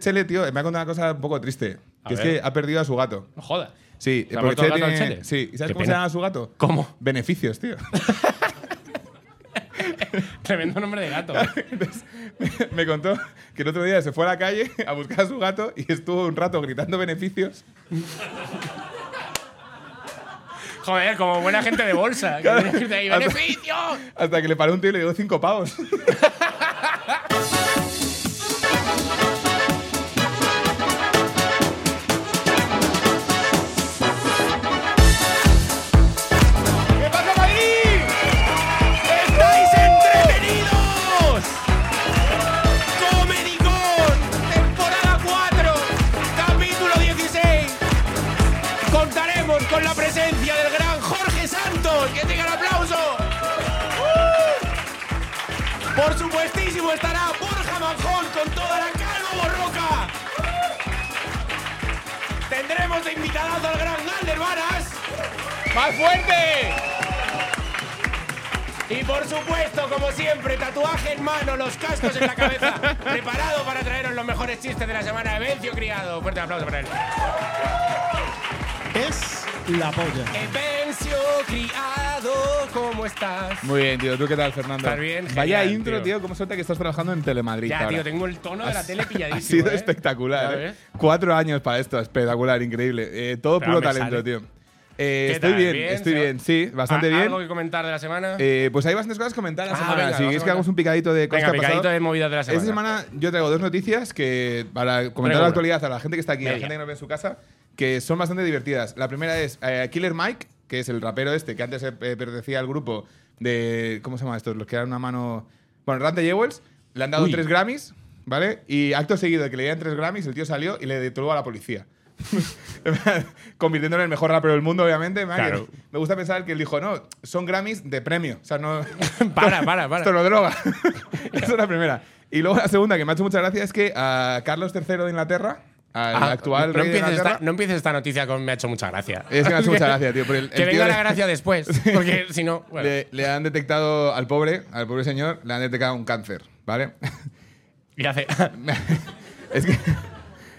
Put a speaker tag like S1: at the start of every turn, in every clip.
S1: Chele, tío, me ha contado una cosa un poco triste.
S2: A
S1: Que es
S2: ver.
S1: que ha perdido a su gato.
S2: No jodas.
S1: Sí,
S2: ¿Se ha
S1: porque
S2: muerto el
S1: Chele
S2: gato del
S1: tiene-
S2: Chele?
S1: Sí, ¿y sabes
S2: Qué
S1: cómo se
S2: pena.
S1: llama su gato?
S2: ¿Cómo?
S1: Beneficios, tío.
S2: Tremendo nombre de gato.
S1: Entonces, me contó que el otro día se fue a la calle a buscar a su gato y estuvo un rato gritando beneficios.
S2: Joder, como buena gente de bolsa. que viene a decirte ahí, ¡Beneficio!
S1: Hasta que le paró un tío y le dio cinco pavos.
S2: ¿Qué pasa, Madrid? ¡Estáis entretenidos! Comedicón, temporada 4, capítulo 16. Contaremos con la presencia del gran Jorge Santos. ¡Que tenga el aplauso! ¡Uh! Por supuestísimo estará Borja Manjón con toda la calma borroca. Tendremos de invitado al gran Galder Varas. ¡Más fuerte! Y por supuesto, como siempre, tatuaje en mano, los cascos en la cabeza, preparado para traeros los mejores chistes de la semana. Evencio Criado. Fuerte aplauso para él. Eh,
S3: Es la polla.
S2: Evencio Criado, ¿cómo estás?
S1: Muy bien, tío. ¿Tú qué tal, Fernando?
S2: Estás bien,
S1: Vaya
S2: genial,
S1: intro,
S2: tío.
S1: tío. Como suerte que estás trabajando en Telemadrid.
S2: Ya,
S1: ahora.
S2: tío, tengo el tono de la tele pilladísimo.
S1: Ha sido
S2: ¿eh?
S1: espectacular.
S2: Ya
S1: ¿eh?
S2: ves.
S1: Cuatro años para esto, espectacular, increíble. Eh, todo
S2: Pero
S1: puro
S2: me
S1: talento,
S2: sale.
S1: tío. Eh,
S2: ¿Qué
S1: estoy
S2: tal?
S1: bien,
S2: ¿Bien,
S1: estoy
S2: Seba?
S1: bien, sí, bastante
S2: Ah,
S1: bien.
S2: ¿Algo que comentar de la semana?
S1: Eh, pues hay bastantes cosas que comentar la
S2: Ah,
S1: semana.
S2: venga,
S1: si
S2: vamos
S1: queréis
S2: a
S1: que hagamos
S2: comentar.
S1: un picadito de cosas
S2: Venga,
S1: que ha pasado.
S2: picadito de movidas de la semana.
S1: Esta semana yo traigo dos noticias que para comentar la
S2: Traigo una.
S1: actualidad a la gente que está aquí, a la
S2: Media.
S1: gente que nos ve en su casa, que son bastante divertidas. La primera es eh, Killer Mike, que es el rapero este que antes eh, pertenecía al grupo de. ¿Cómo se llama estos? Los que dan una mano. Bueno, Randy Jewels. Le han dado
S2: Uy.
S1: tres Grammys, ¿vale? Y acto seguido de que le dieran tres Grammys, el tío salió y le detuvo a la policía. Convirtiéndolo en el mejor rapero del mundo, obviamente. man, que
S2: Claro.
S1: Me gusta pensar que él dijo, no, son Grammys de premio. O sea, no.
S2: Para, para, para.
S1: Esto no droga. Esa es la primera. Y luego la segunda que me ha hecho mucha gracia es que a Carlos III de Inglaterra, al
S2: Ah,
S1: actual
S2: no
S1: rey de
S2: empieces,
S1: Inglaterra,
S2: esta, no empieces esta noticia con me ha hecho mucha gracia.
S1: es que me ha hecho mucha gracia, tío. porque el-
S2: que
S1: el tío
S2: venga
S1: le-
S2: la gracia después, porque si no... bueno.
S1: le, le han detectado al pobre, al pobre señor, le han detectado un cáncer, ¿vale?
S2: Y hace...
S1: es que,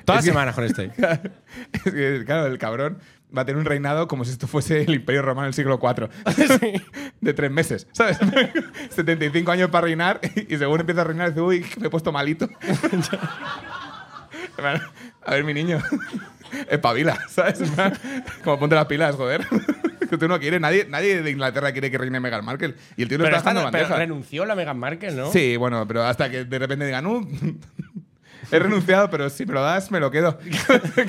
S2: Todas
S1: Es
S2: las
S1: que-
S2: semanas con este.
S1: es que, claro, el cabrón va a tener un reinado como si esto fuese el Imperio Romano del siglo IV. De tres meses, ¿sabes? 75 años para reinar y según empieza a reinar dice, uy, me he puesto malito. En plan, A ver, mi niño, espabila, ¿sabes? En plan, Como ponte las pilas, joder. Que tú no quieres, nadie, nadie de Inglaterra quiere que reine Meghan Markle. Y el tío le está
S2: Pero, esta
S1: dejando
S2: no- pero
S1: bandeja.
S2: renunció la Meghan Markle, ¿no?
S1: Sí, bueno, pero hasta que de repente digan, uh, he renunciado, pero si me lo das, me lo quedo.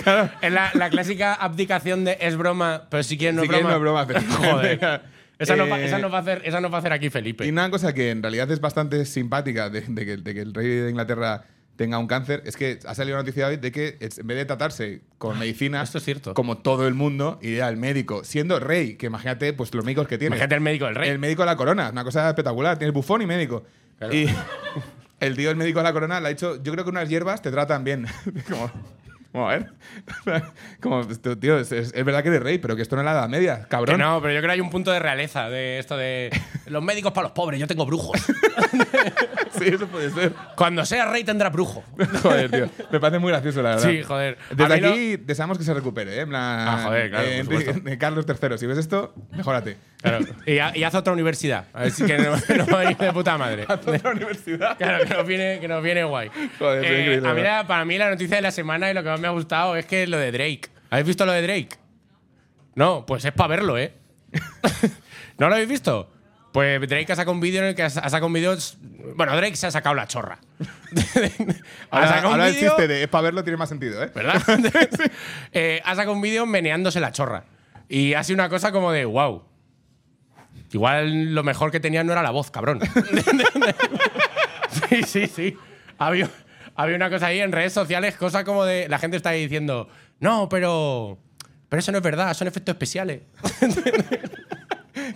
S1: claro.
S2: Es la, la clásica abdicación de es broma, pero si quieres no
S1: Si
S2: es
S1: quieres,
S2: broma.
S1: no es broma, pero-
S2: Joder. Esa, nos va,
S1: Eh,
S2: esa nos va a hacer, esa nos va a hacer aquí Felipe.
S1: Y una cosa que en realidad es bastante simpática de, de que, de que el rey de Inglaterra tenga un cáncer es que ha salido una noticia hoy de que es- en vez de tratarse con medicina,
S2: esto es cierto.
S1: como todo el mundo, iría al médico, siendo rey, que imagínate pues los médicos que tiene.
S2: Imagínate el médico del rey.
S1: El médico de la corona, una cosa espectacular, tienes bufón y médico.
S2: Claro.
S1: Y el tío del médico de la corona le ha dicho, yo creo que unas hierbas te tratan bien. como, como, a ver. como, pues, tú, tío, es, es- es verdad que eres rey, pero que esto no es la edad media,
S2: Que
S1: cabrón.
S2: no, pero yo creo que hay un punto de realeza de esto de los médicos para los pobres, yo tengo brujos.
S1: Sí, eso puede ser.
S2: Cuando seas rey tendrás brujo.
S1: Joder, tío. Me parece muy gracioso, la verdad.
S2: Sí, joder.
S1: Desde
S2: A mí lo-
S1: aquí deseamos que se recupere, ¿eh? En plan,
S2: Ah, joder,
S1: eh,
S2: claro, por
S1: Enrique-
S2: supuesto.
S1: Carlos III, si ves esto, mejórate.
S2: Claro. Y, ha- y haz otra universidad. A ver si que no, no va a ir de puta madre.
S1: la universidad.
S2: Claro, que nos viene, que nos viene guay. Eh,
S1: Joder, es increíble,
S2: a mí
S1: ¿verdad?
S2: la- para mí la noticia de la semana y lo que más me ha gustado es que lo de Drake. ¿Habéis visto lo de Drake? No, pues es para verlo, ¿eh? ¿No lo habéis visto? Pues Drake ha sacado un vídeo en el que ha sa- ha sacado un vídeo. Bueno, Drake se ha sacado la chorra. Ha
S1: Ahora,
S2: sacado un
S1: ahora el
S2: vídeo-
S1: chiste de es para verlo tiene más sentido, ¿eh?
S2: ¿verdad? Eh, ha sacado un vídeo meneándose la chorra. Y ha sido una cosa como de, wow. Igual lo mejor que tenía no era la voz, cabrón. sí, sí, sí. Había, había una cosa ahí en redes sociales, cosa como de, la gente está ahí diciendo, no, pero... Pero eso no es verdad, son efectos especiales.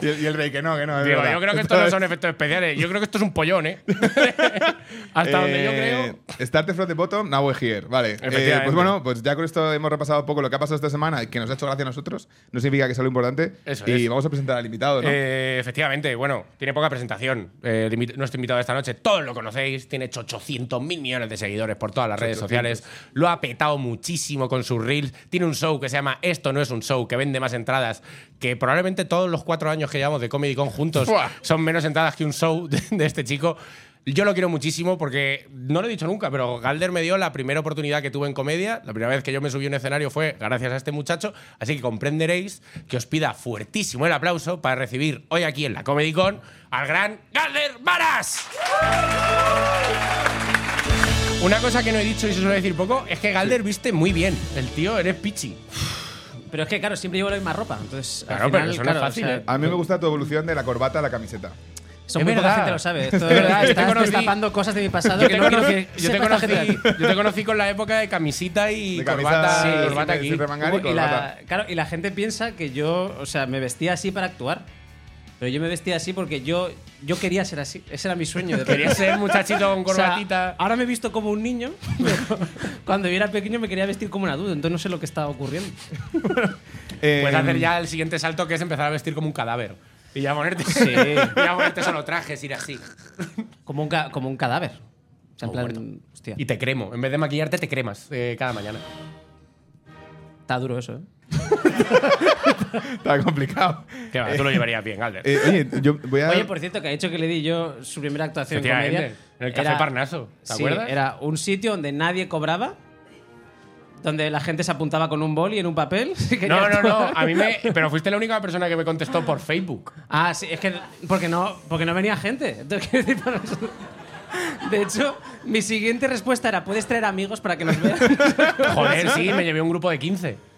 S1: Y el, y el rey que no, que no. es
S2: Digo,
S1: verdad.
S2: yo creo que estos no son efectos especiales. Yo creo que esto es un pollón, ¿eh? Hasta donde yo
S1: Eh,
S2: creo.
S1: Start from the bottom, now we're here. Vale. Eh,
S2: Efectivamente.
S1: pues bueno, pues ya con esto hemos repasado un poco lo que ha pasado esta semana y que nos ha hecho gracia a nosotros. No significa que sea lo importante.
S2: Eso
S1: y
S2: es.
S1: vamos a presentar al invitado, ¿no?
S2: Eh, efectivamente, bueno, tiene poca presentación. Eh, el invit- nuestro invitado de esta noche, todos lo conocéis, tiene 800 mil millones de seguidores por todas las redes sociales, lo ha petado muchísimo con sus reels, tiene un show que se llama Esto no es un show, que vende más entradas, que probablemente todos los cuatro años que llevamos de Comedy Con juntos
S1: Buah.
S2: son menos entradas que un show de, de este chico. Yo lo quiero muchísimo porque no lo he dicho nunca, pero Galder me dio la primera oportunidad que tuve en comedia. La primera vez que yo me subí a un escenario fue gracias a este muchacho. Así que comprenderéis que os pida fuertísimo el aplauso para recibir hoy aquí en la Comedy Con al gran Galder Varas. Una cosa que no he dicho y se suele decir poco es que Galder viste muy bien. El tío eres pichi.
S4: Pero es que, claro, siempre llevo la misma ropa. Entonces,
S2: Claro,
S4: al
S2: pero
S4: final,
S2: eso no es
S4: claro,
S2: fácil, ¿eh?
S1: a mí me gusta tu evolución de la corbata a la camiseta.
S4: Eso
S2: Es
S4: muy
S2: verdad.
S4: poca gente lo sabe. Esto
S2: Es verdad, yo te
S4: estás
S2: conocí-
S4: destapando cosas de mi pasado
S2: Yo
S4: que
S2: te,
S4: no quiero
S2: conocí,
S4: que
S2: yo, te
S4: sepa la
S2: conocí,
S4: gente.
S2: yo te conocí con la época de camisita y
S1: De camisa,
S2: corbata,
S1: sí,
S2: corbata
S1: de-
S2: aquí.
S1: siempre manga- Mangari
S4: y, la,
S1: corbata.
S4: claro, y la gente piensa que yo, o sea, me vestía así para actuar. Pero yo me vestía así porque yo, yo quería ser así. Ese era mi sueño. De
S2: Quería ser muchachito con
S4: O sea, ah,
S2: corbatita.
S4: ahora me he visto como un niño, pero cuando yo era pequeño me quería vestir como un adulto, entonces no sé lo que estaba ocurriendo.
S1: Eh,
S2: Puedes
S4: em,
S2: hacer ya el siguiente salto que es empezar a vestir como un cadáver. Y ya ponerte,
S4: Sí.
S2: y ya ponerte solo trajes, ir así.
S4: Como un, ca- como un cadáver. O sea, en
S2: Como
S4: plan, hostia,
S2: Y te cremo. En vez de maquillarte, te cremas eh, cada mañana.
S4: está duro eso, ¿eh?
S1: Está complicado.
S2: Que va, tú lo llevarías bien, Alder.
S1: Eh, oye, yo voy a.
S4: Oye, por cierto, que ha hecho que le di yo su primera actuación en
S2: Ah. Efectivamente,
S4: comedia.
S2: en el Café Parnaso, ¿te acuerdas?
S4: Sí, era un sitio donde nadie cobraba, donde la gente se apuntaba con un boli en un papel. si quería
S2: no, no, no.
S4: actuar.
S2: A mí me. Pero fuiste la única persona que me contestó por Facebook.
S4: Ah, sí, es que porque no, porque no venía gente. Entonces, quiero decir, para eso- De hecho, mi siguiente respuesta era, ¿puedes traer amigos para que nos vean?
S2: Joder, sí, me llevé un grupo de 15.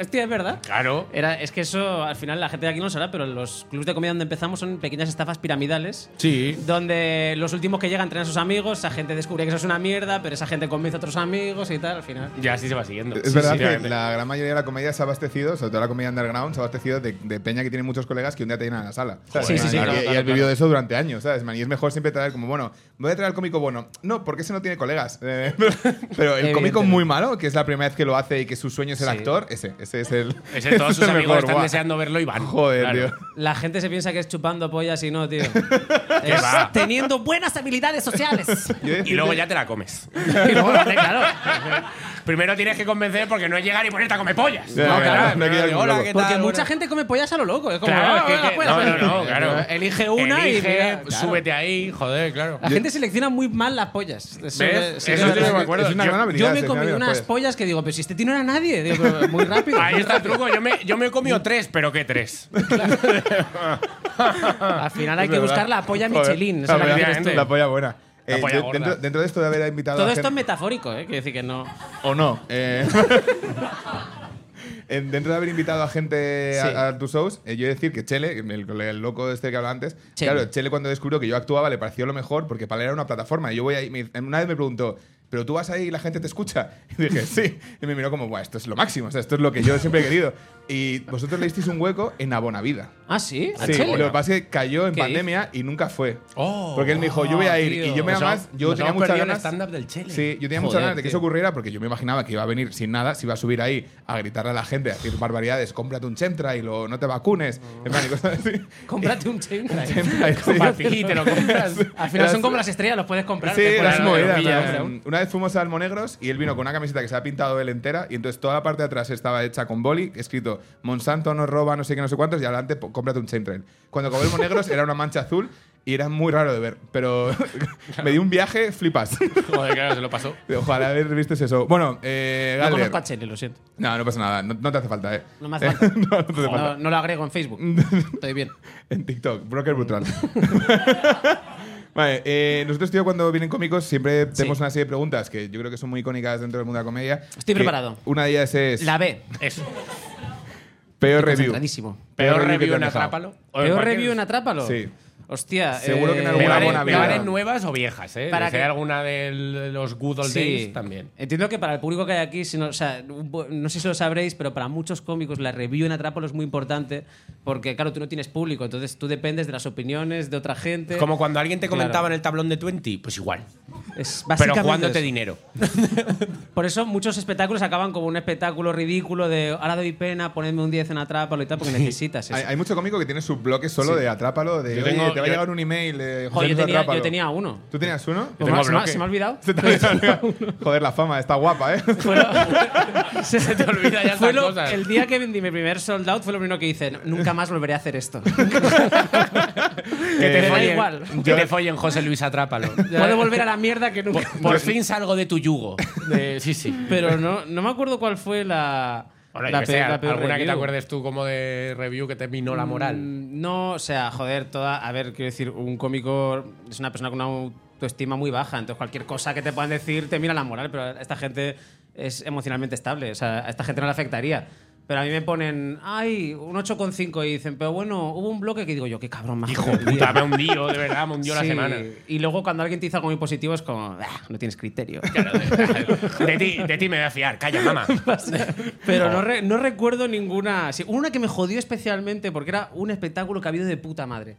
S4: Hostia, es verdad.
S2: Claro.
S4: Era, es que eso, al final, la gente de aquí no lo sabrá, pero los clubs de comedia donde empezamos son pequeñas estafas piramidales.
S2: Sí.
S4: Donde los últimos que llegan traen a sus amigos, esa gente descubre que eso es una mierda, pero esa gente convence a otros amigos y tal, al final.
S2: Ya así se va siguiendo.
S1: Es
S2: Sí,
S1: verdad
S2: sí,
S1: que
S2: realmente.
S1: la gran mayoría de la comedia se ha abastecido, sobre todo la comedia underground, se ha abastecido de, de peña que tiene muchos colegas que un día te llenan a la sala. ¿sabes?
S4: Sí, sí,
S1: y,
S4: sí,
S1: y-
S4: claro,
S1: y
S4: claro,
S1: has vivido de eso durante años, ¿sabes? man? Y es mejor siempre traer como, bueno, voy a traer al cómico bueno. No, porque ese no tiene colegas. Eh, Pero el cómico
S4: Evidentemente.
S1: muy malo, que es la primera vez que lo hace y que su sueño es el
S4: Sí.
S1: actor, ese, ese es el.
S2: Ese, todos
S1: ese
S2: sus
S1: es el
S2: amigos
S1: mejor,
S2: están
S1: guau.
S2: deseando verlo y van.
S1: Joder,
S2: Claro.
S1: tío.
S4: La gente se piensa que es chupando pollas y no, tío. Es
S2: va?
S4: teniendo buenas habilidades sociales.
S1: Yo
S2: Y
S1: decirte-
S2: luego ya te la comes.
S4: y luego, vale, claro.
S2: Primero tienes que convencer porque no es llegar y ponerte a comer pollas.
S1: Ya, claro, no hay que ir al
S2: Primero, Hola,
S1: loco".
S2: ¿qué tal?
S4: Porque mucha
S2: Buenas".
S4: gente come pollas a lo loco. Es como,
S2: Claro,
S4: "Ah,
S2: que-
S4: venga,
S2: que-
S4: pues".
S2: no, no, no, claro.
S4: Elige una y.
S2: Elige,
S4: mira, claro.
S2: súbete ahí, joder, claro.
S4: La gente selecciona muy mal las pollas. Eso,
S2: ¿Ves? Eso
S4: sí, es
S2: yo
S4: verdad.
S2: no me acuerdo.
S1: Es una
S2: Yo-
S1: gran habilidad.
S4: Yo me
S1: sí,
S4: he
S1: es
S4: comido
S1: una gran
S4: unas
S1: habilidad.
S4: pollas que digo, pero si este tío no era nadie, digo, pero muy rápido.
S2: Ahí está el truco. Yo me, yo me he comido tres, pero ¿qué tres? Ah,
S4: Al final hay
S1: Es
S4: que
S1: verdad.
S4: buscar la polla
S1: Joder,
S4: Michelin. esa
S1: la
S4: es la que
S1: polla-
S4: tienes tú.
S2: tú.
S1: La polla buena.
S2: La
S1: Eh,
S2: polla
S1: yo-
S2: gorda.
S1: dentro, dentro de esto de haber invitado
S4: Todo
S1: a
S4: esto es
S1: gente-
S4: metafórico, ¿eh? Quiero decir que no.
S1: o no. eh, en- dentro de haber invitado a gente
S4: Sí.
S1: a, a tus shows, eh, yo he de decir que Chele, el, el loco este que hablaba antes,
S4: Chele.
S1: claro, Chele cuando descubrió que yo actuaba le pareció lo mejor porque para él era una plataforma. Y yo voy ahí, me- una vez me preguntó, ¿pero tú vas ahí y la gente te escucha? Y dije, sí. Y me miró como, Buah, esto es lo máximo, o sea, esto es lo que yo siempre he querido. Y vosotros le disteis un hueco en Abonavida.
S4: Ah, sí, ¿A
S1: Sí,
S4: Chele?
S1: lo que pasa es que cayó en
S4: ¿Qué
S1: pandemia y nunca fue.
S2: Oh.
S1: porque él me dijo, yo voy a ir. Y yo me
S2: Nos
S1: además,
S2: hemos-
S1: yo
S2: nos
S1: tenía
S2: hemos
S1: muchas
S2: perdido el
S1: ganas.
S2: stand-up del Chele.
S1: Sí, yo tenía muchas
S4: Joder,
S1: ganas de que
S4: tío.
S1: eso ocurriera porque yo me imaginaba que iba a venir sin nada, se iba a subir ahí a gritarle a la gente, a decir barbaridades, cómprate un chemtra y lo, no te vacunes. En plan, y cosas así.
S4: Cómprate un Chemtrail.
S1: Chemtrail, sí.
S2: Para ti, te lo compras.
S4: Al final son como las estrellas, los puedes comprar.
S1: Sí,
S4: te ponen
S1: las
S2: la
S4: una
S1: movidas.
S4: bromilla,
S1: ¿no?
S4: ¿no?
S1: Una vez fuimos a Almonegros y él vino con una camiseta que se ha pintado él entera y entonces toda la parte de atrás estaba hecha con boli, escrito Monsanto nos roba, no sé qué, no sé cuántos y adelante po- cómprate un chemtrail. Cuando acabó Almonegros era una mancha azul y era muy raro de ver, pero me di un viaje, flipas.
S2: Joder, claro, se lo pasó.
S1: Ojalá haber visto eso. Bueno, eh,
S4: No
S1: Galder.
S4: conozco a Chele, lo siento.
S1: No, no pasa nada, no, no te hace falta, eh.
S4: No me hace falta.
S1: no, no te hace falta.
S4: No, no lo agrego en Facebook. Estoy bien.
S1: En TikTok, Broker
S4: Mm.
S1: Brutal. vale, eh, nosotros, tío, cuando vienen cómicos, siempre tenemos una serie de preguntas que yo creo que son muy icónicas dentro del mundo de la comedia. Que
S4: Estoy preparado.
S1: Una de ellas es
S4: La B.
S2: Eso.
S1: peor review.
S4: Concentradísimo.
S2: Peor
S1: que te
S2: review
S1: han
S2: en
S1: dejado.
S2: Atrápalo. O en
S4: Peor
S2: cualquier-
S4: review en Atrápalo.
S1: Sí.
S4: Hostia. eh,
S1: Seguro que en algún
S2: Me
S1: Una
S2: valen,
S1: buena
S2: me
S1: vida.
S2: valen nuevas o viejas, ¿eh?
S4: Para
S2: Para que
S4: que-
S2: alguna de los Good Old
S4: Sí.
S2: Days también.
S4: Entiendo que para el público que hay aquí, si no, o sea, un po- no sé si lo sabréis, pero para muchos cómicos la review en Atrápalo es muy importante porque, claro, tú no tienes público, entonces tú dependes de las opiniones de otra gente.
S2: Es como cuando alguien te comentaba
S4: Claro.
S2: en el tablón de 20, pues igual.
S4: Es
S2: Pero
S4: básicamente
S2: jugándote
S4: eso.
S2: dinero.
S4: Por eso muchos espectáculos acaban como un espectáculo ridículo de ahora doy pena, ponedme un 10 en Atrápalo y tal, porque necesitas eso.
S1: Hay, hay mucho cómico que tiene sus bloques solo de atrápalo, de
S2: Yo
S1: "Oye,
S2: tengo-
S1: te va a
S2: yo-
S1: llegar un email eh, de
S4: Joder,
S1: José
S4: yo, tenía,
S1: Atrápalo".
S4: yo tenía uno.
S1: ¿Tú tenías uno?
S4: Pues
S2: tengo
S4: ma- se, me,
S2: bloque.
S4: se me ha olvidado.
S1: Se te había olvidado. Joder, la fama, está guapa, ¿eh?
S4: Se,
S2: te olvida ya
S4: fue
S2: estas
S4: lo-
S2: cosas.
S4: El día que vendí mi primer sold out fue lo primero que hice. "No, Nunca más volveré a hacer esto.
S2: Que te
S4: da
S2: follen,
S4: igual.
S2: que te follen, José Luis Atrápalo.
S4: Puedo volver a la mierda que nunca.
S2: Por, por fin salgo de tu yugo. De- sí, sí.
S4: Pero no, no me acuerdo cuál fue la.
S2: Ahora, yo
S4: la
S2: que
S4: pe-
S2: sé,
S4: la peor
S2: alguna que te
S4: review.
S2: acuerdes tú como de review que te minó la moral.
S4: Mm, No, o sea, joder, toda. A ver, quiero decir, un cómico es una persona con una autoestima muy baja, entonces cualquier cosa que te puedan decir te mira la moral, pero esta gente es emocionalmente estable, o sea, a esta gente no le afectaría. Pero a mí me ponen, ay, un 8,5 y dicen, pero bueno, hubo un bloque que digo yo, qué cabrón más.
S2: Hijo de puta, me hundió, de verdad, me hundió la
S4: Sí,
S2: semana.
S4: Y luego cuando alguien te dice algo muy positivo es como, "Ah, no tienes criterio.
S2: Claro, de, de ti, de ti me voy a fiar, calla, mamá.
S4: Pero
S2: Oh.
S4: no, re- no recuerdo ninguna. sí, una que me jodió especialmente porque era un espectáculo que ha ido de puta madre.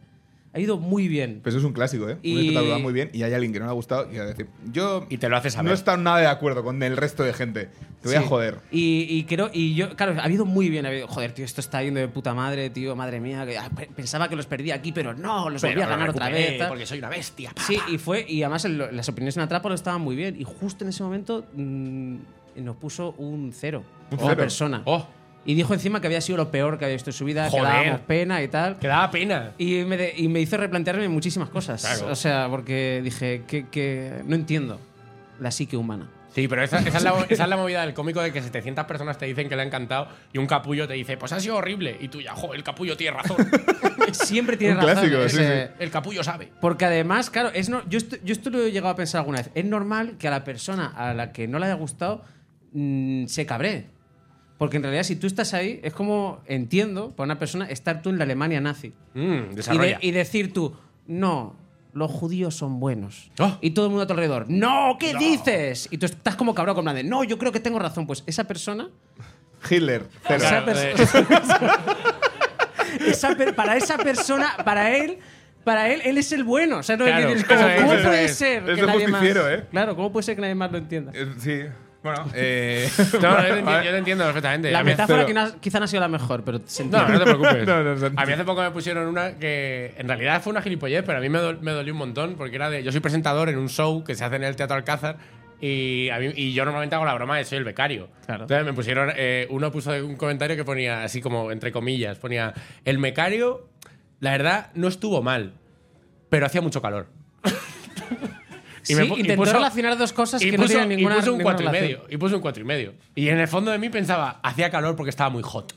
S4: Ha ido muy bien.
S1: Pero eso es un clásico, ¿eh? Un
S4: Y-
S1: espectáculo va muy bien y hay alguien que no le ha gustado y va a decir, yo
S2: Y te lo haces saber.
S1: no he estado nada de acuerdo con el resto de gente. Te voy a
S4: Sí.
S1: Eh, joder.
S4: Y, y creo, y yo, claro, ha habido muy bien. Ha habido, joder, tío, esto está yendo de puta madre, tío, madre mía. que- ah, pe- pensaba que los perdía aquí, pero no, los
S2: Pero
S4: volví a
S2: lo
S4: ganar otra
S2: recuperé,
S4: vez. tal.
S2: Porque soy una bestia. pa.
S4: Sí, y fue, y además el- las opiniones en Atrápalo estaban muy bien. Y justo en ese momento mm, nos puso un cero.
S1: Un
S4: una
S1: cero.
S4: persona.
S2: Oh,
S4: Y dijo encima que había sido lo peor que había visto en su vida,
S2: Joder.
S4: que dábamos pena y tal.
S2: que daba pena.
S4: Y me, de- y me hizo replantearme muchísimas cosas.
S2: Claro.
S4: O sea, porque dije que, que no entiendo la psique humana.
S2: Sí, pero esa, esa es la, esa es la movida del cómico de que 700 personas te dicen que le ha encantado y un capullo te dice, pues ha sido horrible. Y tú ya, jo, el capullo tiene razón.
S4: Siempre tiene
S1: Un
S4: razón. ¿eh?
S1: clásico,
S4: ese-
S1: sí, sí.
S2: el capullo sabe.
S4: Porque además, claro, es no, yo, esto, yo esto lo he llegado a pensar alguna vez. Es normal que a la persona a la que no le haya gustado mm, se cabree. Porque en realidad, si tú estás ahí, es como, entiendo, para una persona, estar tú en la Alemania nazi.
S2: Mm,
S4: Y, de-
S2: desarrolla.
S4: y decir tú, no, los judíos son buenos.
S2: Ah.
S4: Y todo el mundo a tu alrededor, no, ¿qué dices? Y tú estás como cabrón con la de, no, yo creo que tengo razón. Pues esa persona,
S1: Hitler, cero.
S4: Claro.
S2: eh,
S4: esa per- para esa persona, para él, para él, él es el bueno. O sea, no
S2: Claro,
S4: es como,
S2: eso es,
S4: ¿cómo
S2: eso
S4: puede
S2: es.
S4: ser
S1: Es
S4: que
S1: de
S4: nadie más?
S1: justiciero, ¿eh?
S4: Claro, ¿cómo puede ser que nadie más lo entienda?
S1: Eh, Sí, bueno. eh,
S2: no, no, yo te entiendo, yo te entiendo perfectamente.
S4: La
S2: A mí-
S4: metáfora
S1: cero.
S4: que no ha- quizá no ha sido la mejor, pero se entiende.
S2: No, no te preocupes.
S1: No, no, no.
S2: a mí hace poco me pusieron una que en realidad fue una gilipollez, pero a mí me, dol- me dolió un montón porque era de. Yo soy presentador en un show que se hace en el Teatro Alcázar y, a mí- y yo normalmente hago la broma de soy el becario.
S4: Claro.
S2: Entonces me pusieron. eh, uno puso un comentario que ponía así como entre comillas: ponía el becario, la verdad, no estuvo mal, pero hacía mucho calor.
S4: Sí,
S2: me pu- y
S4: intentó
S2: puso-
S4: relacionar dos cosas
S2: y
S4: que
S2: puso,
S4: no tienen
S2: y
S4: ninguna
S2: puso un
S4: ninguna
S2: cuatro y
S4: relación.
S2: medio y puso un cuatro y medio y en el fondo de mí pensaba hacía calor porque estaba muy hot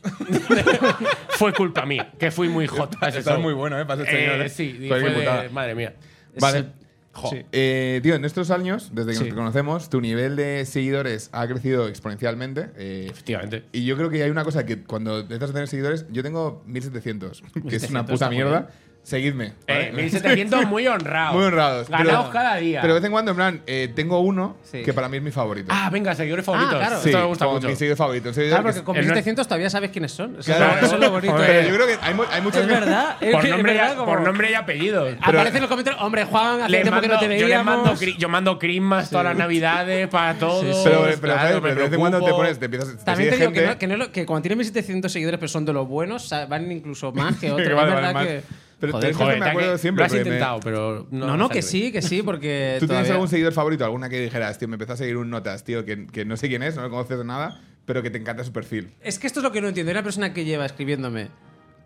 S2: fue culpa mía que fui muy hot a ese
S1: Estás
S2: show.
S1: muy bueno, ¿eh? Para ser
S2: Eh,
S1: señor, ¿eh?
S2: sí y
S1: Joder,
S2: fue
S1: qué
S2: de-
S1: putada.
S2: madre mía
S1: Vale.
S2: Jo.
S1: Eh, tío, en estos años, desde que nos conocemos, tu nivel de seguidores ha crecido exponencialmente. eh,
S2: efectivamente
S1: y yo creo que hay una cosa que cuando empiezas a tener seguidores, yo tengo 1700, que es una
S4: 1700,
S1: puta
S4: está muy
S1: mierda. Seguidme. ¿vale?
S2: eh, 1700 muy honrados
S1: Muy honrados.
S2: ganados
S1: Pero-
S2: cada día
S1: Pero de vez en cuando, en plan, eh, tengo uno
S4: Sí.
S1: que para mí es mi favorito.
S2: ah venga seguidores favoritos
S4: claro.
S1: Sí,
S2: esto me gusta
S1: como
S2: mucho
S1: Mi seguidor favorito. un seguidor
S4: Claro,
S1: que-
S4: porque con
S2: El no-
S4: 1700 todavía sabes quiénes son. O sea,
S1: Claro.
S4: eso es lo bonito.
S1: Pero
S2: Eh,
S1: yo creo que hay, mu- hay muchos
S4: Es
S1: que-
S4: verdad. es
S2: por
S4: que- es
S2: nombre, y a-
S4: verdad, como-
S2: por nombre y apellido
S4: Aparece en los comentarios, hombre, Juan, hace
S2: Les
S4: tiempo que no
S2: mando-
S4: te
S2: yo les
S4: veíamos.
S2: mando, cri- yo mando crismas todas las navidades para todos.
S1: Pero, pero,
S2: claro,
S1: ¿sabes?
S2: me
S1: Pero de vez en cuando te
S2: preocupo.
S1: pones, te empiezas te Pues
S4: También te
S1: sigue
S4: digo que,
S1: gente-
S4: no- que no lo- que cuando tienen 1700 seguidores, pero son de los buenos, sa- van incluso más que otros.
S1: Que
S4: es
S1: vale,
S4: verdad
S1: vale,
S4: que.
S1: más. Pero
S4: Joder,
S1: te- Joder, me
S2: te-
S1: acuerdo siempre,
S2: Lo has
S1: porque me-
S2: intentado, pero.
S4: no, no, que sí, que sí, porque.
S1: ¿Tú tienes
S4: todavía-
S1: algún seguidor favorito? ¿Alguna que dijeras, tío, me empezó a seguir un notas, tío, que, que no sé quién es, no lo conoces de nada, pero que te encanta su perfil?
S4: Es que esto es lo que no entiendo. Hay una persona que lleva escribiéndome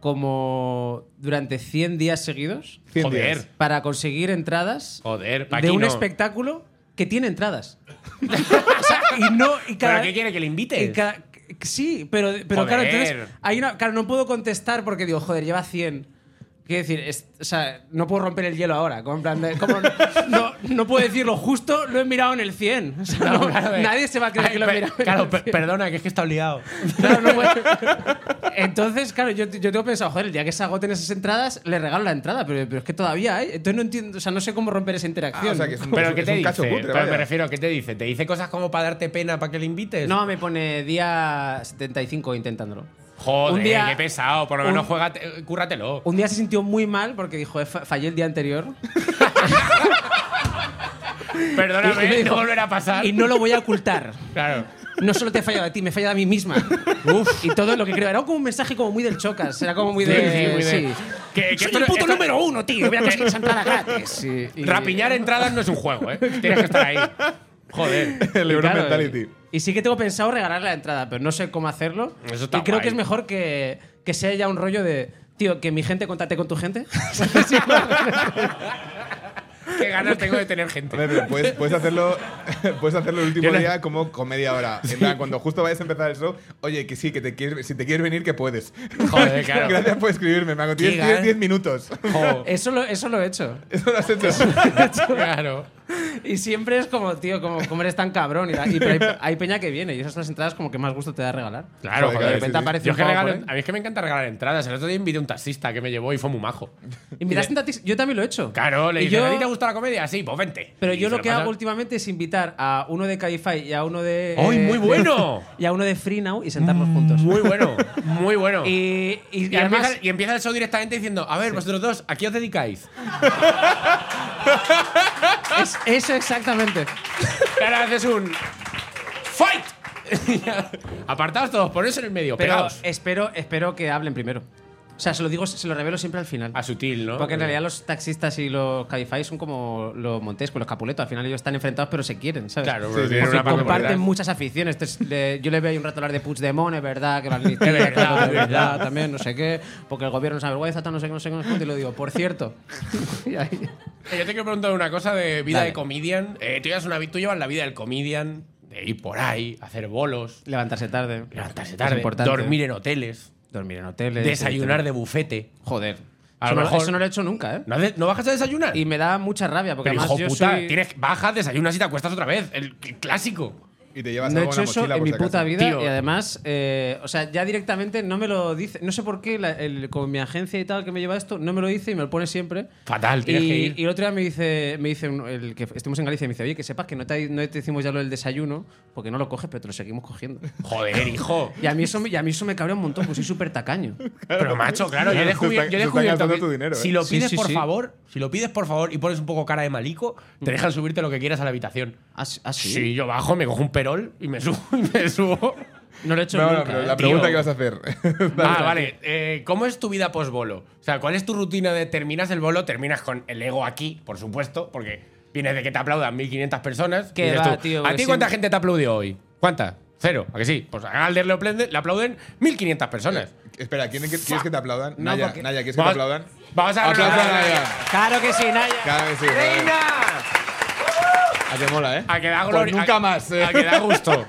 S4: como durante 100 días seguidos
S1: 100
S2: Joder.
S1: días.
S4: para conseguir entradas
S2: Joder,
S4: de un
S2: Paquino.
S4: espectáculo que tiene entradas. O sea, y no. Y cada,
S2: ¿Pero qué quiere que le invite?
S4: y cada- Sí, pero, pero
S2: Joder.
S4: claro, entonces. Hay una, claro, no puedo contestar porque digo, joder, lleva 100. Quiero decir, es- o sea, no puedo romper el hielo ahora. Como en plan de- como no, no, no puedo decir lo justo, lo he mirado en el 100. O sea, no-
S2: claro, eh.
S4: nadie se va a creer
S2: Ay,
S4: que lo he
S2: per-
S4: mirado. en
S2: Claro,
S4: el
S2: per-
S4: 100.
S2: perdona, que es que está liado.
S4: Claro, no puede- Entonces, claro, yo, yo tengo pensado, joder, el día que se agoten esas entradas, le regalo la entrada, pero, pero es que todavía hay. Entonces no entiendo, o sea, no sé cómo romper esa interacción.
S1: Ah, o sea, que es un-
S2: Pero ¿qué
S1: es
S2: te
S1: un
S2: dice?
S1: cacho cutre,
S2: Pero
S1: vaya.
S2: me refiero, ¿qué te dice? ¿Te dice cosas como para darte pena para que le invites?
S4: No, me pone día 75 intentándolo.
S2: Joder,
S4: Un día-
S2: qué pesado. Por lo menos
S4: un-
S2: juega, cúrratelo.
S4: Un día se sintió muy mal porque dijo, "Eh, fa- fallé el día anterior. Y me
S2: Perdóname,
S4: dijo,
S2: no volverá a pasar.
S4: Y no lo voy a ocultar.
S2: Claro.
S4: No solo te he fallado a ti, me he fallado a mí misma. Y todo lo que creo. Era como un mensaje como muy del chocas. Era como muy
S2: Sí,
S4: de...
S2: sí, muy de-
S4: sí.
S2: Que- que
S4: Soy
S2: esto
S4: el
S2: no-
S4: puto
S2: esta-
S4: número uno, tío. Voy a conseguir esa entrada gratis. Y- y-
S2: Rapiñar entradas no es un juego, ¿eh? Tienes que estar ahí. Joder.
S1: El Euro
S4: claro,
S1: Mentality.
S4: Y, y sí que tengo pensado regalar la entrada, pero no sé cómo hacerlo.
S2: Eso está
S4: y creo
S2: guay.
S4: que es mejor que, que sea ya un rollo de, tío, que mi gente contate con tu gente.
S2: Qué ganas tengo de tener gente.
S1: Hombre, pero puedes, puedes hacerlo, puedes hacerlo el último
S2: Yo le-
S1: día como comedia ahora. En plan, cuando justo vayas a empezar el show, oye, que sí, que te quieres, si te quieres venir, que puedes.
S2: Joder, claro.
S1: Gracias por escribirme, Mago. Tienes
S2: Qué
S1: tienes
S2: gan-
S1: 10 minutos.
S2: Jo,
S4: eso, lo, eso lo he hecho.
S1: Eso lo has hecho.
S2: claro.
S4: Y siempre es como, tío, como, como eres tan cabrón. Y, la- y- pero hay, hay peña que viene y esas son las entradas como que más gusto te da regalar.
S2: Claro,
S1: Joder,
S2: joder.
S1: claro,
S4: de
S1: sí,
S4: repente
S1: sí.
S4: aparece
S2: Yo
S4: un
S2: es que
S4: pavo
S2: regalo-
S4: por ahí.
S2: a mí es que me encanta regalar entradas. El otro día invité a un taxista que me llevó y fue muy majo.
S4: Invitas un taxi- Yo también lo he hecho.
S2: Claro, le
S4: Y
S2: dije,
S4: yo-
S2: ¿a ti te gusta la comedia? Sí, pues vente.
S4: Pero
S2: Y
S4: yo
S2: se
S4: lo que
S2: pasa-
S4: hago últimamente es invitar a uno de Cabify y a uno de.
S2: ¡Ay, muy
S4: de-
S2: bueno!
S4: y a uno de Free Now y sentarnos juntos.
S2: Muy bueno, muy bueno.
S4: Y, y
S2: Y
S4: además.
S2: empieza, y empieza el show directamente diciendo, a ver, vosotros dos, ¿a qué os dedicáis?
S4: es- eso exactamente.
S2: Y ahora haces un fight. Apartados todos, poneros en el medio,
S4: Pero eh,
S2: pegados.
S4: espero, espero que hablen primero. O sea, se lo digo, se lo revelo siempre al final.
S2: A Ah, sutil, ¿no?
S4: Porque en realidad los taxistas y los Cabify son como los Montesco, los Capuleto. Al final ellos están enfrentados, pero se quieren, ¿sabes?
S2: Claro,
S1: Sí,
S2: pero
S1: sí,
S2: tienen
S1: porque
S2: una parte
S4: Pues Comparten
S2: muy...
S4: muchas aficiones. Entonces, le- yo le veo ahí un rato hablar de Puigdemont, es verdad, que lo amnistía,
S2: Es verdad,
S4: que lo de
S2: es
S4: verdad,
S2: verdad.
S4: también, no sé qué, porque el gobierno se avergüenza, tal, no sé qué, no sé qué, no sé qué, y lo digo, por cierto. Y ahí-
S2: Yo te quiero preguntar una cosa de vida
S4: Dale.
S2: de comedian. Eh, tú, llevas una, vi- tú llevas la vida del comedian, de ir por ahí, hacer bolos,
S4: Levantarse tarde.
S2: levantarse
S4: Es
S2: tarde,
S4: importante.
S2: dormir en hoteles,
S4: Dormir en hoteles.
S2: desayunar de bufete.
S4: Joder.
S2: A
S4: eso,
S2: lo
S4: no-
S2: mejor-
S4: eso no lo he hecho nunca, ¿eh?
S2: ¿No, haces- no bajas a desayunar?
S4: Y me da mucha rabia, porque
S2: pero
S4: además
S2: hijo
S4: yo
S2: puta,
S4: soy-
S2: tienes, bajas, desayunas y te acuestas otra vez. El cl- clásico.
S1: Y te llevas
S4: no he
S1: algo
S4: hecho
S1: en la
S4: eso
S1: mochila,
S4: en
S1: por
S4: mi
S1: si
S4: puta
S1: acaso.
S4: vida
S2: Tío.
S4: y además, eh, o sea, ya directamente no me lo dice. No sé por qué, la- el- con mi agencia y tal que me lleva esto, no me lo dice y me lo pone siempre.
S2: Fatal,
S4: Y,
S2: tienes que ir.
S4: y el otro día me dice, me dice un- el que estuvimos en Galicia, me dice, oye, que sepas que no te, no te hicimos ya lo del desayuno, porque no lo coges, pero te lo seguimos cogiendo.
S2: Joder, hijo.
S4: Y a mí eso, me- y a mí eso me cabrea un montón, pues soy súper tacaño.
S2: Pero macho, claro, yo he
S1: Claro, tú estás-
S2: descubierto, yo he
S1: tú estás
S2: descubierto
S1: gastando
S2: que
S1: tu dinero, ¿eh?
S2: si lo
S4: Sí,
S2: pides
S4: sí,
S2: por
S4: sí.
S2: favor, si lo pides por favor y pones un poco cara de malico, te dejan subirte lo que quieras a la habitación.
S4: Así. Ah, sí?
S2: Sí, yo bajo, me cojo un perol y me subo y me subo.
S4: No lo he hecho
S1: No,
S4: nunca.
S1: no, pero
S4: ¿eh?
S1: la pregunta
S2: tío.
S1: que vas a hacer.
S2: ah, vale. Eh, ¿Cómo es tu vida post bolo? O sea, ¿cuál es tu rutina de terminas el bolo? Terminas con el ego aquí, por supuesto, porque vienes de que te aplaudan 1500 personas.
S4: Qué
S2: Y dices
S4: va,
S2: tú,
S4: tío,
S2: ¿A
S4: porque
S2: ti cuánta
S4: siempre-
S2: gente te aplaudió hoy? ¿Cuánta? Cero, ¿a que sí? Pues a Galder le aplauden, le aplauden 1500 personas.
S1: Espera, ¿quieren que- ¿quieres que te aplaudan?
S4: No,
S1: Naya,
S4: porque-
S1: Naya, ¿quieres que te
S2: Vamos-
S1: aplaudan?
S2: Vamos a
S1: Aplausos a
S2: aplaudir.
S1: Naya.
S4: Claro que sí, Naya.
S1: Claro que sí.
S2: ¡Reina!
S1: A que mola, ¿eh?
S2: A que da
S1: Pues
S2: gloria-
S1: nunca
S2: a-
S1: más. eh.
S2: A que da gusto.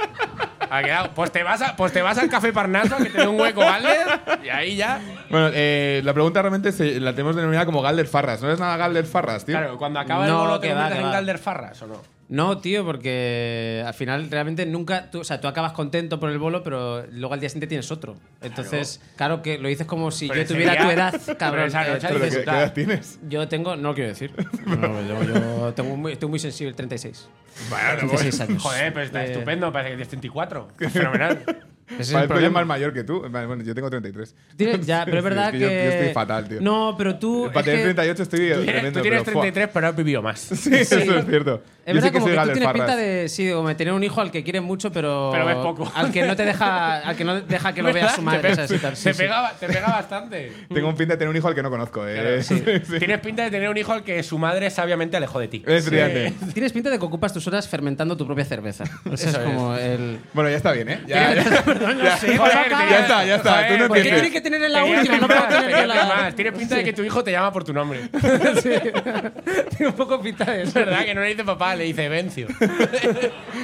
S2: A que da- pues, te vas a- pues te vas al Café Parnaso a que te dé un hueco, Galder, y ahí ya.
S1: Bueno, eh, la pregunta realmente se- la tenemos denominada como Galder Farras. ¿No es nada Galder Farras, tío?
S2: Claro, cuando acaba
S4: No,
S2: el bolo te
S4: que va,
S2: conviertes
S4: que
S2: en
S4: va.
S2: Galder Farras, ¿o no?
S4: No, tío, porque al final realmente nunca. Tú, o sea, tú acabas contento por el bolo, pero luego al día siguiente tienes otro. Entonces, claro, que lo dices como si
S2: Pero
S4: yo
S2: ese
S4: tuviera
S2: día-
S4: tu edad,
S2: pero
S4: cabrón.
S2: esa noche
S4: Entonces,
S1: Pero ¿qué, qué
S4: claro,
S1: edad tienes?
S4: yo tengo. No lo quiero decir. No, yo yo tengo muy, estoy muy sensible, 36.
S2: Bueno,
S4: 36 años.
S2: Joder, pues está
S4: Eh.
S2: estupendo, parece que tienes 34. Fenomenal.
S4: Ese es el
S1: Parezco yo
S4: problema.
S1: más mayor que tú. Vale, Bueno, yo tengo 33.
S4: Tienes- Ya, pero es verdad
S1: que
S4: que.
S1: yo- yo estoy fatal, tío.
S4: No, pero tú.
S1: Para
S4: es
S1: tener
S4: que-
S1: 38 estoy
S2: Tú tienes,
S1: tremendo,
S2: tú tienes
S1: pero, fuah.
S2: 33, pero has vivido más.
S1: Sí, eso es cierto. yo
S4: Es
S1: sí que
S4: verdad como
S1: soy
S4: que tú
S1: Galder
S4: tienes
S1: Farras.
S4: pinta de, sí, como de tener un hijo al que quieres mucho, pero,
S2: Pero ves poco.
S4: al que no te deja, al que no deja que lo vea su madre.
S2: Te,
S4: ¿sabes? Y tal. Sí,
S2: te
S4: sí.
S2: pegaba- te pega bastante.
S1: Tengo un pinta de tener un hijo al que no conozco. Eh.
S2: Claro, sí. Tienes pinta de tener un hijo al que su madre sabiamente alejó de ti.
S1: Es brillante.
S4: Tienes pinta de que ocupas tus horas fermentando tu propia cerveza. Eso es
S2: es.
S4: como el.
S1: Bueno, ya está bien, ¿eh? Ya, ya,
S4: Perdón,
S1: ya,
S2: Sí,
S1: Joder,
S2: joder,
S1: tío,
S2: tío.
S1: ya está, ya está.
S2: Joder,
S1: tú no
S2: ¿por qué
S1: empieces.
S4: tiene que tener en la
S2: Tenías
S4: última?
S2: que
S4: No puedo
S2: más,
S4: tener en
S2: tenías que
S4: la.
S2: más. Tienes pinta de que tu hijo te llama por tu nombre.
S4: Sí. Tiene un poco pinta de
S2: Es
S4: eso.
S2: verdad que no le dice papá, le dice Vencio.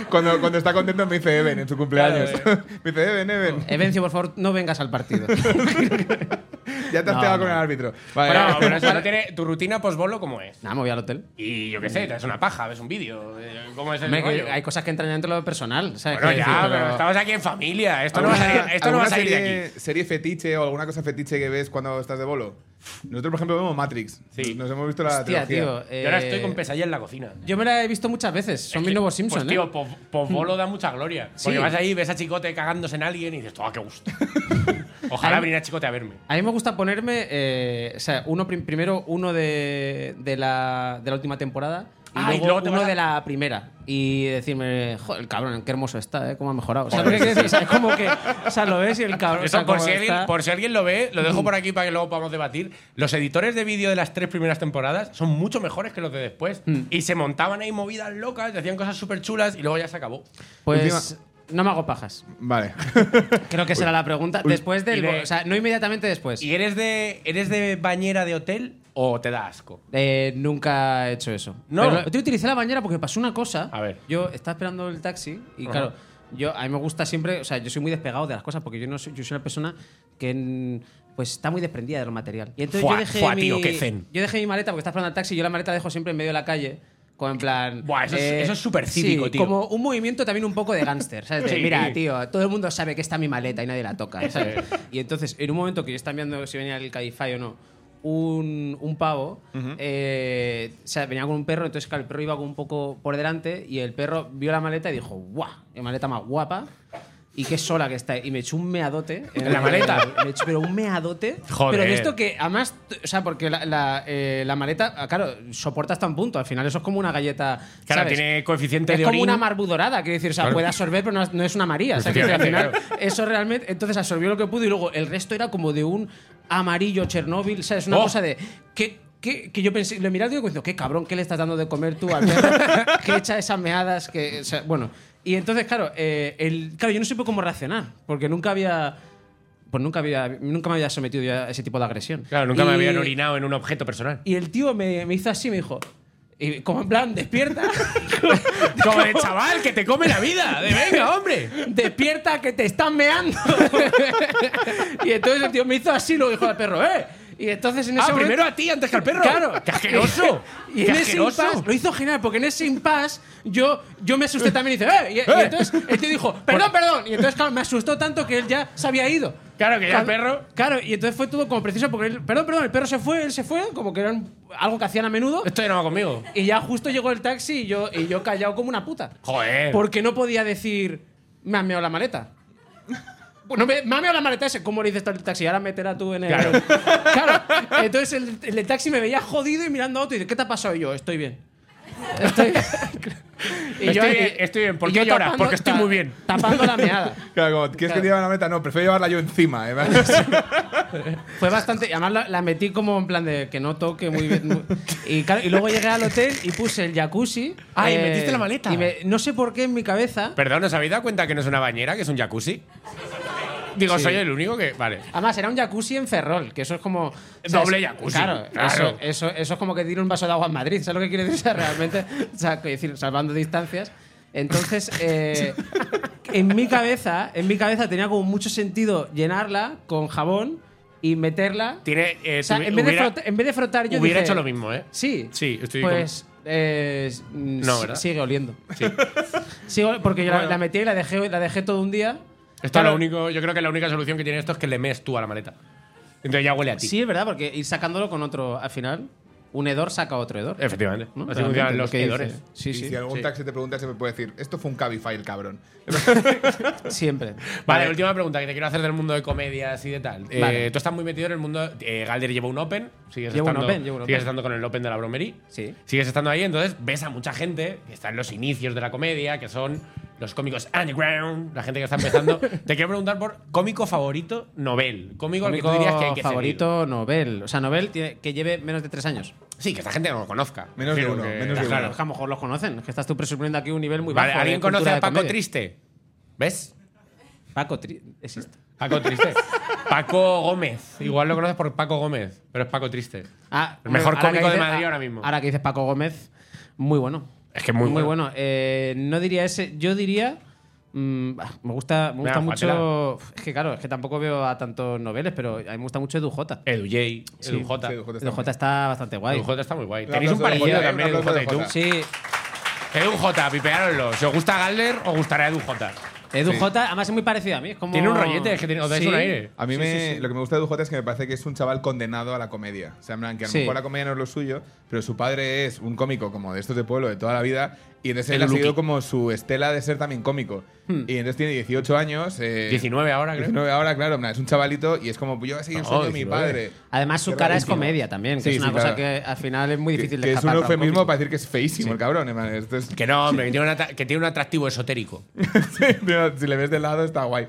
S1: Cuando, cuando está contento me dice Eben en su cumpleaños.
S2: Claro, eh.
S4: Eh,
S1: me dice Eben, Eben.
S4: Evencio, por favor, no vengas al partido.
S1: Ya te has
S4: No,
S1: pegado
S4: no.
S1: con el árbitro. Vale.
S2: Bueno, pero eso no tiene tu rutina post-bolo, ¿cómo es?
S4: Nada, me voy al hotel.
S2: Y yo qué sé, te das una paja, ves un vídeo. eh, ¿Cómo es el
S4: Hombre, que
S2: rollo?
S4: hay cosas que entran dentro de lo personal. ¿sabes?
S2: Bueno,
S4: Quiero
S2: ya,
S4: decir,
S2: pero
S4: pero-
S2: estamos aquí en familia. Esto no va a
S1: ¿Alguna-
S2: salir, esto no va a
S1: alguna
S2: salir de
S1: serie,
S2: aquí.
S1: serie fetiche o alguna cosa fetiche que ves cuando estás de bolo? Nosotros, por ejemplo, vemos Matrix.
S2: Sí.
S1: Nos hemos visto la
S4: Hostia,
S1: trilogía.
S4: tío.
S2: Yo ahora estoy
S4: eh,
S2: con pesadilla en la cocina.
S4: Yo me la he visto muchas veces. Son mis nuevos Simpsons,
S2: Pues,
S4: ¿eh?
S2: tío, pos- posbolo da mucha gloria. Porque
S4: Sí.
S2: vas ahí, ves a Chicote cagándose en alguien y dices, ¡ah, qué gusto! Ojalá
S4: Ay.
S2: viniera Chicote a verme.
S4: A mí me gusta ponerme, eh, o sea, uno prim- primero uno de, de la, de la última temporada y,
S2: Ah, y
S4: luego,
S2: luego te
S4: uno
S2: vas a-
S4: de la primera. Y decirme, joder, el cabrón, qué hermoso está, ¿eh? ¿Cómo ha mejorado? O sea, ¿qué quieres decir? O sea, es como que, o sea, lo ves y el cabrón. o sea,
S2: Eso, por
S4: cómo
S2: si, alguien,
S4: está. Mm.
S2: por si alguien lo ve, lo dejo por aquí para que luego podamos debatir. Los editores de vídeo de las tres primeras temporadas son mucho mejores que los de después.
S4: Mm.
S2: Y se montaban ahí movidas locas, decían cosas súper chulas y luego ya se acabó.
S4: Pues no me hago pajas.
S1: Vale.
S4: Creo que será la pregunta. Después del.
S2: Y de-
S4: O sea, no inmediatamente después.
S2: ¿Y eres de, eres de bañera de hotel o te da asco?
S4: Eh, nunca he hecho eso.
S2: No.
S4: Pero lo- yo utilicé la bañera porque me pasó una cosa.
S2: A ver.
S4: Yo estaba esperando el taxi y
S2: Ajá.
S4: claro, yo a mí me gusta siempre, o sea, yo soy muy despegado de las cosas porque yo no soy, yo soy una persona que en- pues está muy desprendida de lo material. Y entonces
S2: Fua,
S4: yo dejé
S2: fua,
S4: mi,
S2: tío, qué zen.
S4: yo dejé mi maleta porque estaba esperando el taxi y yo la maleta la dejo siempre en medio de la calle. Con en plan. eh,
S2: Buah, eso es- eso es súper cívico,
S4: sí,
S2: tío.
S4: Como un movimiento también un poco de gángster. ¿sabes? De,
S2: Sí.
S4: Mira, tío, todo el mundo sabe que está mi maleta y nadie la toca. ¿sabes? y entonces, en un momento que yo estaba viendo si venía el Cabify o no, un, un pavo, eh, o sea, venía con un perro, entonces claro, el perro iba como un poco por delante y el perro vio la maleta y dijo, ¡guau! ¡Qué maleta más guapa! Y qué sola que está. Y me echó un meadote.
S2: ¿En la maleta?
S4: Me echó, pero un meadote.
S2: Joder.
S4: Pero de esto que, además, t- o sea, porque la, la, eh, la maleta, ah, claro, soporta hasta un punto. Al final eso es como una galleta.
S2: Claro,
S4: ¿sabes?
S2: tiene coeficiente
S4: es
S2: de
S4: como
S2: orín.
S4: una marbudorada, quiero decir, o sea,
S2: Claro.
S4: puede absorber, pero no, no es una María. o sea, quiero decir, al final, eso realmente. Entonces absorbió lo que pudo y luego el resto era como de un amarillo Chernóbil, o sea, es una
S2: Oh.
S4: cosa de. ¿qué, qué- que yo pensé, lo miraba y digo, qué cabrón, ¿qué le estás dando de comer tú al perro? que echa esas meadas, que. o sea, bueno. Y entonces, claro, eh, el, claro, yo no supe cómo reaccionar, porque nunca había. Pues nunca, había, nunca me había sometido yo a ese tipo de agresión.
S2: Claro, nunca me
S4: Y-
S2: habían orinado en un objeto personal.
S4: y el tío me, me hizo así, me dijo, y como en plan, despierta,
S2: Como de chaval que te come la vida. De venga, hombre.
S4: despierta que te están meando. y entonces el tío me hizo así, lo dijo al perro, ¡eh! Y entonces en ese
S2: Ah,
S4: momento-
S2: primero a ti antes que al perro.
S4: Claro.
S2: ¡Qué asqueroso!
S4: Y
S2: ¡Qué
S4: en ese
S2: asqueroso!
S4: impasse, lo hizo genial, porque en ese impasse yo, yo me asusté también y dice, ¡eh! Y, y entonces el tío dijo, perdón, perdón. Y entonces, claro, me asustó tanto que él ya se había ido.
S2: Claro, que ya el perro-
S4: Claro, y entonces fue todo como preciso, porque él, perdón, perdón, el perro se fue, él se fue, como que era un- algo que hacían a menudo.
S2: Esto ya no va conmigo.
S4: Y ya justo llegó el taxi y yo, y yo callado como una puta.
S2: Joder.
S4: Porque no podía decir, me has meado la maleta. Bueno, me, me ha meado la maleta ese. ¿Cómo le dices tú al taxi? Ahora meterá tú en el.
S2: Claro.
S4: Claro. Entonces el, el del taxi me veía jodido y mirando a otro y dice, ¿qué te ha pasado? Y yo, estoy bien. Estoy bien. eh,
S2: Estoy bien, estoy bien. ¿Por
S4: y
S2: qué
S4: yo
S2: lloras?
S4: tapando-
S2: Porque estoy
S4: ta-
S2: muy bien.
S4: Tapando la meada.
S1: Claro, como, ¿quieres que
S4: Claro.
S1: te lleve la meta? No, prefiero llevarla yo encima. ¿eh?
S4: Fue bastante. y Además, la, la metí como en plan de que no toque muy bien. muy- Y, claro, y luego llegué al hotel y puse el jacuzzi. eh,
S2: Ah, y metiste la maleta.
S4: y me- no sé por qué en mi cabeza.
S2: Perdón, ¿os habéis dado cuenta que no es una bañera, que es un jacuzzi? Digo,
S4: Sí.
S2: soy el único que. Vale.
S4: Además, era un jacuzzi en Ferrol, que eso es como.
S2: Doble
S4: es-
S2: jacuzzi,
S4: Claro,
S2: claro.
S4: Eso, eso, eso es como que tiene un vaso de agua en Madrid, ¿sabes lo que quiere decir? O sea, realmente, o sea, quiero decir, salvando distancias. Entonces, eh, en mi cabeza, en mi cabeza tenía como mucho sentido llenarla con jabón y meterla.
S2: Tiene. eh,
S4: O sea,
S2: tuvi-
S4: en vez,
S2: hubiera-
S4: de frotar, en vez de frotar, yo
S2: hubiera
S4: dije,
S2: hecho lo mismo, ¿eh?
S4: Sí.
S2: Sí, estoy
S4: Pues. eh, s- mm,
S2: No,
S4: si-
S2: ¿verdad?
S4: Sigue oliendo.
S2: Sí.
S4: Sigo, porque yo la-
S2: Bueno.
S4: la, metí y la dejé, la dejé todo un día.
S2: Esto es
S4: Claro,
S2: lo único, yo creo que la única solución que tiene esto es que le mees tú a la maleta. Entonces ya huele a ti.
S4: Sí, es verdad, porque ir sacándolo con otro. Al final, un hedor saca otro hedor.
S2: Efectivamente.
S4: ¿no?
S2: Eh, Así
S4: Realmente,
S2: funcionan
S4: lo
S2: los
S4: que dice.
S2: hedores.
S4: Sí,
S1: Y
S4: sí.
S1: si algún
S2: sí.
S1: taxi te pregunta, se me puede decir, esto fue un Cabify, el cabrón.
S4: Siempre.
S2: Vale, última pregunta que te quiero hacer del mundo de comedias y de tal. Eh,
S4: Vale.
S2: tú estás muy metido en el mundo. eh, Galder lleva un Open. Sigues
S4: Llevo un
S2: estando,
S4: Open, llevo un
S2: sigues
S4: Open.
S2: estando con el Open de la Bromería.
S4: Sí.
S2: Sigues estando ahí, entonces ves a mucha gente que está en los inicios de la comedia, que son los cómicos underground, la gente que está empezando. te quiero preguntar por cómico favorito, novel. Cómico, al que tú
S4: Cómico
S2: dirías que hay que
S4: favorito, Nobel. O sea, Nobel tiene- que lleve menos de tres años.
S2: seguir. Sí, que esta gente no lo conozca.
S1: Menos de
S2: Creo
S1: uno,
S2: que-
S1: menos de
S2: claro.
S4: Es que a lo mejor los conocen. Es que estás tú presumiendo aquí un nivel muy bajo.
S2: Vale, ¿alguien
S4: de
S2: conoce
S4: cultura
S2: a
S4: de
S2: Paco
S4: comedia.
S2: Triste? ¿Ves?
S4: Paco Tri- existe.
S2: Paco Triste. Paco Gómez. Igual lo conoces por Paco Gómez, pero es Paco Triste.
S4: Ah,
S2: El mejor
S4: ahora que
S2: cómico de
S4: dices-
S2: Madrid ahora mismo.
S4: Ahora que dices Paco Gómez, muy bueno.
S2: Es que muy
S4: Muy
S2: bueno.
S4: bueno. Eh, no diría ese. Yo diría mm, bah, me gusta, me gusta
S2: Venga,
S4: mucho. Es que claro, es que tampoco veo a tantos noveles, pero a mí me gusta mucho Edu J.
S2: Edu J, Edu J.
S1: Edu J.
S4: Edu J está bastante guay.
S2: Edu J está muy guay.
S1: Un
S2: Tenéis un
S1: aplauso de
S2: parecido
S1: J,
S2: también,
S1: un
S2: Edu
S1: aplauso
S2: J
S1: de
S2: y tú.
S1: J.
S4: Sí,
S2: Edu J, pipeároslo. Si os gusta Galler, os gustará Edu J.
S4: Edu J, además es muy parecido a mí. es como-
S2: Tiene un rollete, es que tiene- os dais
S4: Sí.
S2: un aire.
S1: A mí
S4: Sí,
S1: me,
S4: sí, sí.
S1: lo que me gusta de Dujota es que me parece que es un chaval condenado a la comedia. O sea, en plan, que a lo
S4: Sí.
S1: mejor la comedia no es lo suyo, pero su padre es un cómico como de estos de pueblo de toda la vida y entonces él
S2: El
S1: ha sido
S2: Lucky.
S1: como su estela de ser también cómico.
S4: Hmm.
S1: Y entonces tiene 18 años. eh,
S2: 19 ahora, creo.
S1: 19 ahora, claro, en plan, es un chavalito y es como pues, yo voy a seguir el
S2: No,
S1: sueño de mi
S2: 19.
S1: padre.
S4: Además, su
S1: Qué
S4: cara es
S1: rarísimo.
S4: comedia también, que
S1: Sí,
S4: es una
S1: sí,
S4: cosa
S1: claro.
S4: que al final es muy
S1: Que,
S4: difícil
S1: que es un
S4: escapar para un
S1: eufemismo
S4: cómico.
S1: para decir que es feísimo el cabrón. en plan, esto es-
S2: Que no, hombre, que tiene, una ta- que tiene un atractivo esotérico.
S1: Sí, pero si le ves de lado está guay.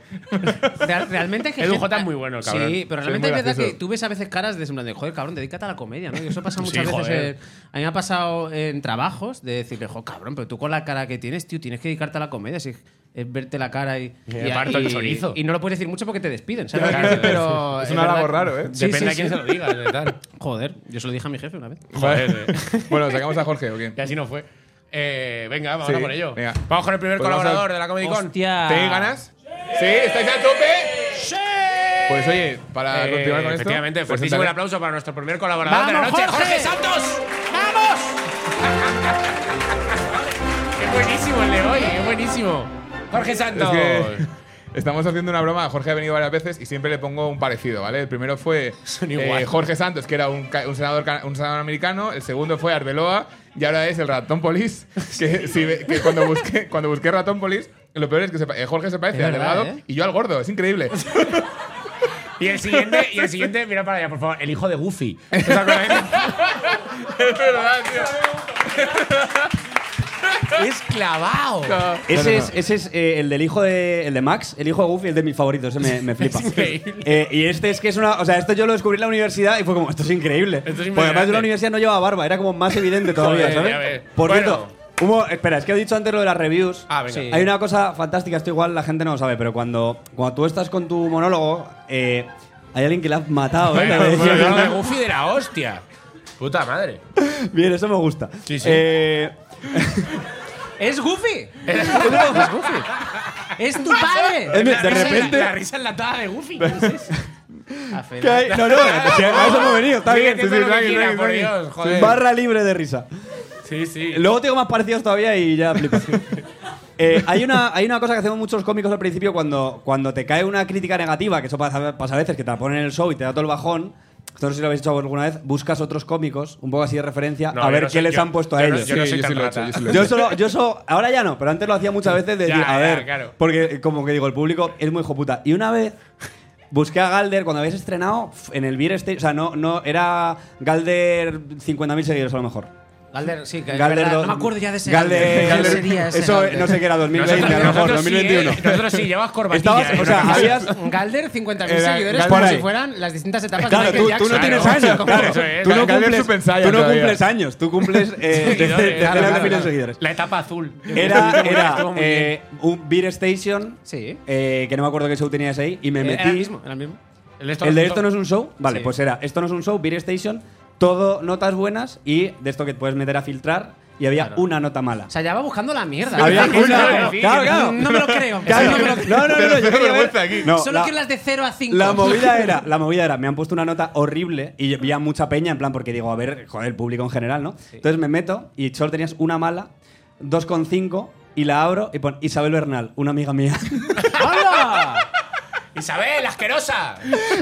S4: Real- realmente es que
S2: Edu
S4: gente-
S2: J es muy bueno, cabrón.
S4: Sí, pero
S1: Sí,
S4: realmente
S1: es
S4: es
S1: muy
S4: verdad que
S1: gracioso.
S4: tú ves a veces caras de en plan de, joder, cabrón, dedícate a la comedia, ¿no? Y eso pasa muchas veces.
S2: joder.
S4: en- a mí me ha pasado en trabajos de decirle, joder, cabrón, pero tú con la cara que tienes, tío, tienes que dedicarte a la comedia. Si es verte la cara y.
S2: Y me parto el chorizo.
S4: y no lo puedes decir mucho porque te despiden, ¿sabes?
S2: Claro,
S4: pero
S1: es un halago
S4: verdad-
S1: raro, ¿eh?
S4: Sí,
S2: Depende
S4: sí,
S2: a quién
S4: sí.
S2: se lo digas, de tal.
S4: Joder, yo se lo dije a mi jefe una vez.
S2: Joder, eh.
S1: bueno, sacamos a Jorge, ¿o qué?
S2: Y así no fue. Eh, venga, vamos
S1: Sí,
S2: a por ello.
S1: venga.
S2: Vamos con el primer
S1: Pues vamos
S2: colaborador
S1: a-
S2: de la Comedy Con.
S4: Hostia.
S1: ¿Tenéis ganas? ¿Sí? ¿Estáis a tope? ¡Sí! Pues oye, para
S2: Eh,
S1: continuar con esto. pues,
S2: efectivamente,
S5: Pues
S2: fuertísimo
S1: presentaré-
S2: el aplauso para nuestro primer colaborador de la
S4: ¡Vamos,
S2: noche,
S4: Jorge!
S2: Jorge, Santos. ¡Vamos! ¡Qué buenísimo el de hoy! ¡Qué buenísimo! Jorge
S1: Es
S2: Santos.
S1: que estamos haciendo una broma. Jorge ha venido varias veces y siempre le pongo un parecido, ¿vale? El primero fue eh,
S2: Son igual.
S1: Jorge Santos, que era un, ca- un senador, ca- un senador americano. El segundo fue Arbeloa y ahora es el Ratón Polis. Que, si ve- que cuando, busqué, cuando busqué Ratón Polis, lo peor es que se pa- eh, Jorge se parece
S4: Es
S1: al
S4: verdad,
S1: delgado
S4: ¿eh?
S1: y yo al gordo. Es increíble.
S2: Y el siguiente, y el siguiente, mira para allá, por favor, el hijo de Goofy. ¿Os acordáis?
S1: es verdad, tío.
S2: es clavado.
S5: Ese es, ese es eh, el del hijo de, el de Max, el hijo de Goofy, el de mis favoritos, ese me, me flipa.
S2: Es increíble.
S5: Eh, y este es que es una. O sea, esto yo lo descubrí en la universidad y fue como, esto es increíble.
S2: Esto es
S5: Porque además
S2: impresionante.
S5: de la universidad no llevaba barba, era como más evidente todavía,
S2: Joder, ya
S5: ¿sabes?
S2: ves.
S5: Por
S2: Bueno.
S5: cierto, hubo- espera, es que he dicho antes lo de las reviews.
S2: Ah, venga.
S4: Sí.
S5: Hay una cosa fantástica, esto igual la gente no lo sabe, pero cuando, cuando tú estás con tu monólogo, eh, hay alguien que la has matado, ¿eh?
S2: Bueno,
S5: La
S2: bueno,
S5: versión-
S2: el hijo de Goofy de la hostia. Puta madre.
S5: Bien, eso me gusta.
S2: Sí, sí.
S5: Eh,
S4: ¡Es Goofy! ¡Es Goofy! ¡Es tu padre!
S5: es mi-
S2: La
S5: de
S2: risa-
S5: repente.
S2: La, la risa enlatada de Goofy. ¿qué es eso?
S5: que hay- no, no, si a eso hemos venido, está
S2: Sí,
S5: bien.
S2: que todo lo que quiera, por Dios, joder.
S5: Barra libre de risa.
S2: Sí, sí.
S5: Luego tengo más parecidos todavía y ya flipas. Eh, hay, una, hay una cosa que hacemos muchos cómicos al principio cuando, cuando te cae una crítica negativa, que eso pasa, pasa a veces, que te la ponen en el show y te da todo el bajón. Esto no sé si lo habéis hecho alguna vez. Buscas otros cómicos, un poco así de referencia,
S2: No,
S5: a
S2: yo
S5: ver
S2: no
S5: qué
S2: soy-
S5: les
S2: yo-
S5: han puesto a
S2: yo no-
S5: ellos.
S2: yo no soy
S1: Sí,
S2: tan
S1: sí lo he hecho,
S2: rata.
S1: yo sí lo he
S5: Yo
S1: hecho.
S5: solo, yo solo, ahora ya no, pero antes lo hacía muchas veces de
S2: Ya,
S5: decir, a
S2: ya,
S5: ver,
S2: claro.
S5: porque eh, como que digo, el público es muy hijo puta. Y una vez busqué a Galder cuando habéis estrenado f- en el Beer Stage, o sea, no, no, era Galder 50.000 seguidores a lo mejor.
S4: Galder, sí, que es
S5: Galder
S4: verdad,
S5: dos-
S4: no me acuerdo ya de ese
S5: Galder-
S4: Galder.
S5: Galder-
S4: Ese día, ese
S5: eso
S4: Galder.
S5: no sé qué era, 2020
S2: Nosotros-
S5: a lo mejor,
S2: nosotros sí,
S5: 2021.
S2: ¿eh? Nosotros sí, llevas corbatilla.
S5: Estabas,
S2: ¿eh?
S5: o sea,
S2: Una cosa así.
S5: habías,
S4: Galder, 50.000
S1: Era
S4: seguidores,
S1: Galder-
S4: como si
S1: Sí.
S4: fueran las distintas etapas
S5: Claro,
S4: de Michael
S5: tú, tú
S4: Jackson.
S5: no tienes
S2: claro.
S5: años.
S2: Como-
S5: Claro,
S2: Eso es,
S5: tú no
S1: Galder
S5: cumples,
S1: su pensalla
S5: tú no
S1: todavía.
S5: cumples años, tú cumples eh, de, de,
S2: Seguidores,
S5: de- de-
S2: claro,
S5: de- de- de-
S2: claro.
S5: seguidores.
S2: La etapa azul.
S5: Era, era
S2: Estuvo muy bien.
S5: eh, un Beer Station,
S4: Sí.
S5: eh, que no me acuerdo qué show tenías ahí, y me
S4: Eh,
S5: metí.
S4: Era el mismo, era el mismo.
S2: El, de
S5: ¿El de esto no es un show? Vale,
S4: Sí.
S5: pues era esto no es un show, Beer Station, todo notas buenas y de esto que puedes meter a filtrar y había
S4: Claro.
S5: una nota mala.
S4: O sea, ya va buscando la mierda.
S5: había
S2: eso iba a
S5: una.
S2: decir.
S5: Claro, claro.
S4: No me lo creo.
S5: Claro.
S4: no me lo
S5: No, no, no, no, yo quería ver-
S1: vergüenza aquí.
S5: No,
S4: Solo
S5: la-
S4: quiero las de 0 a 5.
S5: la movida era, la movida era, me han puesto una nota horrible y había mucha peña, en plan, porque digo, a ver, joder, el público en general, ¿no? Entonces me meto y solo tenías una mala, 2,5 y la abro y pon Isabel Bernal, una amiga mía.
S4: ¡Hola!
S2: Isabel, asquerosa.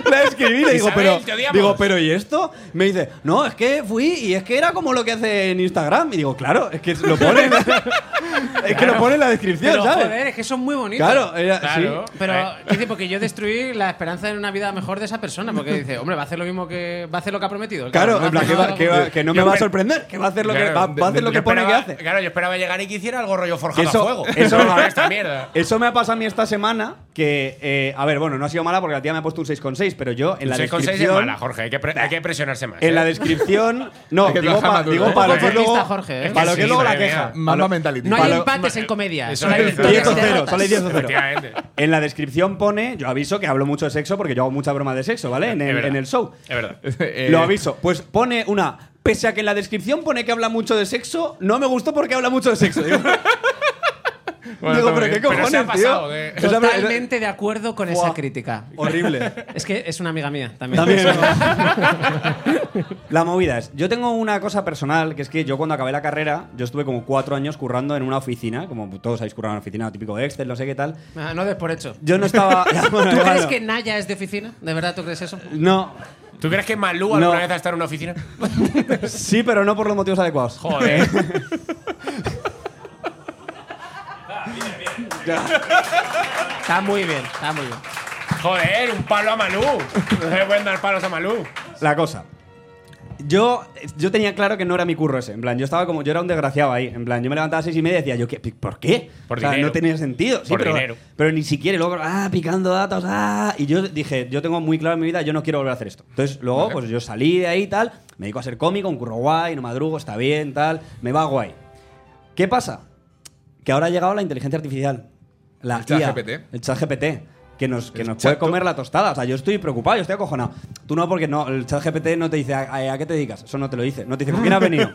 S5: La escribí y le digo,
S2: Isabel,
S5: pero,
S2: te odiamos.
S5: digo, pero ¿y esto? Me dice, no, es que fui y es que era como lo que hace en Instagram. Y digo, claro, es que lo pone, en la- es que lo pone en la descripción,
S4: Pero
S5: ¿sabes?
S4: joder, es que son muy bonitos.
S5: Claro, era-
S2: Claro.
S5: sí.
S4: Pero,
S2: Eh.
S4: ¿qué dice? Porque yo destruí la esperanza en una vida mejor de esa persona. Porque dice, hombre, va a hacer lo mismo que. Va a hacer lo que ha prometido. El
S5: Claro,
S4: cabrón,
S5: en plan, que,
S4: no
S5: va-
S4: hace
S5: que
S4: nada.
S5: va- que no me
S2: Yo
S5: va a
S2: pe-
S5: sorprender, que va a hacer lo que, va, va a hacer lo que
S2: Yo
S5: pone que
S2: esperaba-
S5: hace.
S2: Claro, yo esperaba llegar y que hiciera algo rollo forjado a
S5: Eso-
S2: fuego.
S5: eso-
S2: Ahora esta mierda.
S5: Eso me ha pasado a mí esta semana, que, eh, a ver, bueno, no ha sido mala porque la tía me ha puesto un 6,6, pero yo en la
S2: 6 con 6 es
S5: descripción...
S2: mala, Jorge. Hay que, pre- hay que presionarse más.
S5: En la
S2: ¿eh?
S5: descripción. No,
S1: Hay que
S5: digo,
S1: trabajar
S5: pa-
S1: más duro,
S5: digo
S1: ¿eh?
S5: para lo que es
S4: Poco
S5: luego.
S4: cortista, Jorge, ¿eh?
S5: Para lo que
S2: Sí,
S5: es luego la
S2: madre
S5: queja.
S2: mía.
S1: Mamba mentality.
S4: No hay
S5: Palo-
S4: empates en comedia.
S2: Eso
S4: Solo hay
S2: es.
S4: victorias
S5: 10 o
S4: y
S5: 0,
S4: derrotas.
S5: solo hay 10 o 0.
S2: Efectivamente.
S5: En la descripción pone, yo aviso que hablo mucho de sexo porque yo hago mucha broma de sexo, ¿vale? En
S2: Es
S5: el,
S2: verdad.
S5: en el show.
S2: Es verdad.
S1: Eh,
S5: Lo aviso. Pues pone una. Pese a que en la descripción pone que habla mucho de sexo, no me gustó porque habla mucho de sexo. Digo,
S2: Bueno,
S5: Digo,
S2: está
S5: pero
S2: muy
S5: qué
S2: bien. Pero
S5: cojones,
S2: se ha pasado
S5: tío.
S2: de-
S5: O sea, pero-
S4: Totalmente de acuerdo con
S5: Buah.
S4: esa crítica.
S5: Horrible.
S4: Es que es una amiga mía también.
S5: También. la movida es, yo tengo una cosa personal, que es que yo cuando acabé la carrera, yo estuve como cuatro años currando en una oficina, como todos habéis currado en una oficina, típico de Excel, no sé qué tal.
S4: Ah, no des por hecho.
S5: Yo no estaba... Ya, bueno,
S4: ¿Tú crees
S5: claro.
S4: que Naya es de oficina? ¿De verdad tú crees eso?
S5: No,
S2: ¿Tú crees que Malú alguna
S5: No.
S2: vez ha estado en una oficina?
S5: sí, pero no por los motivos adecuados.
S2: Joder.
S4: Está muy bien, está muy bien.
S2: Joder, un palo a Malú. No se le pueden dar palos a Malú.
S5: La cosa. Yo, yo tenía claro que no era mi curro ese. En plan, yo estaba como. Yo era un desgraciado ahí. En plan, yo me levantaba a seis y media y decía, yo, ¿qué, ¿por qué?
S2: Por
S5: o sea,
S2: dinero.
S5: no tenía sentido. Sí,
S2: Por
S5: pero,
S2: dinero.
S5: pero ni siquiera. Y luego, ah, picando datos, ah. Y yo dije, yo tengo muy claro en mi vida, yo no quiero volver a hacer esto. Entonces, luego, pues yo salí de ahí y tal. Me dedico a ser cómico, un curro guay, no madrugo, está bien, tal. Me va guay. ¿Qué pasa? Que ahora ha llegado la inteligencia artificial. La
S1: El chat
S5: IA,
S1: GPT.
S5: El chat GPT. Que nos, que
S1: El
S5: nos puede
S1: chato.
S5: comer la tostada. O sea, yo estoy preocupado, yo estoy acojonado. Tú no, porque no, el chat GPT no te dice a, a- a qué te dedicas. Eso no te lo dice. No te dice con quién has venido.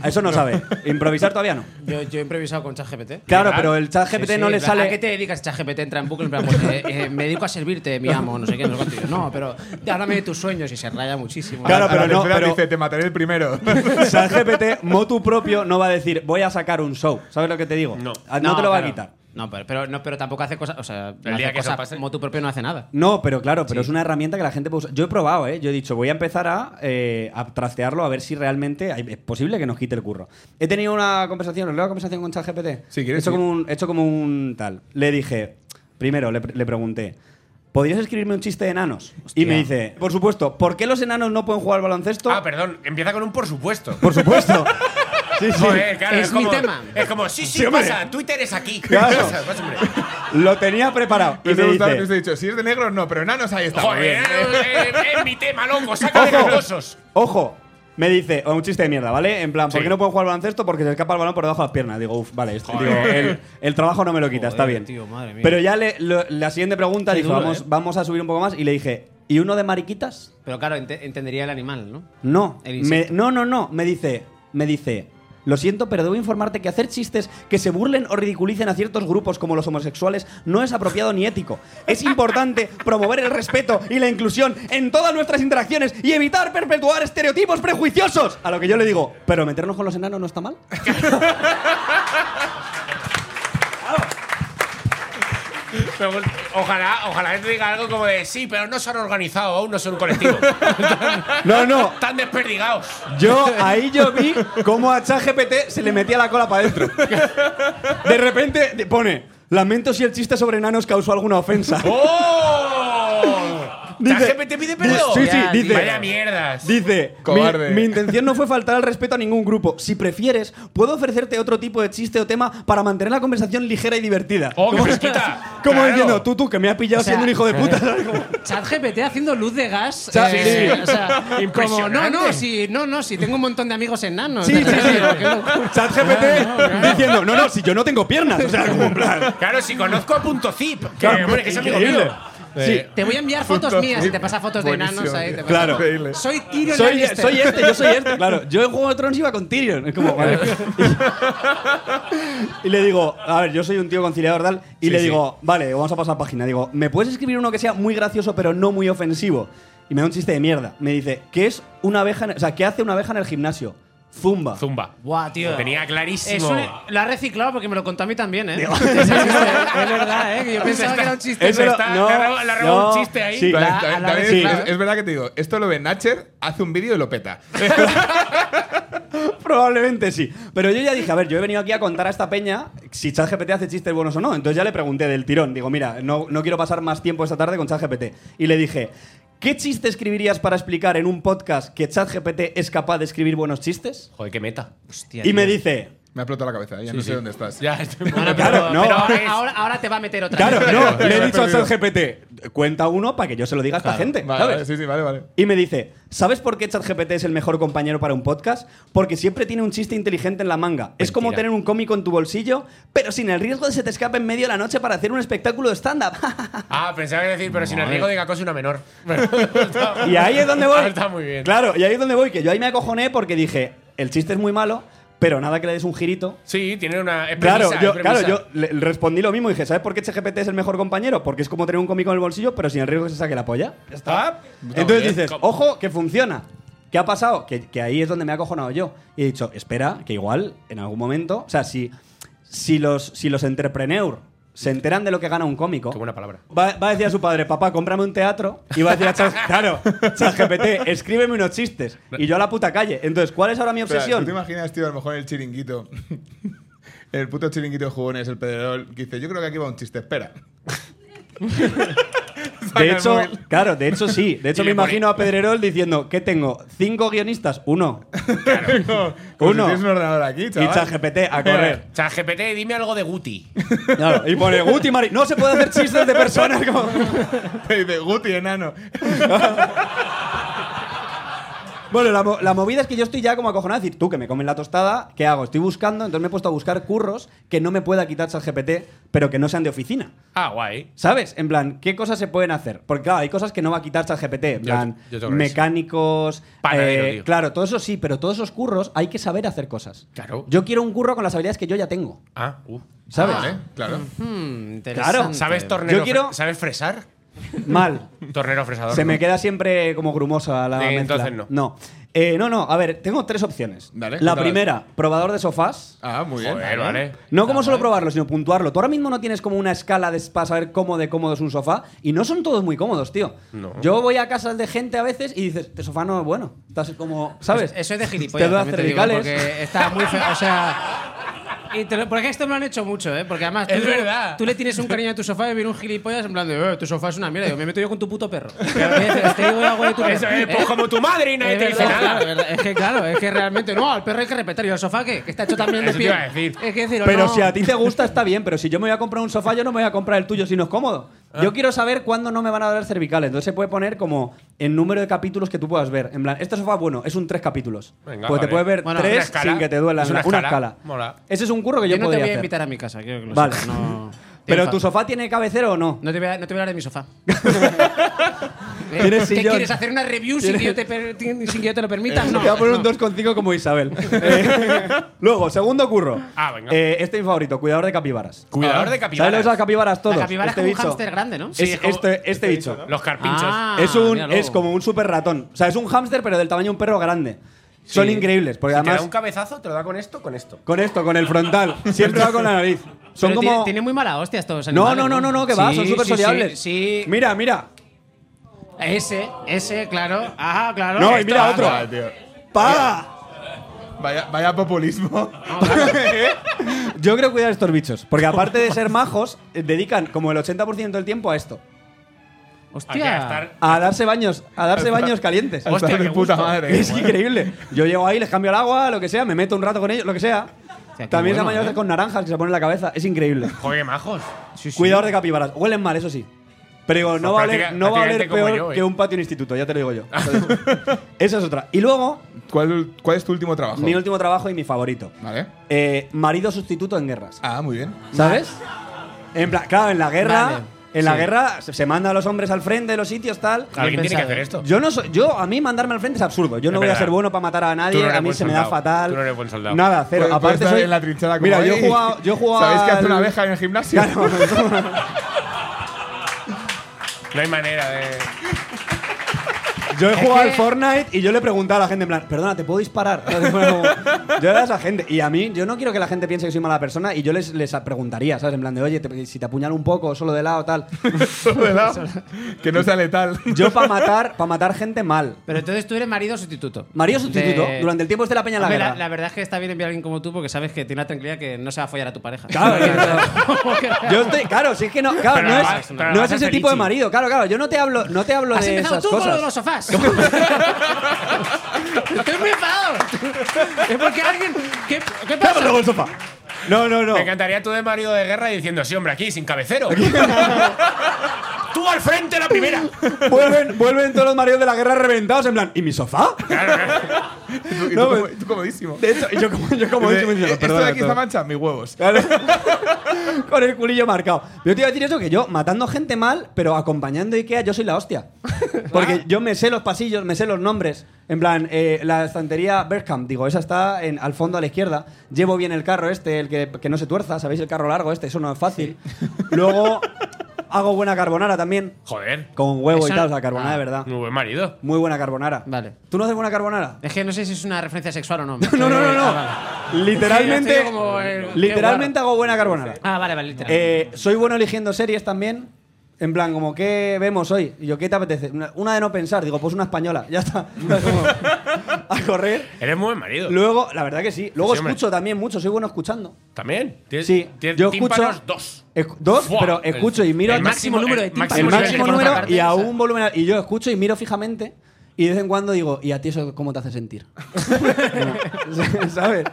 S5: A eso no sabe. Improvisar todavía no.
S4: Yo, yo he improvisado con ChatGPT.
S5: Claro,
S2: ¿Verdad?
S5: pero el chat GPT
S4: Sí, Ah, sí,
S5: no le
S4: en plan,
S5: sale.
S4: ¿A qué te dedicas, ChatGPT? Entra en bucle, en plan, pues, eh, eh, me dedico a servirte, mi amo, no sé qué, no sé cuánto. Y yo, No, pero háblame de tus sueños y se raya muchísimo.
S5: Claro,
S1: A la
S5: pero no,
S1: tercera
S5: pero-
S1: dice, te mataré el primero.
S5: Chat GPT, motu propio, no va a decir, voy a sacar un show. ¿Sabes lo que te digo?
S2: No.
S5: Ah, No, te lo va
S4: claro.
S5: a quitar.
S4: No, pero, pero, no, pero tampoco hace cosas. O sea, no
S2: El día
S4: hace
S2: que eso
S4: cosas-
S2: pase.
S4: como tu propio no hace nada.
S5: No, pero claro, pero es una herramienta que la gente puede usar. Yo he probado, ¿eh? Yo he dicho, voy a empezar a, eh, a trastearlo a ver si realmente hay- es posible que nos quite el curro. He tenido una conversación, ¿os leo la conversación con ChatGPT?
S1: Si quieres,
S5: He hecho,
S1: sí.
S5: como un, he hecho como un tal. Le dije, primero le, pre- le pregunté, ¿podrías escribirme un chiste de enanos? Y me dice, por supuesto, ¿por qué los enanos no pueden jugar al baloncesto?
S2: Ah, perdón. Empieza con un por supuesto.
S5: Por supuesto. sí, sí.
S2: Joder, claro,
S4: Es
S2: es, como,
S4: mi tema.
S2: Es como, sí, sí,
S5: Sí, hombre.
S2: pasa. Twitter es aquí.
S5: Claro.
S2: Pasa, pasa, hombre.
S5: Lo tenía preparado.
S1: Me
S5: Y
S1: hubiese
S5: me
S1: gustado que hubiese
S5: dice,
S1: dicho, si es de negros, no, pero enanos ahí está. muy
S2: Joder,
S1: bien.
S2: eh, eh, es mi tema, loco. Saca de
S5: Ojo.
S2: los osos.
S5: ojo, me dice, o un chiste de mierda, ¿vale? En plan, ¿por
S2: Sí.
S5: qué no puedo jugar al baloncesto? Porque se escapa el balón por debajo de las piernas. Digo, uff, vale, esto- digo, el, el trabajo no me lo quita, está bien.
S4: tío, madre mía.
S5: Pero ya le- lo- la siguiente pregunta
S4: Qué
S5: dijo,
S4: duro,
S5: vamos,
S4: ¿eh?
S5: vamos a subir un poco más. Y le dije, ¿y uno de mariquitas?
S4: Pero claro, ente- entendería el animal, ¿no?
S5: No,
S4: El
S5: me,
S4: insecto.
S5: no, no, no. Me dice, me dice. Lo siento, pero debo informarte que hacer chistes que se burlen o ridiculicen a ciertos grupos como los homosexuales no es apropiado ni ético. Es importante promover el respeto y la inclusión en todas nuestras interacciones y evitar perpetuar estereotipos prejuiciosos. A lo que yo le digo, pero meternos con los enanos no está mal.
S2: Me gusta- Ojalá, ojalá te diga algo como de sí, pero no se han organizado, aún no son un colectivo.
S5: No, no.
S2: Están desperdigados.
S5: Yo ahí yo vi cómo a ChatGPT se le metía la cola para adentro. De repente te pone, lamento si el chiste sobre enanos causó alguna ofensa.
S2: ¡Oh!
S5: Dice-
S2: ¿ChatGPT pide perdón?
S5: Sí, sí,
S4: Ya,
S5: dice.
S2: Vaya mierdas.
S5: Dice,
S1: Cobarde.
S5: Mi, mi intención no fue faltar al respeto a ningún grupo. Si prefieres, puedo ofrecerte otro tipo de chiste o tema para mantener la conversación ligera y divertida.
S2: ¡Oh, qué fresquita!
S5: Como
S2: Claro.
S5: diciendo, tú, tú, que me has pillado
S4: O sea,
S5: siendo un hijo de puta. ¿sabes? Como-
S4: ChatGPT haciendo luz de gas.
S5: Cha-
S4: eh,
S2: sí.
S4: o sea, como, no,
S2: Impresionante.
S4: no, si, no, no, si tengo un montón de amigos enanos.
S5: Sí, sí, sí.
S4: Qué locura.
S5: Chat GPT diciendo, no, no, si yo no tengo piernas. O sea, como en plan.
S2: Claro, si conozco a Punto Zip, que,
S5: Claro,
S2: hombre, que es amigo
S5: increíble.
S2: mío.
S5: Sí.
S4: Te voy a enviar fotos
S1: Punto
S4: mías y te
S1: flip.
S4: pasa fotos de
S1: Buenísimo,
S4: enanos ahí. te
S1: tío.
S4: pasa
S5: Claro.
S4: fotos.
S1: Increíble.
S4: Soy Tyrion
S5: Soy,
S4: Lannister.
S5: soy este, yo soy este, claro. Yo en Juego de Tronos iba con Tyrion. Es como, vale. Y, y le digo, a ver, yo soy un tío conciliador, tal. Y
S1: Sí,
S5: le
S1: sí.
S5: digo, vale, vamos a pasar página. Digo, ¿me puedes escribir uno que sea muy gracioso pero no muy ofensivo? Y me da un chiste de mierda. Me dice, ¿qué es una abeja? en- o sea, ¿qué hace una abeja en el gimnasio? Zumba.
S2: Zumba.
S4: Buah, tío.
S2: Lo tenía clarísimo.
S4: Es un- lo ha reciclado porque me lo contó a mí también, ¿eh? es verdad, ¿eh? Que yo pensaba que era un chiste.
S5: Es
S2: Se
S5: verdad,
S2: está-
S5: no,
S2: le ha robado- le ha robado
S5: no,
S2: un chiste ahí.
S5: sí.
S1: Vale,
S4: La-
S1: también-
S4: la
S1: también
S4: vez-
S1: es-
S4: claro.
S1: es, verdad que te digo, esto lo ve Natcher, hace un vídeo y lo peta.
S5: Probablemente sí. Pero yo ya dije, a ver, yo he venido aquí a contar a esta peña si ChatGPT hace chistes buenos o no. Entonces ya le pregunté del tirón. Digo, mira, no, no quiero pasar más tiempo esta tarde con ChatGPT. Y le dije, ¿qué chiste escribirías para explicar en un podcast que ChatGPT es capaz de escribir buenos chistes?
S2: Joder, qué meta.
S5: Y me dice,
S1: Me ha explotado la cabeza, ¿eh? ya no sé dónde estás.
S2: Ya, estoy
S4: No, no, pero,
S5: Claro, no.
S4: pero
S2: es-
S4: ahora, ahora- ahora te va a meter otra.
S5: claro,
S4: vez.
S5: no, le he
S1: Lo he
S5: dicho a
S1: perdido.
S5: ChatGPT, cuenta uno para que yo se lo diga a esta gente,
S1: Vale,
S5: ¿sabes?
S1: vale, sí, sí, vale, vale.
S5: Y me dice, ¿sabes por qué ChatGPT es el mejor compañero para un podcast? Porque siempre tiene un chiste inteligente en la manga. Es como
S2: Mentira.
S5: tener un cómico en tu bolsillo, pero sin el riesgo de que se te escape en medio de la noche para hacer un espectáculo de stand-up.
S2: Ah, pensaba que iba a decir, pero si nos riego de Gacosi una menor.
S5: y ahí es donde
S2: Ah,
S5: voy.
S2: Está muy bien.
S5: Claro, y ahí es donde voy, que yo ahí me acojoné porque dije, el chiste es muy malo, pero nada que le des un girito.
S2: Sí, tiene una. es
S5: Claro,
S2: premisa,
S5: yo,
S2: es
S5: claro,
S2: premisa.
S5: yo le- le respondí lo mismo y dije, ¿sabes por qué ChatGPT es el mejor compañero? Porque es como tener un cómico en el bolsillo, pero sin el riesgo que se saque la polla. Ya está.
S2: Ah,
S5: Entonces
S2: bien.
S5: dices,
S2: ¿Cómo?
S5: ojo, que funciona. ¿Qué ha pasado? Que, que ahí es donde me ha acojonado yo. Y he dicho, espera, que igual, en algún momento, o sea, si, si los, si los entrepreneur se enteran de lo que gana un cómico,
S2: Qué buena palabra.
S5: Va, va a decir a su padre, papá, cómprame un teatro. Y va a decir a Chas, claro, ChatGPT, escríbeme unos chistes. Y yo a la puta calle. Entonces, ¿cuál es ahora mi
S1: Espera,
S5: obsesión?
S1: ¿Tú te imaginas, tío, a lo mejor el chiringuito? El puto chiringuito de jugones, el pederol, que dice, yo creo que aquí va un chiste, espera.
S5: De
S1: el
S5: hecho,
S1: móvil.
S5: claro, de hecho sí. De hecho,
S2: Y
S5: me
S2: le pone-
S5: imagino a Pedrerol diciendo, ¿qué tengo? ¿Cinco guionistas? Uno.
S1: Como, como si
S5: Uno.
S1: tienes un ordenador aquí,
S5: Y
S1: chaval.
S5: ChatGPT a correr.
S2: O sea, GPT, dime algo de Guti.
S5: Claro, y pone Guti Mari. No se puede hacer chistes de personas como.
S1: Te dice, Guti, enano.
S5: Bueno, la, mo- la movida es que yo estoy ya como acojonado a decir, tú que me comes la tostada, ¿qué hago? Estoy buscando, entonces me he puesto a buscar curros que no me pueda quitar ChatGPT, pero que no sean de oficina.
S2: Ah, guay.
S5: ¿Sabes? En plan, ¿qué cosas se pueden hacer? Porque claro, hay cosas que no va a quitar ChatGPT. En
S2: Yo-
S5: plan,
S2: yo tengo que ver.
S5: mecánicos. eh,
S2: Panadero, tío.
S5: claro, todo eso sí, pero todos esos curros hay que saber hacer cosas.
S2: Claro.
S5: Yo quiero un curro con las habilidades que yo ya tengo.
S2: Ah, uh.
S5: ¿Sabes?
S1: Vale, claro.
S4: Hmm,
S5: Claro,
S4: interesante.
S2: ¿Sabes tornero?
S5: Yo quiero-
S2: fre- ¿Sabes fresar?
S5: Mal.
S2: Tornero fresador.
S5: Se
S2: ¿no?
S5: me queda siempre como grumosa la
S2: Sí,
S5: mezcla.
S2: entonces no.
S5: No. Eh, no, no, a ver, tengo tres opciones.
S1: Dale,
S5: la
S1: cuéntalas.
S5: primera, probador de sofás.
S1: Ah, muy bien.
S2: Joder, vale.
S5: No como solo probarlo, sino puntuarlo. Tú ahora mismo no tienes como una escala de, para saber cómo de cómodo es un sofá y no son todos muy cómodos, tío.
S2: No.
S5: Yo voy a casas de gente a veces y dices, este sofá no es bueno. Estás como, ¿sabes?
S4: Eso es de gilipollas.
S5: Te duele
S4: también digo,
S5: cervicales.
S4: porque está muy feo. O sea. Y te lo- porque esto me lo han hecho mucho, ¿eh? Porque además.
S2: Es
S4: tú,
S2: verdad.
S4: Tú le tienes un cariño a tu sofá y viene un gilipollas en plan de. "Eh, tu sofá es una mierda. Yo me meto yo con tu puto perro. Pero, ¿qué dices? te digo yo algo de tu perro.
S2: Eso es, pues
S4: ¿eh?
S2: como tu madre y nadie
S4: Es
S2: te dice
S4: verdad,
S2: nada.
S4: claro, es verdad. es que claro, es que realmente no, al perro hay que respetar. ¿Y al sofá qué? Que está hecho también de
S2: Eso te
S4: piel.
S2: iba a decir.
S4: Es que decir,
S5: pero
S4: no.
S5: si a ti te gusta está bien, pero si yo me voy a comprar un sofá, yo no me voy a comprar el tuyo si no es cómodo.
S2: Ah.
S5: Yo quiero saber cuándo no me van a dar cervicales. Entonces se puede poner como el número de capítulos que tú puedas ver. En plan, este sofá bueno, es un tres capítulos.
S2: Venga,
S5: pues
S2: vale.
S5: te puedes ver
S4: Bueno,
S5: tres
S2: una escala.
S5: sin que te duela.
S2: Es una
S5: una
S2: escala.
S5: escala.
S2: Mola.
S5: Ese es un curro que yo,
S4: Yo no te voy
S5: podría
S4: a
S5: hacer.
S4: invitar a mi casa, quiero que lo
S5: Vale.
S4: sepas, no-
S5: Pero
S4: Tienes
S5: tu
S4: fa-
S5: sofá tiene cabecera o no?
S4: No te voy a, no te voy a hablar de mi sofá. ¿Eh?
S5: Tienes
S4: ¿Qué
S5: sillón. Eh,
S4: quieres? ¿Hacer una review sin que yo te, per- sin que yo te lo permita?
S5: Te
S4: No.
S5: voy a poner
S4: no.
S5: un 2,5 como Isabel. Eh, Luego, segundo curro.
S2: Ah, venga.
S5: Eh, este es mi favorito, cuidador de capibaras.
S2: Cuidador de
S5: ¿Sabes lo que
S2: capibaras.
S5: son las capibaras todos?
S4: La capibara
S5: Este
S4: es como
S5: bicho.
S4: un hámster grande, ¿no?
S5: Es
S2: Sí, es como-
S5: este, este bicho.
S2: Los carpinchos.
S4: Ah,
S5: es, un,
S4: míralo.
S5: es como un super ratón. O sea, es un hámster, pero del tamaño de un perro grande. Son
S2: Sí.
S5: increíbles, porque
S2: Si te da
S5: además.
S2: un cabezazo, te lo da con esto, con esto.
S5: Con esto, con el frontal. Siempre va con la nariz. Son
S4: Pero
S5: como.
S4: tiene, tiene muy mala hostia estos
S5: no,
S4: animales.
S5: no, no, no, no, que va,
S4: Sí,
S5: son súper
S4: sí, sí,
S5: sociables.
S4: Sí,
S5: Mira, mira.
S4: Ese, ese, claro. Ajá, claro.
S5: No, y
S4: Esto-
S5: mira otro.
S1: Ah, tío.
S5: ¡Pa!
S1: Vaya, vaya populismo.
S5: Yo creo cuidar estos bichos, porque aparte de ser majos, eh, dedican como el 80% del tiempo a esto.
S2: Aquí
S4: Hostia.
S2: a estar.
S5: A darse baños, a darse baños calientes.
S2: Hostia,
S1: Hostia,
S2: qué
S1: de puta
S2: gusto.
S1: madre.
S5: Es increíble. Yo llego ahí, les cambio el agua, lo que sea, me meto un rato con ellos, lo que sea.
S4: sea, qué
S5: También se
S4: bueno,
S5: bañan
S4: ¿eh?
S5: con naranjas que se ponen en la cabeza. Es increíble.
S2: Joder, qué majos.
S4: Sí, sí.
S5: Cuidador de capibaras. Huelen mal, eso sí. Pero digo, no va a oler,
S2: Pues práctica-
S5: no va a oler
S2: prácticamente como
S5: peor
S2: yo, ¿eh?
S5: que un patio en instituto, ya te lo digo yo. Esa es otra. Y luego,
S1: ¿Cuál, ¿Cuál es tu último trabajo?
S5: mi último trabajo y mi favorito.
S2: Ah.
S1: Vale.
S5: Eh, marido sustituto en guerras.
S1: Ah, muy bien.
S5: ¿Sabes? En plan, claro, en la guerra,
S4: Vale,
S5: en la
S4: sí.
S5: guerra se se manda a los hombres al frente de los sitios, tal.
S2: Alguien tiene que
S4: pensado,
S2: hacer
S4: ¿eh?
S2: esto.
S5: Yo no soy, yo a mí mandarme al frente es absurdo. Yo no
S2: Es
S5: voy a
S2: verdad.
S5: ser bueno para matar a nadie.
S2: Tú no eres
S5: a mí
S2: buen
S5: se me da
S2: soldado.
S5: fatal.
S2: Tú no eres buen soldado.
S5: Nada, cero.
S1: Puedes- puedes
S5: Aparte
S1: estar
S5: soy
S1: Pues, en la trinchera como
S5: Mira, yo he
S1: ahí.
S5: jugado, yo he jugado
S1: ¿Sabéis que hace
S5: al-
S1: una abeja en el gimnasio?
S5: Claro.
S2: No hay manera de.
S5: yo he
S4: Es
S5: jugado al
S4: que-
S5: Fortnite y yo le preguntaba a la gente en plan, perdona, ¿te puedo disparar? yo era esa gente. Y a mí, yo no quiero que la gente piense que soy mala persona y yo les, les preguntaría, ¿sabes? En plan de, oye, te- si te apuñalo un poco, solo de lado, tal.
S1: Solo de lado, que no sea letal.
S5: Yo para matar, para matar gente mal.
S4: Pero entonces tú eres marido sustituto.
S5: Marido sustituto,
S4: De-
S5: durante el tiempo esté la peña en la
S4: Hombre,
S5: guerra.
S4: la, la verdad es que está bien enviar a alguien como tú porque sabes que tiene la tranquilidad que no se va a follar a tu pareja.
S5: Claro, Yo estoy, claro, si es que no, claro,
S2: Pero
S5: no
S2: la
S5: es,
S2: vas- pero la
S5: no
S2: vas
S5: es
S2: a
S5: ese
S2: ser
S5: tipo de
S2: Ichi.
S5: marido, claro, claro, yo no te hablo, no te hablo
S4: Has
S5: de
S4: empezado
S5: esas
S4: tú con lo de los
S5: cosas.
S4: sofás. Estoy muy enfadado. Es porque alguien. ¿Qué, qué pasa?
S5: sofá. No, no, no.
S2: Me encantaría tú de marido de guerra diciendo, sí, hombre, aquí, sin cabecero. tú al frente la primera.
S5: Vuelven, vuelven todos los maridos de la guerra reventados en plan, ¿y mi sofá?
S1: Y tú, y tú
S5: No,
S1: como-
S5: pues-
S1: tú comodísimo.
S5: De hecho, y yo como yo como
S1: Dice,
S5: dicho, me dice,
S1: "Eh, Esto de
S5: "Perdona,
S1: aquí, esta
S5: todo".
S1: mancha, mis huevos.
S5: Claro. Con el culillo marcado. Yo te iba a decir eso que yo, matando gente mal, pero acompañando a Ikea, yo soy la hostia. Porque yo me sé los pasillos, me sé los nombres. En plan, eh, la estantería Bergkamp, digo, esa está en, al fondo a la izquierda. Llevo bien el carro este, el que, que no se tuerza, ¿sabéis? El carro largo este, eso no es fácil. Luego hago buena carbonara también,
S2: Joder.
S5: con huevo y
S4: Eso-
S5: tal, o sea, carbonara
S4: Ah.
S5: de verdad.
S2: Muy buen marido.
S5: Muy buena carbonara.
S4: Vale.
S5: ¿Tú no haces buena carbonara?
S4: Es que no sé si es una referencia sexual o no.
S5: No, no, no,
S4: Ah,
S5: no.
S4: vale.
S5: Literalmente,
S4: Sí, yo como, eh, qué
S5: literalmente hago buena carbonara.
S4: Ah, vale, vale, literal.
S5: Eh, soy bueno eligiendo series también. En plan, como, ¿qué vemos hoy? Y yo, ¿qué te apetece? Una, una de no pensar. Digo, pues una española. Ya está. Como, a correr.
S2: Eres muy buen marido.
S5: Luego, la verdad que sí. Luego
S2: Sí, hombre.
S5: escucho también mucho. Soy bueno escuchando.
S2: También. Tienes,
S5: Sí.
S2: tienes
S5: yo
S2: tímpanos
S5: escucho...
S2: dos.
S5: escu- dos,
S2: Buah,
S5: pero
S2: el-
S5: escucho y miro...
S2: el máximo número de tímpanos.
S5: el
S2: máximo nivel
S5: máximo
S2: que
S5: número
S2: conozco.
S5: y a un volumen... Y yo escucho y miro fijamente. Y de vez en cuando digo, ¿y a ti eso cómo te hace sentir? ¿Sabes?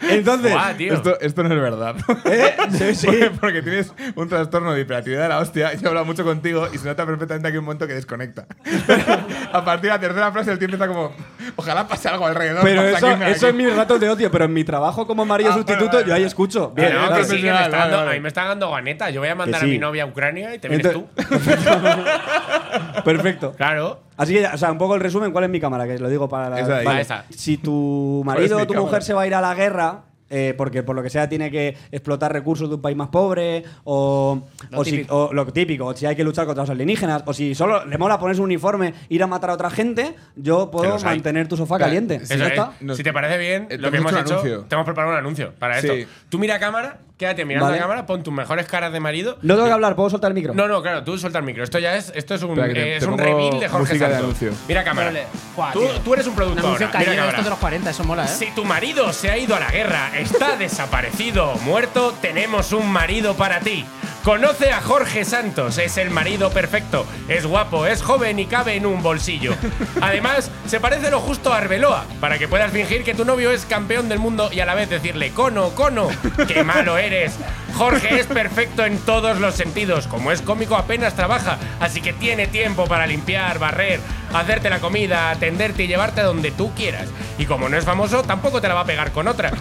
S5: Entonces...
S2: Buah, tío.
S1: Esto, esto no es verdad.
S5: ¿eh? Sí, sí.
S1: Porque, porque tienes un trastorno de hiperactividad de la hostia. Yo he hablado mucho contigo y se nota perfectamente aquí un momento que desconecta. a partir de la tercera frase, el tío empieza como: Ojalá pase algo alrededor.
S5: Pero
S1: pasa
S5: eso,
S1: aquí, mira,
S5: eso es
S1: aquí".
S5: mis ratos de ocio, pero en mi trabajo como marido
S1: Ah, vale,
S5: sustituto
S1: vale.
S5: yo ahí escucho.
S2: Que
S5: Bien,
S2: no,
S5: claro.
S2: que sí, que me está
S1: Vale,
S2: dando-
S1: vale.
S2: a mí me está dando ganeta. Yo voy a mandar
S5: sí.
S2: a mi novia a Ucrania y te vienes
S5: Entonces-
S2: tú.
S5: Perfecto.
S2: Claro.
S5: Así que, o sea, un poco el resumen, ¿cuál es mi cámara? Que lo digo para la-
S1: Esa de ahí.
S5: vale.
S2: Esa.
S5: Si tu
S1: es
S5: marido
S1: mi
S5: o tu
S1: cámara?
S5: mujer se va a ir a la guerra, eh, porque por lo que sea tiene que explotar recursos de un país más pobre, o
S4: Lo
S5: o si-
S4: típico.
S5: o lo típico, o si hay que luchar contra los alienígenas, o si solo le mola ponerse un uniforme, ir a matar a otra gente, yo puedo
S2: los hay.
S5: mantener tu sofá
S1: Claro,
S5: caliente.
S1: eso
S5: ¿Ya
S2: es.
S5: está?
S1: Nos-
S2: Si te parece bien,
S1: Eh,
S2: lo que
S1: hemos
S2: hemos
S1: hecho un
S2: hecho,
S1: anuncio.
S2: te hemos preparado un anuncio para
S1: Sí.
S2: esto. Tú mira a cámara, quédate mirando
S5: Vale.
S2: a cámara, pon tus mejores caras de marido.
S5: No tengo que hablar, puedo soltar el micro.
S2: No, no, claro, tú suelta el micro. Esto ya es, esto es un,
S1: Espera, que te-
S2: eh, es
S1: te
S2: un
S1: pongo
S2: reveal de Jorge
S1: música de
S2: Santos.
S1: anuncio.
S2: Mira a cámara.
S4: Vale. Buah,
S2: tú,
S4: tío.
S2: tú eres un
S4: Una
S2: productor.
S4: anuncio
S2: mira a
S4: cañera,
S2: cámara.
S4: esto de los 40, eso mola, ¿eh?
S2: Si tu marido se ha ido a la guerra, está desaparecido o muerto, tenemos un marido para ti. Conoce a Jorge Santos, es el marido perfecto, es guapo, es joven y cabe en un bolsillo. Además, se parece lo justo a Arbeloa, para que puedas fingir que tu novio es campeón del mundo y a la vez decirle, cono, cono, qué malo eres. Jorge es perfecto en todos los sentidos, como es cómico apenas trabaja, así que tiene tiempo para limpiar, barrer, hacerte la comida, atenderte y llevarte a donde tú quieras. Y como no es famoso, tampoco te la va a pegar con otra.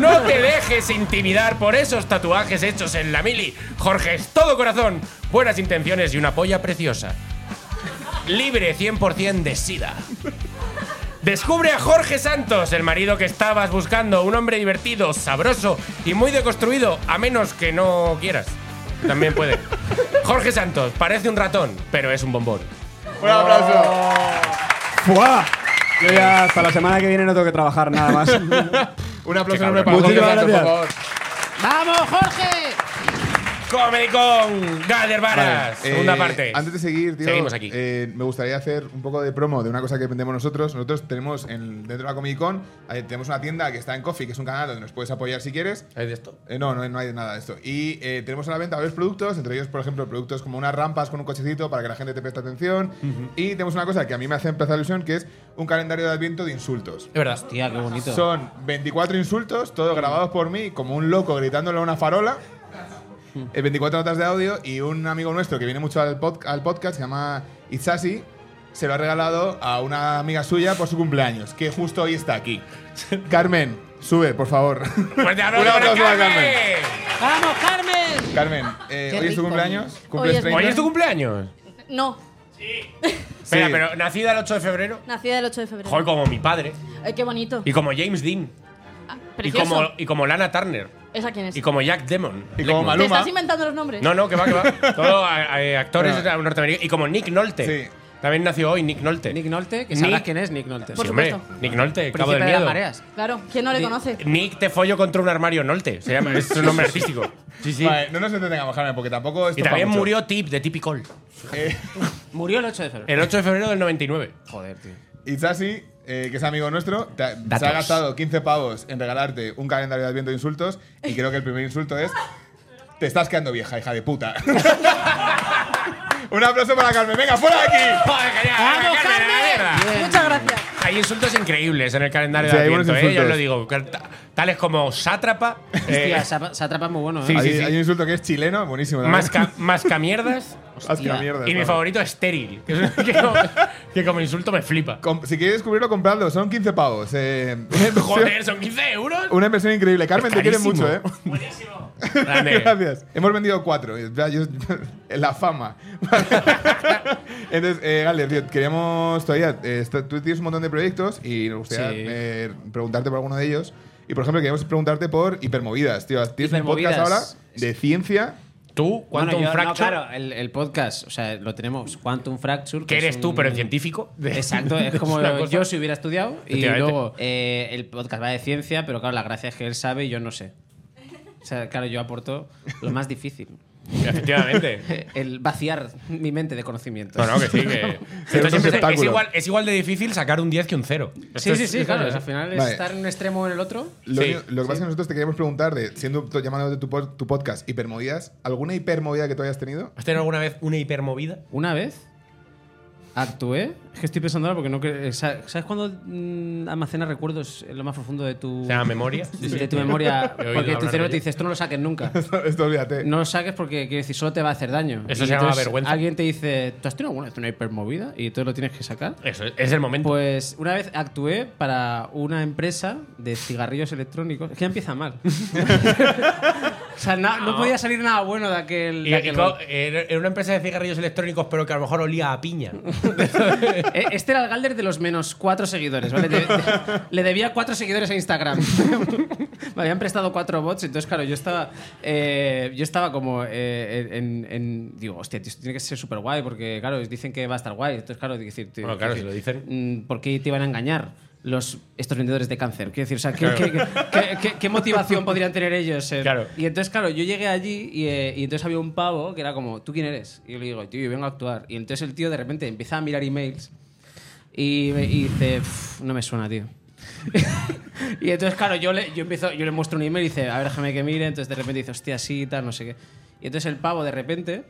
S2: No te dejes intimidar por esos tatuajes hechos en la mili. Jorge es todo corazón, buenas intenciones y una polla preciosa. Libre 100% de sida. Descubre a Jorge Santos, el marido que estabas buscando, un hombre divertido, sabroso y muy deconstruido, a menos que no quieras. También puede. Jorge Santos, parece un ratón, pero es un bombón.
S1: Un aplauso.
S5: Oh. ¡Fua! Yo ya hasta la semana que viene no tengo que trabajar nada más.
S1: Un aplauso
S2: Qué
S1: enorme
S2: cabrón.
S1: para Jorge
S5: Muchísimas
S1: Santos, por
S5: gracias.
S1: favor.
S4: ¡Vamos, Jorge!
S2: Comedy con Gader
S1: Vale,
S2: Varas.
S1: eh,
S2: Segunda parte.
S1: Antes de seguir, tío,
S2: Seguimos aquí.
S1: eh, me gustaría hacer un poco de promo de una cosa que vendemos nosotros. Nosotros tenemos en- dentro de la Comic Con, eh, tenemos una tienda que está en Coffee, que es un canal donde nos puedes apoyar si quieres.
S2: ¿Hay de esto?
S1: Eh, no, no, no hay nada de esto. Y eh, tenemos a la venta varios productos, entre ellos, por ejemplo, productos como unas rampas con un cochecito para que la gente te preste atención. Y tenemos una cosa que a mí me hace empezar ilusión, que es un calendario de adviento de insultos.
S2: Es verdad.
S4: Hostia, qué bonito.
S1: Son 24 insultos, todos grabados por mí, como un loco gritándole a una farola.
S2: Mm.
S1: Eh, 24 notas de audio y un amigo nuestro que viene mucho al, pod- al podcast, se llama Itzasi, se lo ha regalado a una amiga suya por su cumpleaños, que justo hoy está aquí. Carmen, sube, por favor.
S2: Fuerte
S1: Un
S2: abrazo para
S1: aplauso para
S2: Pues Carmen.
S6: ¡Vamos, Carmen!
S1: Carmen, eh,
S6: Qué
S1: hoy es tu
S6: rico.
S1: cumpleaños.
S6: Hoy
S1: ¿Cumples
S6: es-
S1: 30?
S2: Hoy es tu cumpleaños.
S6: No,
S2: Espera,
S1: Sí.
S2: pero nacida el 8 de febrero.
S6: nacida el 8 de febrero.
S2: Joder, como mi padre.
S6: Ay, qué bonito.
S2: Y como James Dean.
S6: Ah,
S2: Y
S6: Precioso.
S2: como, y como Lana Turner.
S6: ¿Esa quién es?
S2: Y como Jack Demon.
S1: Y como
S6: ¿Te
S1: Maluma.
S6: estás inventando los nombres?
S2: No, no, que va, que va. Todos actores
S1: Bueno.
S2: norteamericanos. Y como Nick Nolte.
S1: Sí.
S2: También nació hoy Nick Nolte.
S4: Nick Nolte, que
S2: Nick-
S4: sabrás quién es Nick Nolte.
S6: Por
S2: Sí, hombre,
S6: supuesto.
S2: Nick Nolte, cabo
S4: Príncipe
S2: del
S4: de las
S2: miedo.
S4: mareas.
S6: Claro, ¿quién no le conoce?
S2: Nick te follo contra un armario Nolte. Se llama, es un nombre artístico. Sí, sí.
S1: Vale, no nos entretengamos, Carmen, porque tampoco es
S2: Y también murió Tip de Typical.
S4: Murió el 8 de febrero.
S2: El 8 de febrero del 99.
S4: Eh, Joder, tío.
S1: Itzasi, eh, que es amigo nuestro, te ha- se ha gastado 15 pavos en regalarte un calendario de adviento de insultos y creo que el primer insulto es te estás quedando vieja, hija de puta. un aplauso para Carmen. Venga, fuera de aquí.
S2: ¡Joder, genial! ¡Vamos, Carmen, a la mierda!
S6: Muchas gracias.
S2: Hay insultos increíbles en el calendario
S1: Sí,
S2: de
S1: hay buenos
S2: Adviento, ¿eh? Yo os lo digo.
S1: insultos.
S2: Ta- Tales como sátrapa, eh,
S4: Hostia, se atrapa muy bueno, ¿eh?
S2: Sí,
S1: hay,
S2: sí, sí.
S1: hay un insulto que es chileno, buenísimo. también.
S2: masca- mascamierdas,
S1: Hostia, mierda.
S2: Y mi
S1: vale.
S2: favorito es Steril, que, es- que como, que como insulto me flipa.
S1: Com- si quieres descubrirlo, compradlo. Son 15 pavos. eh, una inversión-
S2: Joder, son 15 euros.
S1: Una inversión increíble. Carmen,
S2: Es
S1: te quieren
S2: carísimo.
S1: mucho, ¿eh?
S2: Grande.
S1: Gracias. Hemos vendido cuatro. Ya, yo- la fama. Entonces, eh, Gale, tío, queríamos todavía. eh, está- tú tienes un montón de proyectos y nos gustaría
S4: Sí.
S1: eh, preguntarte por alguno de ellos. Y por ejemplo, queríamos preguntarte por hipermovidas, tío. Tienes
S4: Hipermovidas.
S1: un podcast ahora de ciencia.
S2: Tú,
S4: Bueno,
S2: Quantum
S4: yo- no,
S2: Fracture,
S4: claro, el, el podcast, o sea, lo tenemos. Quantum Fracture.
S2: que
S4: es
S2: eres tú,
S4: un-
S2: pero en científico.
S4: Exacto, es como
S2: una cosa.
S4: yo si hubiera estudiado. Y
S2: Efectivamente.
S4: luego eh, el podcast va de ciencia, pero claro, la gracia es que él sabe y yo no sé. O sea, claro, yo aporto lo más difícil.
S2: Efectivamente.
S4: El vaciar mi mente de conocimientos.
S2: No, no, que sí, que.
S1: Ser un
S2: Entonces, es- es,
S1: receptáculo.
S2: igual, es igual de difícil sacar un 10 que un 0.
S4: Sí, sí, sí, claro. Al
S2: Es,
S4: final es
S1: Vale.
S4: estar en un extremo o en el otro.
S1: Lo,
S2: Sí,
S1: único- lo que pasa es que nosotros te queríamos preguntar, de, siendo to- llamando de tu, pod- tu podcast hipermovidas, ¿alguna hipermovida que tú hayas tenido?
S2: ¿Has tenido alguna vez una hipermovida?
S4: Una vez actué. Es que estoy pensando ahora porque no. cre- eh, sa- ¿Sabes cuando mm, almacenas recuerdos en lo más profundo de tu.
S2: O sea, memoria. Sí, sí.
S4: de tu memoria,
S2: He oído
S4: porque tu
S2: hablar de
S4: cerebro te
S2: ello.
S4: dice, esto no lo saques nunca.
S1: Esto olvídate.
S4: No lo saques porque, quiero decir, solo te va a hacer daño.
S2: Eh, Eso
S4: Y
S2: se llama
S4: entonces
S2: vergüenza.
S4: Alguien te dice, ¿tú has tenido alguna vez una hipermovida? Y entonces lo tienes que sacar.
S2: Eso, es- es el momento.
S4: Pues una vez actué para una empresa de cigarrillos electrónicos. Es que ya empieza mal. o sea, na- no, podía salir nada bueno de aquel.
S2: Y-
S4: de
S2: y
S4: aquel
S2: co- era era una empresa de cigarrillos electrónicos, pero que a lo mejor olía a piña.
S4: Eh, Este era el Galder de los menos cuatro seguidores, ¿vale? De- de- le debía cuatro seguidores a Instagram. Me habían prestado cuatro bots, entonces, claro, yo estaba, eh, yo estaba como eh, en, en- Digo, hostia, tío, esto tiene que ser súper guay, porque, claro, dicen que va a estar guay. Entonces, claro, quiero decir, tío,
S2: Bueno, claro,
S4: quiero
S2: si lo
S4: decir,
S2: dicen.
S4: mm, ¿Por qué te iban a engañar? Los, estos vendedores de cáncer. Quiero decir, o sea, ¿qué, qué- qué- qué- qué motivación podrían tener ellos? eh?
S2: Claro.
S4: Y entonces, claro, yo llegué allí y, eh, y entonces había un pavo que era como, ¿tú quién eres? Y yo le digo, tío, yo vengo a actuar. Y entonces el tío de repente empieza a mirar emails y, me- y dice, "Pff, no me suena, tío. y entonces, claro, yo le, yo, empiezo, yo le muestro un email y dice, a ver, déjame que mire. Entonces de repente dice, hostia, sí, y tal, no sé qué. Y entonces el pavo de repente,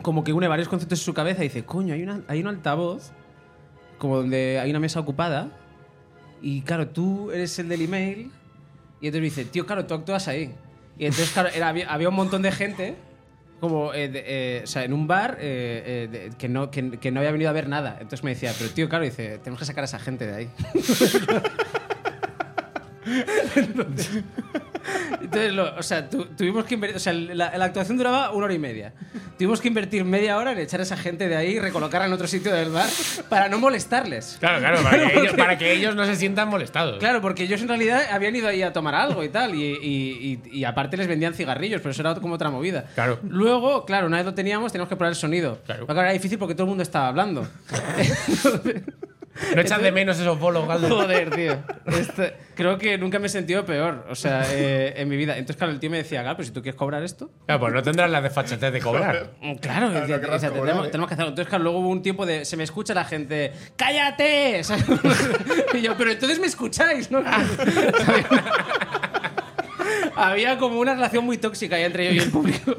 S4: como que une varios conceptos en su cabeza y dice, coño, hay, una, hay un altavoz, como donde hay una mesa ocupada. Y claro, tú eres el del email. Y entonces me dice, tío, claro, tú actúas ahí. Y entonces, claro, era- había, había un montón de gente, como, eh, de- eh, o sea, en un bar eh, eh, de- que, no, que, que no había venido a ver nada. Entonces me decía, pero tío, claro, dice, tenemos que sacar a esa gente de ahí. Entonces- Entonces, lo- o sea, tu- tuvimos que invertir. O sea, la, la actuación duraba una hora y media. Tuvimos que invertir media hora en echar a esa gente de ahí y recolocarla en otro sitio del bar para no molestarles.
S2: Claro, claro, para que, ellos, para que ellos no se sientan molestados.
S4: Claro, porque ellos en realidad habían ido ahí a tomar algo y tal, y, y- y- y aparte les vendían cigarrillos, pero eso era como otra movida.
S2: Claro.
S4: Luego, claro, una vez lo teníamos, teníamos que probar el sonido.
S2: Claro.
S4: Pero era difícil porque todo el mundo estaba hablando.
S2: No echas de menos esos bolos, Galdo.
S4: Joder, tío. Esto- creo que nunca me he sentido peor, o sea, eh, en mi vida. Entonces, claro, el tío me decía, claro, pero si tú quieres cobrar esto.
S2: Claro, pues no tendrás las desfachatez de cobrar.
S4: Mm, Claro, decía,
S1: no querrás
S4: o sea,
S1: cobrar,
S4: tenemos,
S1: ¿eh?
S4: tenemos que hacerlo. Entonces, claro, luego hubo un tiempo de. Se me escucha la gente. ¡Cállate! ¿sabes? y yo, pero entonces me escucháis, ¿no? Había como una relación muy tóxica ahí entre yo y el público.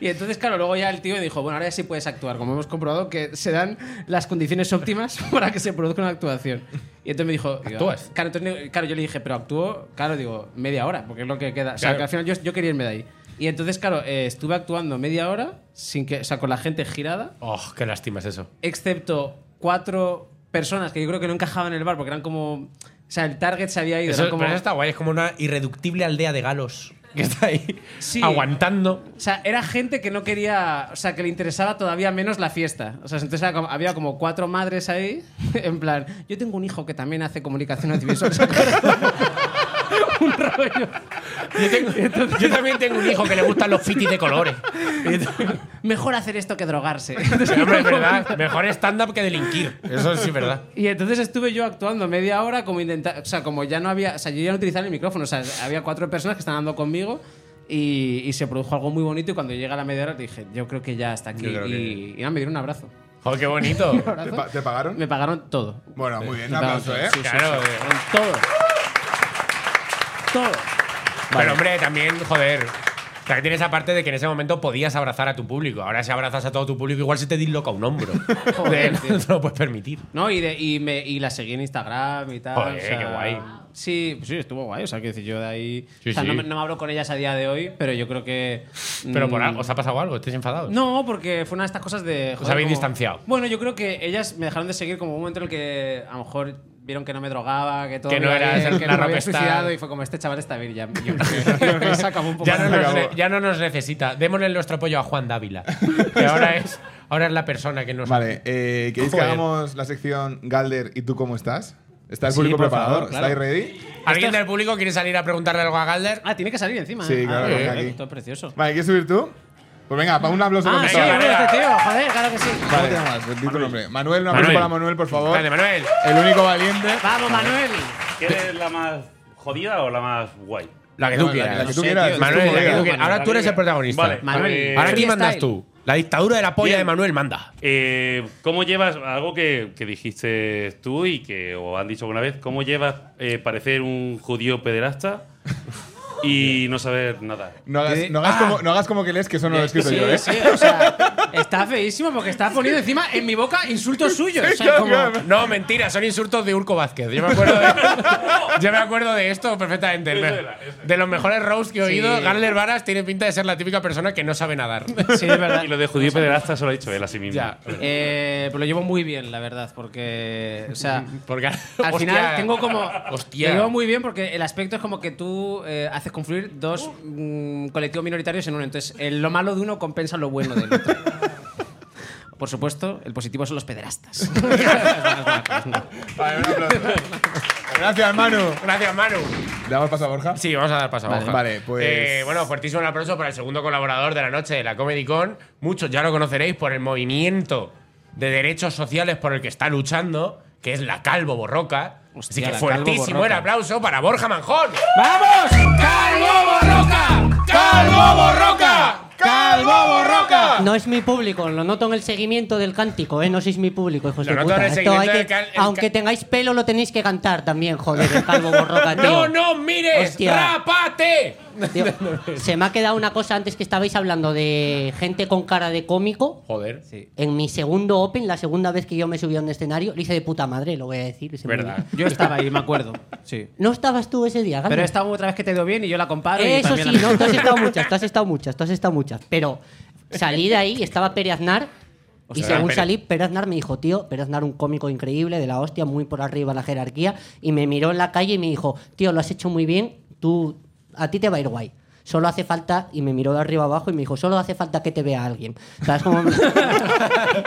S4: Y entonces, claro, luego ya el tío me dijo, bueno, ahora ya sí puedes actuar, como hemos comprobado que se dan las condiciones óptimas para que se produzca una actuación. Y entonces me dijo, digo,
S2: ¿Actúas?
S4: Claro, entonces, claro, yo le dije, pero actúo, claro, digo, media hora, porque es lo que queda. O sea,
S2: Claro.
S4: que al final yo, yo quería irme de ahí. Y entonces, claro, eh, estuve actuando media hora, sin que, o sea, con la gente girada,
S2: Oh, qué lástima es eso.
S4: excepto cuatro personas que yo creo que no encajaban en el bar, porque eran como... O sea, el target se había ido.
S2: Eso,
S4: eran como,
S2: pero eso está guay, es como una irreductible aldea de galos que está ahí
S4: Sí.
S2: aguantando.
S4: O sea, era gente que no quería, o sea, que le interesaba todavía menos la fiesta. O sea, entonces era como- había como cuatro madres ahí, en plan, yo tengo un hijo que también hace comunicación audiovisual. ¿se acuerdan? un rollo.
S2: Yo, tengo- yo también tengo un hijo que le gustan los fitis de colores.
S4: Mejor hacer esto que drogarse.
S2: Pero, hombre, es verdad, mejor stand-up que delinquir. Eso sí es verdad.
S4: Y entonces estuve yo actuando media hora como intentar, o sea, como ya no había, o sea, yo ya no utilizaba el micrófono, o sea, había cuatro personas que estaban andando conmigo y, y se produjo algo muy bonito y cuando llega la media hora dije, yo creo que ya hasta aquí
S2: Yo creo
S4: y,
S2: que-
S4: y nada, me dieron un abrazo.
S2: Joder, qué bonito.
S1: ¿Te, pa- te pagaron?
S4: Me pagaron todo.
S1: Bueno, muy bien, un
S4: Me pagaron
S1: aplauso,
S4: todo,
S1: ¿eh?
S4: sí, sí,
S2: Claro,
S4: sí,
S2: eh.
S4: pagaron todo. Todo.
S2: Pero hombre, también, joder. O sea, que tienes aparte de que en ese momento podías abrazar a tu público. Ahora si abrazas a todo tu público, igual se te disloca un hombro.
S4: Joder,
S2: De- no te lo puedes permitir.
S4: No, y, de- y, me, y la seguí en Instagram y tal.
S2: Joder,
S4: o sea,
S2: qué guay.
S4: Sí, pues sí, estuvo guay. O sea, quiero decir, yo de ahí.
S2: Sí,
S4: o sea,
S2: sí.
S4: No, me, no me hablo con ellas a día de hoy, pero yo creo que.
S2: Pero por
S4: mm,
S2: algo, ¿os ha pasado algo? ¿Estáis enfadados?
S4: No, porque fue una de estas cosas de. joder,
S2: habéis distanciado.
S4: Bueno, yo creo que ellas me dejaron de seguir como un momento en el que a lo mejor vieron que no me drogaba, que todo.
S2: Que no
S4: iba
S2: eras
S4: bien, que
S2: la
S4: no me había
S2: rockstar.
S4: suicidado y fue como este chaval está bien ya. Yo creo que se acabó un poco.
S2: Pues Ya no,
S4: la-
S2: nos, ne- ya no nos necesita. Démosle nuestro apoyo a Juan Dávila. Que ahora es, ahora es la persona que nos.
S1: Vale, eh, ¿queréis que
S2: Joder.
S1: hagamos la sección Galder y tú cómo estás? ¿Está el
S4: Sí,
S1: público
S4: por
S1: preparado?
S4: favor, claro.
S1: ¿Estáis ready?
S2: ¿Alguien del público quiere salir a preguntarle algo a Galder?
S4: Ah, tiene que salir encima.
S1: Sí,
S4: ¿eh?
S1: claro,
S4: Ah,
S1: venga,
S4: eh,
S1: aquí.
S4: Esto es precioso.
S1: Vale, ¿quieres subir tú? Pues venga, para un aplauso
S4: Ah,
S1: para
S4: sí,
S1: todos.
S2: venga.
S4: bueno, este tío, joder, claro que sí.
S1: ¿Cómo te llamas? Di tu nombre. Manuel, un aplauso
S2: Manuel.
S1: para Manuel, por favor.
S2: Grande, Manuel.
S1: El único valiente.
S4: Vamos, Manuel.
S7: ¿Quieres la más jodida o la más guay?
S2: La que
S1: No,
S2: tú
S1: la-
S2: quieras.
S1: la que tú
S2: No sé,
S1: quieras,
S2: tío,
S1: es
S2: Manuel,
S1: tu
S2: la que
S1: movida.
S2: tú quieras. Ahora tú eres el protagonista.
S7: Vale,
S4: Manuel.
S7: eh,
S2: Ahora aquí
S4: Freestyle.
S2: mandas tú. La dictadura de la polla
S7: Bien.
S2: de Manuel manda.
S7: eh, ¿Cómo llevas algo que, que dijiste tú y que o han dicho alguna vez? ¿Cómo llevas eh, parecer un judío pederasta y no saber nada?
S1: No hagas, no hagas
S2: Ah.
S1: como, no hagas como que lees que eso no lo he escrito
S4: Sí,
S1: yo, ¿eh?
S4: sí, o sea, está feísimo porque está poniendo encima en mi boca insultos suyos. o sea, como-
S2: No, mentira, son insultos de Urco Vázquez. Yo me acuerdo de, yo me acuerdo de esto perfectamente. De los mejores roasts que he oído,
S4: Sí.
S2: Garler Varas tiene pinta de ser la típica persona que no sabe nadar.
S4: Sí, es verdad.
S7: Y lo de judío pederasta se lo ha dicho él a sí mismo.
S2: Ya.
S4: Eh, pues lo llevo muy bien, la verdad, porque, o sea,
S2: Porque
S4: al final tengo como...
S2: Hostia.
S4: Lo llevo muy bien porque el aspecto es como que tú eh, haces confluir dos mm, colectivos minoritarios en uno. Entonces, eh, lo malo de uno compensa lo bueno del otro. Por supuesto, el positivo son los pederastas.
S1: Vale, un aplauso. Gracias, Manu.
S2: Gracias, Manu.
S1: ¿Le damos paso a Borja?
S2: Sí, vamos a dar paso a
S1: Vale.
S2: Borja.
S1: Vale, pues-
S2: Eh, bueno, fuertísimo el aplauso para el segundo colaborador de la noche de la Comedy Con. Muchos ya lo conoceréis por el movimiento de derechos sociales por el que está luchando, que es la Calvo Borroca.
S4: Hostia,
S2: Así que
S4: la Calvo
S2: fuertísimo
S4: Borroca.
S2: el aplauso para Borja Manjón.
S4: ¡Vamos!
S2: ¡Calvo Borroca! ¡Calvo Borroca!
S1: ¡Calvo Borroca!
S8: No es mi público, lo noto en el seguimiento del cántico, ¿eh? No sois mi público, hijos
S2: Lo
S8: de
S2: noto en
S8: puta.
S2: el
S8: Esto
S2: seguimiento
S8: hay que-
S2: del cal- el
S8: aunque
S2: cal-
S8: tengáis pelo, lo tenéis que cantar también, joder, el calvo borroca, tío.
S2: ¡No, no mires!
S8: Hostia.
S2: ¡Rápate!
S8: Tío, se me ha quedado una cosa antes que estabais hablando de gente con cara de cómico.
S2: Joder.
S8: En mi segundo Open, la segunda vez que yo me subí a un escenario, lo hice de puta madre, lo voy a decir. se me
S2: Verdad.
S8: olvidó.
S4: Yo estaba ahí, me acuerdo. Sí.
S8: No estabas tú ese día,
S4: Pero
S8: Gandhi.
S4: esta otra vez que te ha ido bien y yo la comparo. Ah, y
S8: Eso
S4: también
S8: sí,
S4: la-
S8: no, tú has estado muchas, tú has estado muchas, tú has estado muchas. Pero salí de ahí, estaba Pere Aznar. Y
S2: Ostras,
S8: según
S2: Pere.
S8: salí, Pere Aznar me dijo, tío, Pere Aznar un cómico increíble, de la hostia, muy por arriba la jerarquía. Y me miró en la calle y me dijo, tío, lo has hecho muy bien, tú, a ti te va a ir guay. Solo hace falta, y me miró de arriba abajo y me dijo, solo hace falta que te vea alguien. ¿Sabes cómo?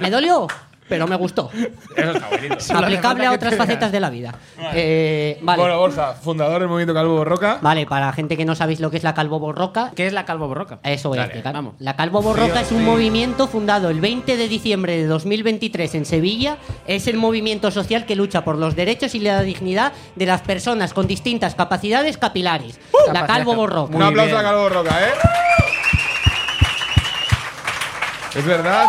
S8: me dolió, pero me gustó.
S2: Eso está bonito.
S8: Aplicable a otras facetas de la vida. Eh, vale.
S1: Bueno, Borja, fundador del movimiento Calvo Borroca.
S8: Vale, para la gente que no sabéis lo que es la calvo borroca,
S4: ¿Qué Eh, es la calvo borroca?
S8: eso es.
S2: Dale,
S8: que cal-
S4: vamos.
S8: La calvo borroca es un movimiento fundado el 20 de diciembre de 2023 en Sevilla. Es el movimiento social que lucha por los derechos y la dignidad de las personas con distintas capacidades capilares. La
S4: Capacidades
S8: calvo
S4: cap-
S8: borroca.
S1: Un
S4: Muy
S1: aplauso
S4: bien.
S1: a Calvo Borroca, ¿eh? Es verdad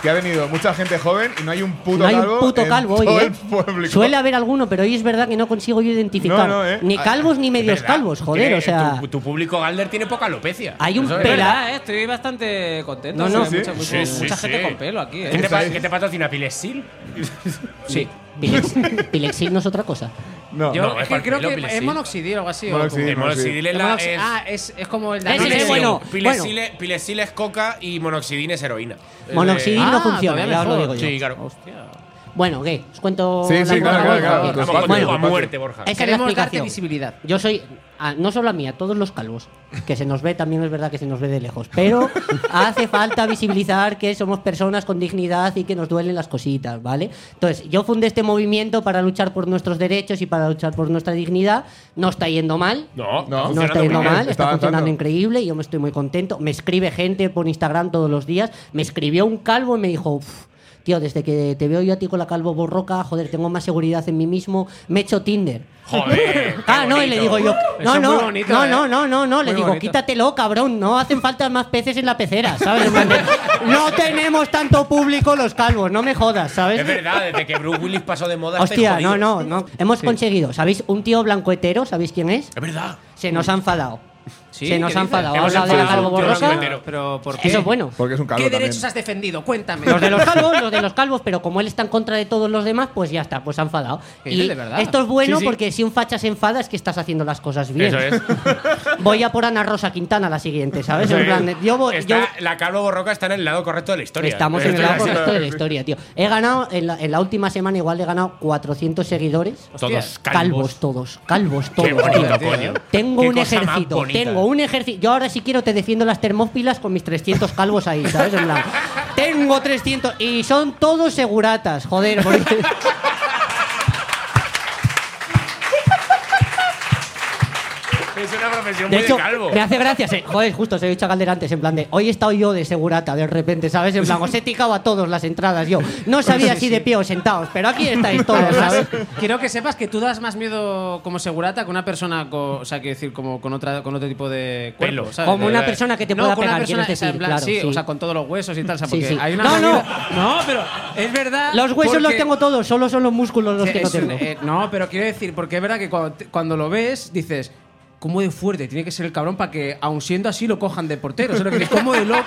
S1: que ha venido mucha gente joven y no hay un puto
S8: No hay
S1: calvo.
S8: un puto
S1: en
S8: calvo hoy,
S1: todo
S8: ¿eh?
S1: el público.
S8: Suele haber alguno, pero hoy es verdad que no consigo yo identificar.
S1: No, no, ¿eh?
S8: Ni calvos ni medios
S2: ¿Verdad?
S8: calvos, joder,
S2: Tiene-
S8: o sea...
S2: Tu, tu público Galder tiene poca alopecia.
S8: Hay un
S2: Eso es
S8: pela-
S2: verdad.
S4: ¿Verdad, eh? Estoy bastante contento.
S8: No, no.
S4: Sí, mucha,
S1: Sí,
S4: mucha-
S2: sí,
S4: mucha
S2: sí,
S4: gente
S2: sí.
S4: con pelo aquí,
S2: ¿Qué
S4: ¿eh?
S2: te, pa- qué te patrocina? ¿Pilesil?
S4: Sí.
S8: Pilex- Pilexil no es otra cosa.
S1: No.
S4: Yo
S2: No,
S4: es
S2: es
S4: que
S2: par-
S4: creo
S2: pelo,
S4: que
S2: pile,
S4: es
S2: sí.
S4: monoxidil o algo así. o
S1: Monoxidil. Sí,
S4: como-
S2: el monoxidil
S1: sí.
S2: es
S4: Es
S2: la.
S4: monoxi-
S2: es-
S4: ah, es, es como el
S8: Ese
S4: Danone.
S8: es bueno.
S2: Pilexil, es- pilexil es coca y monoxidil es heroína.
S8: Monoxidil
S4: Ah,
S8: no funciona,
S4: todavía
S8: ya os lo
S4: mejor.
S8: digo yo.
S2: Sí, claro.
S8: Bueno, ¿qué? ¿Os cuento
S1: Sí,
S8: la
S1: sí,
S8: nueva
S1: claro, claro, claro.
S8: vuelta? Ok.
S2: Vamos contigo
S8: Bueno,
S2: a muerte, Borja.
S8: Esa es la
S4: Queremos darte
S8: explicación.
S4: visibilidad.
S8: Yo soy, ah, no solo a mí, a todos los calvos, que se nos ve, también es verdad que se nos ve de lejos, pero hace falta visibilizar que somos personas con dignidad y que nos duelen las cositas, ¿vale? Entonces, yo fundé este movimiento para luchar por nuestros derechos y para luchar por nuestra dignidad. No está yendo mal,
S2: No,
S1: No,
S2: no,
S8: no
S1: funcionando
S8: está yendo
S1: muy bien,
S8: mal,
S1: está
S8: está, funcionando
S1: avanzando.
S8: increíble, yo me estoy muy contento. Me escribe gente por Instagram todos los días. Me escribió un calvo y me dijo, "Uf, tío, desde que te veo yo a ti con la calvo borroca, joder, tengo más seguridad en mí mismo, me echo Tinder.
S2: Joder. qué
S8: Ah, no, y le
S2: bonito.
S8: digo yo,
S4: Eso
S8: no,
S4: es
S8: no,
S4: muy bonito,
S8: no,
S4: ¿eh?
S8: no, no, no, no, le
S4: Muy
S8: digo,
S4: bonito.
S8: quítatelo, cabrón, no hacen falta más peces en la pecera, ¿sabes? En plan de, no tenemos tanto público los calvos, no me jodas, ¿sabes?
S2: Es verdad, desde que Bruce Willis pasó de moda. estáis
S8: Hostia, no,
S2: jodidos.
S8: no, no. Hemos conseguido, ¿sabéis? Un tío blanco hetero, ¿sabéis quién es?
S2: Es verdad.
S8: Se nos ha enfadado.
S4: Sí,
S8: se nos
S4: ¿qué
S8: ha
S4: dices?
S8: enfadado.
S2: Hemos
S8: Habla de la
S2: enfadado,
S8: calvo
S2: yo no
S8: borrosa.
S2: me entero.
S4: Pero ¿por qué?
S8: Eso es bueno.
S1: Porque es un calvo
S4: ¿Qué
S1: también.
S4: derechos has defendido? Cuéntame.
S8: Los de los calvos, los de los calvos, pero como él está en contra de todos los demás, pues ya está, pues se ha enfadado.
S4: ¿Qué dices,
S8: Y
S4: de verdad?
S8: esto es bueno
S2: Sí, sí.
S8: porque si un facha se enfada es que estás haciendo las cosas bien.
S2: Eso es.
S8: Voy a por Ana Rosa Quintana la siguiente, ¿sabes?
S2: Eso
S8: En
S2: es.
S8: plan de- yo voy- yo-
S2: Está- La calvo borroca está en el lado correcto de la historia.
S8: Estamos en el
S2: Esto
S8: lado
S2: es así.
S8: correcto de la historia, tío. He ganado, en la, en la última semana igual he ganado 400 seguidores.
S2: Todos calvos.
S8: todos, calvos todos.
S2: Qué bonito,
S8: tío.
S2: coño.
S8: Tengo
S2: Qué
S8: un
S2: cosa más
S8: ejército,
S2: bonita.
S8: tengo un ejército. Yo ahora si quiero te defiendo las termópilas con mis 300 calvos ahí, ¿sabes? En plan, tengo 300 y son todos seguratas, joder. porque-
S2: Es una profesión
S8: De
S2: muy
S8: hecho,
S2: de calvo.
S8: me hace gracia. se- joder, justo se lo he dicho a Calder antes, en plan de hoy he estado yo de segurata de repente, ¿sabes? En plan, os he ticado a todos las entradas yo. No sabía si de pie o sentados, pero aquí estáis todos, ¿sabes?
S4: Quiero que sepas que tú das más miedo como segurata que una persona, co- o sea, quiero decir, como con, otra, con otro tipo de cuerpo,
S2: Pelo.
S4: ¿sabes? Eh,
S8: Como una persona que te
S4: no,
S8: pueda
S4: con una
S8: pegar,
S4: persona, o
S8: quieres
S4: sea, en
S8: decir,
S4: plan,
S8: claro,
S4: sí,
S8: sí.
S4: o sea, con todos los huesos y tal, o sea,
S8: Sí,
S4: porque
S8: sí.
S4: hay una
S8: No,
S4: movida- no, pero es verdad.
S8: Los huesos los
S4: porque-
S8: tengo todos, solo son los músculos los
S4: Sí,
S8: que no
S4: es un-
S8: tengo.
S4: eh, no, pero quiero decir, porque es verdad que cuando, te- cuando lo ves, dices, ¿cómo de fuerte tiene que ser el cabrón para que, aun siendo así, lo cojan de portero? O sea, lo que dices, ¿Cómo de loco?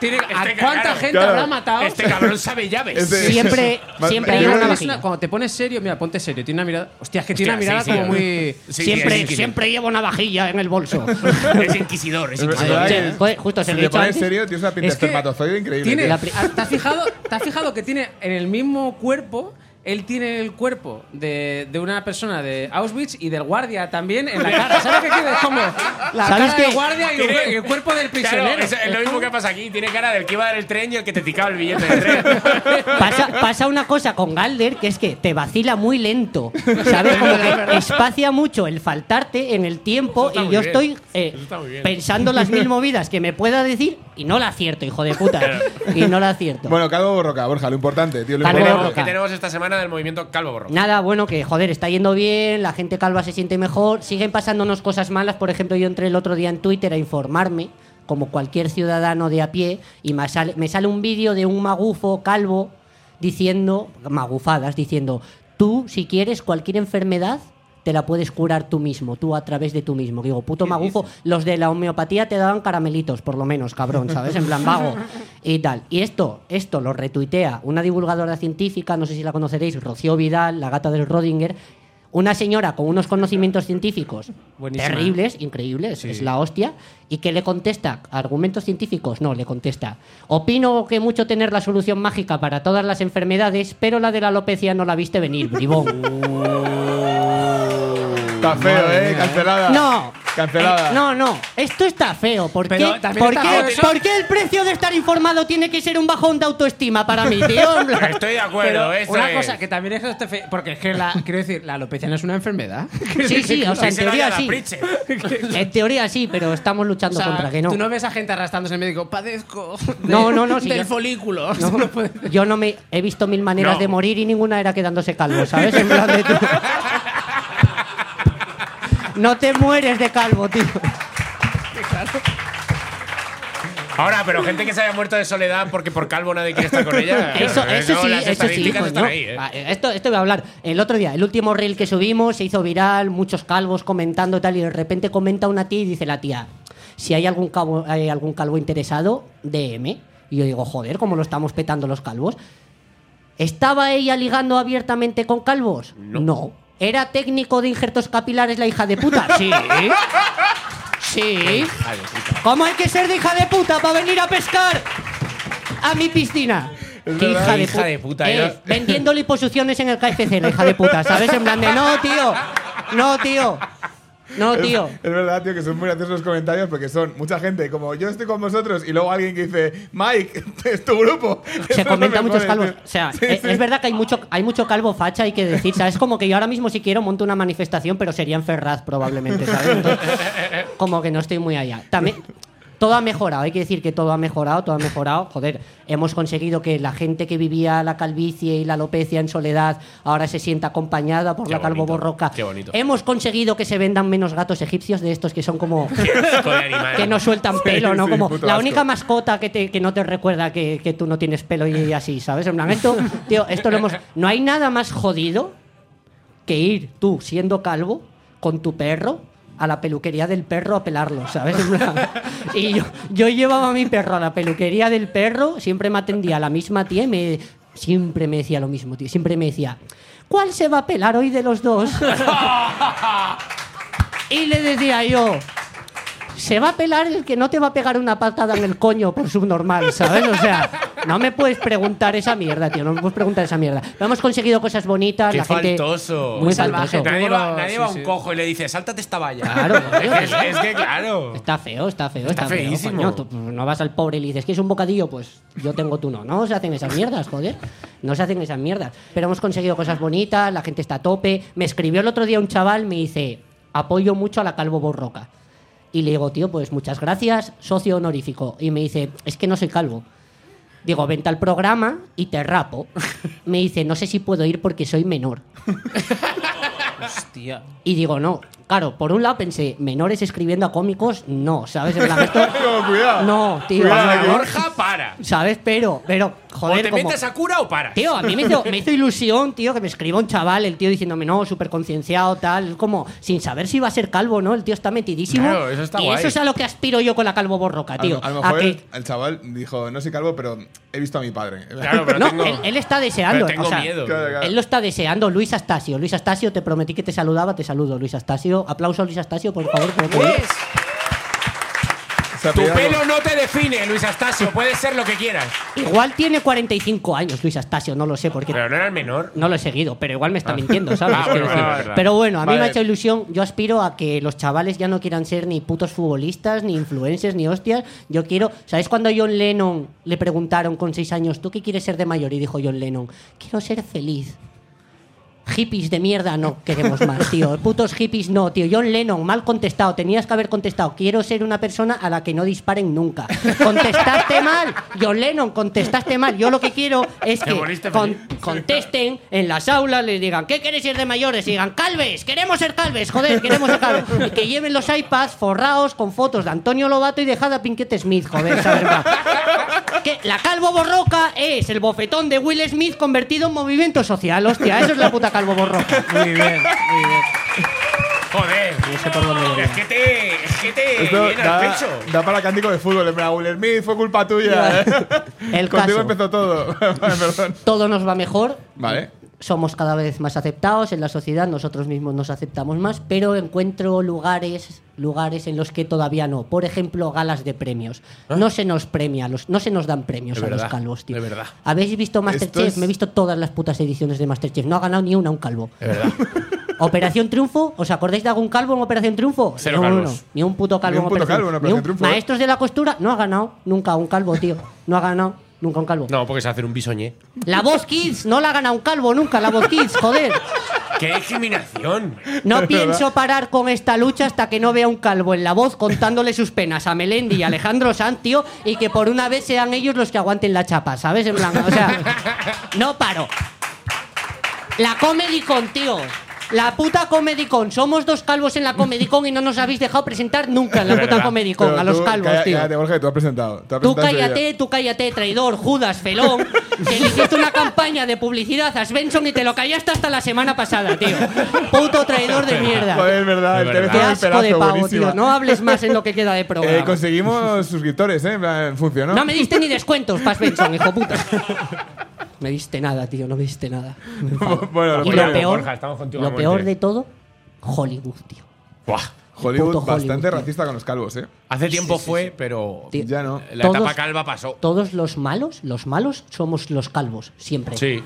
S4: Tiene, ¿A
S2: Este
S4: cuánta
S2: claro,
S4: gente
S1: claro.
S4: habrá matado?
S2: Este cabrón sabe llaves.
S1: Es de-
S8: Siempre-
S1: Ma-
S8: siempre
S1: yo
S8: hay
S1: creo
S8: una
S1: que-
S4: Además,
S8: sí.
S4: una- cuando te pones serio, mira, ponte serio, tiene una mirada. Hostia, es que tiene
S2: Hostia,
S4: una mirada
S2: sí, sí,
S4: como
S2: sí.
S4: muy.
S2: Sí,
S8: siempre,
S2: sí, es
S8: siempre llevo una vajilla en el bolso.
S2: inquisidor. Es inquisidor, es
S1: Es
S8: Sí,
S1: verdad
S2: inquisidor.
S8: sí,
S1: que
S8: joder, justo
S1: si
S8: se lo he
S1: te
S8: dicho
S1: pones
S8: antes.
S1: serio, tienes una pinta de
S4: Es que
S1: espermatozoide increíble.
S4: Tiene, ah,
S1: tío.
S8: La pri-
S4: ¿te, has fijado, ¿Te has fijado que tiene en el mismo cuerpo? Él tiene el cuerpo de, de una persona de Auschwitz y del guardia también en la cara. ¿Sabes qué quiere? Es como la
S8: ¿Sabes
S4: cara del
S8: qué?
S4: guardia y el,
S2: Tiene-
S4: y el cuerpo del
S2: Claro,
S4: prisionero.
S2: es, es lo mismo que pasa aquí. Tiene cara del que iba a dar el tren y el que te ticaba el billete del tren.
S8: Pasa, pasa una cosa con Galder que es que te vacila muy lento. ¿Sabes? Como que espacia mucho el faltarte en el tiempo
S2: Eso está
S8: y
S2: muy
S8: yo
S2: bien.
S8: estoy eh,
S2: Eso está muy bien.
S8: pensando las mil movidas que me pueda decir y no la acierto, hijo de puta. Y no la acierto.
S1: Bueno, Calvo Borroca, Borja, lo importante, tío. Lo
S8: Calvo
S1: importante.
S2: tenemos,
S8: Borroca.
S2: que tenemos esta semana del movimiento Calvo Borroca.
S8: Nada, bueno, que joder, está yendo bien, la gente calva se siente mejor, siguen pasándonos cosas malas, por ejemplo, yo entré el otro día en Twitter a informarme, como cualquier ciudadano de a pie, y me sale, me sale un vídeo de un magufo calvo diciendo, magufadas, diciendo, tú si quieres cualquier enfermedad, te la puedes curar tú mismo, tú a través de tú mismo. Digo, puto magufo, los de la homeopatía te daban caramelitos, por lo menos, cabrón, ¿sabes? En plan vago y tal. Y esto, esto lo retuitea una divulgadora científica, no sé si la conoceréis, Rocío Vidal, la gata del Rodinger. Una señora con unos conocimientos científicos
S4: Buenísima.
S8: terribles, increíbles, es la hostia, y que le contesta argumentos científicos, no, le contesta. Opino que mucho tener la solución mágica para todas las enfermedades, pero la de la alopecia no la viste venir, bribón.
S1: Está feo, eh. Cancelada.
S8: No.
S1: Cancelada.
S8: Eh, no, no. Esto está feo. ¿Por qué,
S4: Pero también
S8: por
S4: está
S8: qué-
S4: feo eso.
S8: por qué el precio de estar informado tiene que ser un bajón de autoestima para mí, tío?
S2: Estoy de acuerdo,
S4: Pero
S2: eso
S4: una
S2: es.
S4: cosa que también es este fe- porque es que la quiero decir la alopecia no es una enfermedad
S8: Sí, sí, o sea, en
S2: Díselo ya a
S8: teoría
S2: la
S8: sí.
S2: Pritchett.
S8: En teoría sí, pero estamos luchando
S4: O sea,
S8: contra que no.
S4: tú no ves a gente arrastrándose en el médico padezco de-
S8: No, no, no, sí,
S4: del
S8: yo-
S4: folículo
S8: No,
S4: No puede-
S8: yo no me he visto mil maneras
S2: No.
S8: de morir y ninguna era quedándose calvo, ¿sabes? En plan de, tío, No te mueres de calvo, tío.
S2: Ahora, pero gente que se haya muerto de soledad porque por calvo nadie quiere estar con ella.
S8: Eso,
S2: No,
S8: eso sí,
S2: las
S8: eso sí,
S2: estadísticas
S8: coño.
S2: están ahí, ¿eh?
S8: Ah, eh, esto, esto voy a hablar. El otro día, el último reel que subimos se hizo viral, muchos calvos comentando tal, y de repente comenta una tía y dice la tía, si hay algún calvo, hay algún calvo interesado, DM. Y yo digo, joder, ¿cómo lo estamos petando los calvos? ¿Estaba ella ligando abiertamente con calvos? No. ¿Era técnico de injertos capilares la hija de puta? Sí. Sí. ¿Cómo hay que ser de hija de puta para venir a pescar a mi piscina? Qué
S1: verdad.
S8: hija de,
S2: Hija
S8: pu-
S2: de puta,
S8: Eh,
S2: yo-
S8: Vendiendo liposucciones en el KFC, la hija de puta, ¿sabes? En plan de, no, tío. No, tío. No, tío.
S1: Es verdad, tío, que son muy graciosos los comentarios porque son mucha gente como yo estoy con vosotros y luego alguien que dice, Mike, es tu grupo. Eso
S8: se
S1: es lo
S8: comenta
S1: mejor,
S8: muchos
S1: tío.
S8: calvos. O sea,
S1: Sí,
S8: e- es,
S1: sí.
S8: verdad que hay mucho, hay mucho calvo facha, hay que decir. ¿sabes? como que yo ahora mismo si quiero monto una manifestación, pero sería en Ferraz probablemente, ¿sabes? Entonces, como que no estoy muy allá. También. Todo ha mejorado, hay que decir que todo ha mejorado, todo ha mejorado. Joder, hemos conseguido que la gente que vivía la calvicie y la alopecia en soledad ahora se sienta acompañada por
S2: Qué
S8: la calvo
S2: bonito,
S8: borroca.
S2: qué bonito.
S8: Hemos conseguido que se vendan menos gatos egipcios de estos que son como
S2: Asco de animal.
S8: que no sueltan pelo, ¿no?
S1: sí,
S8: Como
S1: puto
S8: la
S1: asco.
S8: única mascota que, te- que no te recuerda que, que tú no tienes pelo y así, ¿sabes? En plan, esto, tío, esto lo hemos. No hay nada más jodido que ir tú siendo calvo con tu perro a la peluquería del perro a pelarlo, ¿sabes? En plan, y yo, yo llevaba a mi perro a la peluquería del perro, siempre me atendía la misma tía y me, siempre me decía lo mismo, tío. Siempre me decía, ¿cuál se va a pelar hoy de los dos? y le decía yo, se va a pelar el que no te va a pegar una patada en el coño por subnormal, ¿sabes? O sea, no me puedes preguntar esa mierda, tío. No me puedes preguntar esa mierda. Pero hemos conseguido cosas bonitas.
S2: Qué
S8: la gente,
S2: faltoso.
S8: Muy
S4: Muy salvaje,
S8: salvaje.
S2: Nadie
S4: Todo
S2: va,
S4: lo-
S2: nadie
S4: sí,
S2: va a un
S4: sí.
S2: cojo y le dice, sáltate esta valla.
S8: Claro, tío.
S2: es, es que claro.
S8: Está feo, está feo. Está, feo,
S2: feísimo.
S8: coño. Tú, pues, no vas al pobre y le dices, ¿quieres un bocadillo? Pues yo tengo tú no. No se hacen esas mierdas, joder. No se hacen esas mierdas. Pero hemos conseguido cosas bonitas, la gente está a tope. Me escribió el otro día un chaval, me dice, apoyo mucho a la Calvo Borroca. Y le digo, tío, pues muchas gracias, socio honorífico. Y me dice, es que no soy calvo. Digo, vente al programa y te rapo. Me dice, no sé si puedo ir porque soy menor.
S4: Hostia.
S8: Y digo, no. Claro, por un lado pensé, menores escribiendo a cómicos, no, ¿sabes? En plan, esto-
S1: No, cuidado.
S8: No, tío.
S1: Cuidado,
S8: por
S1: que-
S8: favor,
S2: Borja, para.
S8: ¿Sabes? Pero, pero,
S2: O
S8: joder,
S2: te
S8: como...
S2: metes a cura o paras.
S8: Tío, a mí me hizo, me hizo ilusión, tío, que me escriba un chaval, el tío diciéndome, no, súper concienciado, tal, como sin saber si va a ser calvo o no, el tío está metidísimo.
S2: Claro, eso está
S8: y
S2: guay.
S8: eso es a lo que aspiro yo con la calvo borroca, tío.
S1: a, lo, a lo mejor
S8: que-
S1: el, el chaval dijo, no soy calvo, pero he visto a mi padre.
S2: Claro, pero
S8: No,
S2: tengo,
S8: él, él está
S2: pero
S8: deseando.
S2: tengo
S8: o sea,
S2: miedo.
S1: Claro, claro.
S8: Él lo está deseando, Luis Astasio. Luis Astasio, te prometí que te saludaba, te saludo, Luis Astasio. Aplauso a Luis Astasio, por favor. como te digo.
S1: Se ha
S2: Tu
S1: pillado-
S2: pelo no te define, Luis Astasio. Puedes ser lo que quieras.
S8: Igual tiene 45 años, Luis Astasio, no lo sé, porque
S2: Pero no era el menor.
S8: No lo he seguido, pero igual me está mintiendo, ¿sabes?
S2: Ah,
S8: Quiero
S2: bueno,
S8: decir.
S2: vale, vale.
S8: pero bueno, a mí me
S1: Vale.
S8: ha hecho ilusión. Yo aspiro a que los chavales ya no quieran ser ni putos futbolistas, ni influencers, ni hostias. Yo quiero. ¿Sabes cuando a John Lennon le preguntaron con seis años, ¿tú qué quieres ser de mayor? Y dijo John Lennon, quiero ser feliz. Hippies de mierda no queremos más, tío. Putos hippies no, tío. John Lennon, mal contestado. Tenías que haber contestado. Quiero ser una persona a la que no disparen nunca. Contestaste mal, John Lennon, contestaste mal. Yo lo que quiero es
S2: Te
S8: que
S2: moriste feliz.
S8: contesten en las aulas, les digan, ¿qué queréis ser de mayores? Y digan, calves, queremos ser calves, joder, queremos ser calves. Y que lleven los iPads forrados con fotos de Antonio Lobato y dejada a Pinkett Smith, joder, ¿sabes? más. Que la calvo borroca es el bofetón de Will Smith convertido en movimiento social, hostia, eso es la puta calvo borroca.
S4: Muy bien, muy bien.
S2: Joder. Es que te, es que te
S1: Esto
S2: llena el
S1: da,
S2: pecho.
S1: da para cántico de fútbol. En plan, Will Smith, fue culpa tuya.
S8: El
S1: Contigo
S8: caso.
S1: empezó todo. Vale, perdón.
S8: Todo nos va mejor.
S1: Vale.
S8: Somos cada vez más aceptados en la sociedad, nosotros mismos nos aceptamos más, pero encuentro lugares, lugares en los que todavía no. Por ejemplo, galas de premios. No se nos premia, a los, no se nos dan premios
S2: Es
S8: a
S2: ¿Ah? verdad,
S8: los calvos, tío.
S2: es verdad.
S8: ¿Habéis visto Masterchef?
S1: es-
S8: Me he visto todas las putas ediciones de Masterchef. No ha ganado ni una un calvo. Operación Triunfo, ¿os acordáis de algún calvo en Operación Triunfo?
S2: Cero
S8: No,
S2: calvos.
S8: no, Ni un puto calvo
S1: Ni un
S8: en
S1: puto
S8: Operación,
S1: calvo en
S8: Ni un-
S1: Operación Triunfo, ¿eh?
S8: Maestros de la costura, no ha ganado nunca un calvo, tío. No ha ganado nunca un calvo.
S2: No, porque se hace un bisoñé.
S8: La voz Kids no la gana un calvo nunca, la voz Kids, joder.
S2: ¡Qué discriminación!
S8: No pienso parar con esta lucha hasta que no vea un calvo en la voz contándole sus penas a Melendi y a Alejandro Sanz, tío, y que por una vez sean ellos los que aguanten la chapa, ¿sabes? En plan, o sea, no paro. La Comedy Con, tío. La puta Comedy Con. Somos dos calvos en la Comedy Con y no nos habéis dejado presentar nunca en la
S2: Es
S8: puta
S2: verdad.
S8: Comedy Con,
S1: Pero
S8: a los
S1: tú,
S8: calvos,
S1: calla-
S8: tío.
S1: Cállate, Borja, que tú has presentado. has
S8: Tú
S1: presentado enseguida.
S8: cállate, tú cállate, traidor, Judas, felón. Que le hiciste una campaña de publicidad a Svensson y te lo callaste hasta la semana pasada, tío. Puto traidor de
S1: Joder,
S8: mierda.
S1: es verdad.
S2: Es
S1: el
S2: verdad.
S8: Qué
S1: teléfono del
S8: asco de
S1: pelazo,
S8: pavo,
S1: buenísima.
S8: tío. No hables más en lo que queda de
S1: Eh,
S8: programa.
S1: conseguimos suscriptores, ¿eh? En plan, Funcionó.
S8: No me diste ni descuentos para Svensson, hijo puta. Me diste nada, tío, no me diste nada. Me enfado.
S1: Bueno, lo
S8: y
S1: ponemos,
S8: lo peor,
S2: Borja, estamos contigo a
S8: lo
S2: muerte.
S8: peor de todo, Hollywood, tío.
S1: Hollywood,
S8: Puto Hollywood,
S1: bastante
S8: tío.
S1: racista con los calvos, ¿eh?
S2: Hace tiempo fue, pero
S8: Tío,
S1: Ya no.
S2: la
S8: todos-
S2: etapa calva pasó.
S8: Todos los malos, los malos somos los calvos, siempre.
S2: Sí,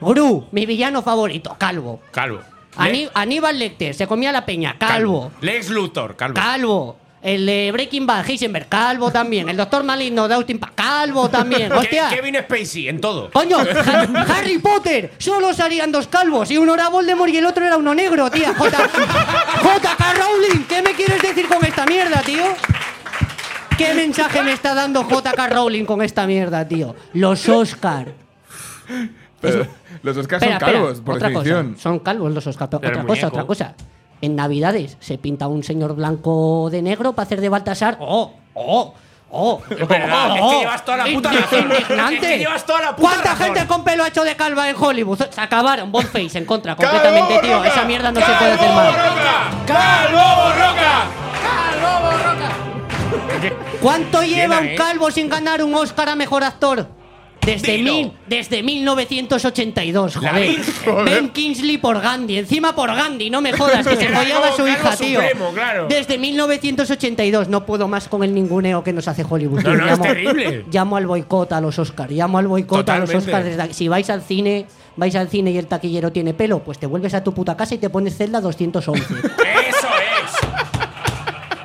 S8: Gru, mi villano favorito, calvo.
S2: calvo.
S8: Aní- Aníbal Lecter, se comía la peña, calvo.
S2: Lex Luthor, calvo.
S8: Calvo. El de Breaking Bad, Heisenberg, calvo también. El doctor Maligno de Austin Pa- calvo también.
S2: Ke-
S8: Hostia.
S2: Kevin Spacey, en todo.
S8: Coño, Ha- Harry Potter, solo salían dos calvos y uno era Voldemort y el otro era uno negro, tía. J- JK Rowling, ¿qué me quieres decir con esta mierda, tío? ¿Qué mensaje me está dando JK Rowling con esta mierda, tío? Los Oscar.
S1: Pero los Oscars son
S8: Espera, espera,
S1: calvos, por
S8: otra
S1: definición.
S8: cosa, son calvos los Oscar. pero
S2: Pero el
S8: otra cosa,
S2: muñeco.
S8: otra cosa. En Navidades se pinta un señor blanco de negro para hacer de Baltasar. ¡Oh! ¡Oh! ¡Oh!
S2: Es verdad, es que llevas toda la puta
S8: Es
S2: razón.
S8: indignante.
S2: Es que llevas toda la puta
S8: ¿Cuánta
S2: razón?
S8: gente con pelo ha hecho de calva en Hollywood? Se acabaron. Bonface en contra,
S1: ¡Calvo,
S8: completamente, tío.
S1: Roca!
S8: Esa mierda no se puede hacer mal.
S2: Roca! ¡Calvo Roca!
S8: ¿Cuánto lleva
S2: Llena,
S8: un
S2: ¿eh?
S8: calvo sin ganar un Oscar a mejor actor? Desde,
S2: Dilo.
S8: mil, desde 1982,
S2: La
S8: joder.
S2: Virgen, joder.
S8: Ben Kingsley por Gandhi, encima por Gandhi, no me jodas, que se
S2: Era
S8: follaba a su
S2: como
S8: hija,
S2: calvo
S8: tío.
S2: supremo, claro.
S8: Desde 1982, no puedo más con el ninguneo que nos hace Hollywood.
S2: No, no,
S8: Llamo-
S2: es terrible.
S8: Llamo al boicot a los Oscar, llamo al boicot a los
S2: Totalmente.
S8: Oscars. desde aquí. Si vais al cine, vais al cine y el taquillero tiene pelo, pues te vuelves a tu puta casa y te pones celda 211.
S2: ¡Eso es!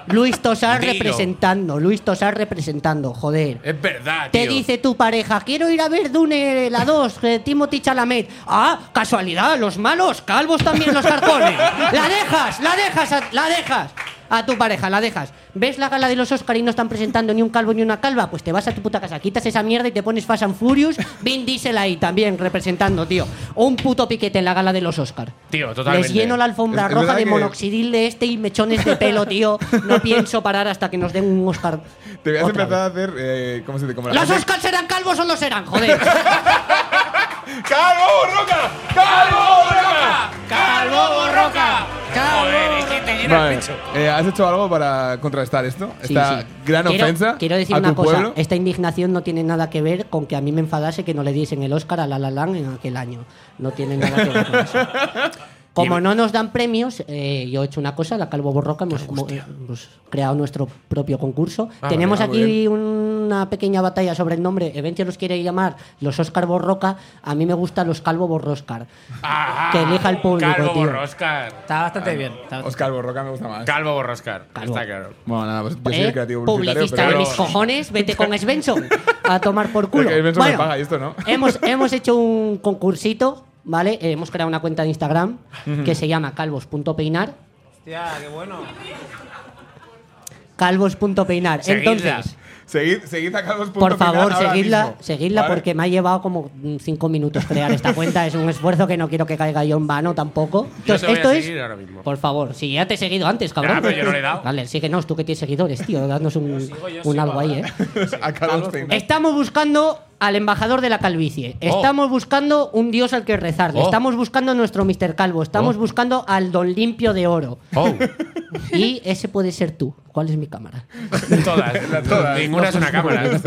S8: Luis Tosar
S2: Dilo.
S8: representando, Luis Tosar representando, joder.
S2: Es verdad, tío.
S8: Te dice tu pareja, quiero ir a ver Dune la 2, eh, Timothy Chalamet. Ah, casualidad, los malos, calvos también los carcones. La dejas, la dejas, a- la dejas. A tu pareja, la dejas. ¿Ves la gala de los Oscar y no están presentando ni un calvo ni una calva? Pues te vas a tu puta casa, quitas esa mierda y te pones Fast and Furious, Vin Diesel ahí también representando, tío. Un puto piquete en la gala de los Oscar.
S2: Tío, totalmente.
S8: Les lleno la alfombra
S1: Es- es
S8: roja
S1: verdad
S8: de
S1: que-
S8: monoxidil de este y mechones de pelo, tío. No pienso parar hasta que nos den un Oscar.
S1: Deberías
S8: otra
S1: empezar
S8: vez.
S1: a hacer. eh, ¿Cómo se dice? Como la
S8: ¿Los
S1: gente-
S8: Oscars serán calvos o no serán? Joder.
S1: ¡Calvo, Roca! ¡Calvo, Roca!
S2: ¡Calvo Roca!
S8: Calvo
S2: Joder, es que te llena
S1: Vale,
S2: el pecho.
S1: eh, ¿Has hecho algo para contrarrestar esto?
S8: Sí,
S1: Esta
S8: sí.
S1: gran
S8: Quiero-
S1: ofensa
S8: Quiero decir
S1: a tu
S8: una cosa.
S1: pueblo.
S8: Esta indignación no tiene nada que ver con que a mí me enfadase que no le diesen el Oscar a La La Land en aquel año. No tiene nada que ver con eso. Como no nos dan premios, eh, yo he hecho una cosa, la Calvo Borroca, hemos, hemos creado nuestro propio concurso. Tenemos
S1: mira, Ah, muy
S8: aquí una pequeña batalla sobre el nombre. Evencio los quiere llamar los Oscar Borroca. A mí me gustan los Calvo Borroscar.
S1: Ah,
S2: Ajá.
S8: Que elija el público,
S2: Calvo
S8: tío.
S2: Borroscar.
S4: Está bastante bien. está-
S1: Oscar Borroca me gusta más.
S2: Calvo Borroscar.
S8: Calvo.
S2: Está claro.
S1: bueno, nada, pues yo soy
S8: Eh,
S1: el creativo publicitario.
S8: publicista de
S1: pero-
S8: mis cojones, vete con Svensson a tomar por culo.
S1: Es que Svensson me paga y esto no.
S8: Hemos, hemos hecho un concursito, ¿vale? Eh, hemos creado una cuenta de Instagram que se llama calvos.peinar.
S4: Hostia, qué bueno.
S8: Calvos.peinar.
S2: Seguidla.
S8: Entonces,
S1: Seguid, seguid a Carlos Punto
S8: por
S1: Pinar
S8: favor,
S1: ahora
S8: seguidla,
S1: mismo,
S8: seguidla
S1: ¿vale?
S8: porque me ha llevado como mm, cinco minutos crear esta cuenta. es un esfuerzo que no quiero que caiga yo en vano tampoco.
S2: Yo te
S8: Entonces,
S2: voy
S8: esto
S2: a
S8: es.
S2: seguir ahora mismo.
S8: Por favor, si ya te he seguido antes, cabrón.
S2: Ya, pero yo no le he dado.
S8: Vale, síguenos, tú que tienes seguidores, tío. Danos un, un algo ahí, eh.
S1: a Carlos Pinar.
S8: Estamos buscando al embajador de la calvicie.
S2: Oh.
S8: Estamos buscando un dios al que rezarle.
S2: Oh.
S8: Estamos buscando a nuestro Mr. Calvo. Estamos
S2: Oh.
S8: buscando al don limpio de oro.
S2: Oh,
S8: Y ese puede ser tú. ¿Cuál es mi cámara?
S2: todas,
S1: Todas.
S2: Ninguna es una cámara.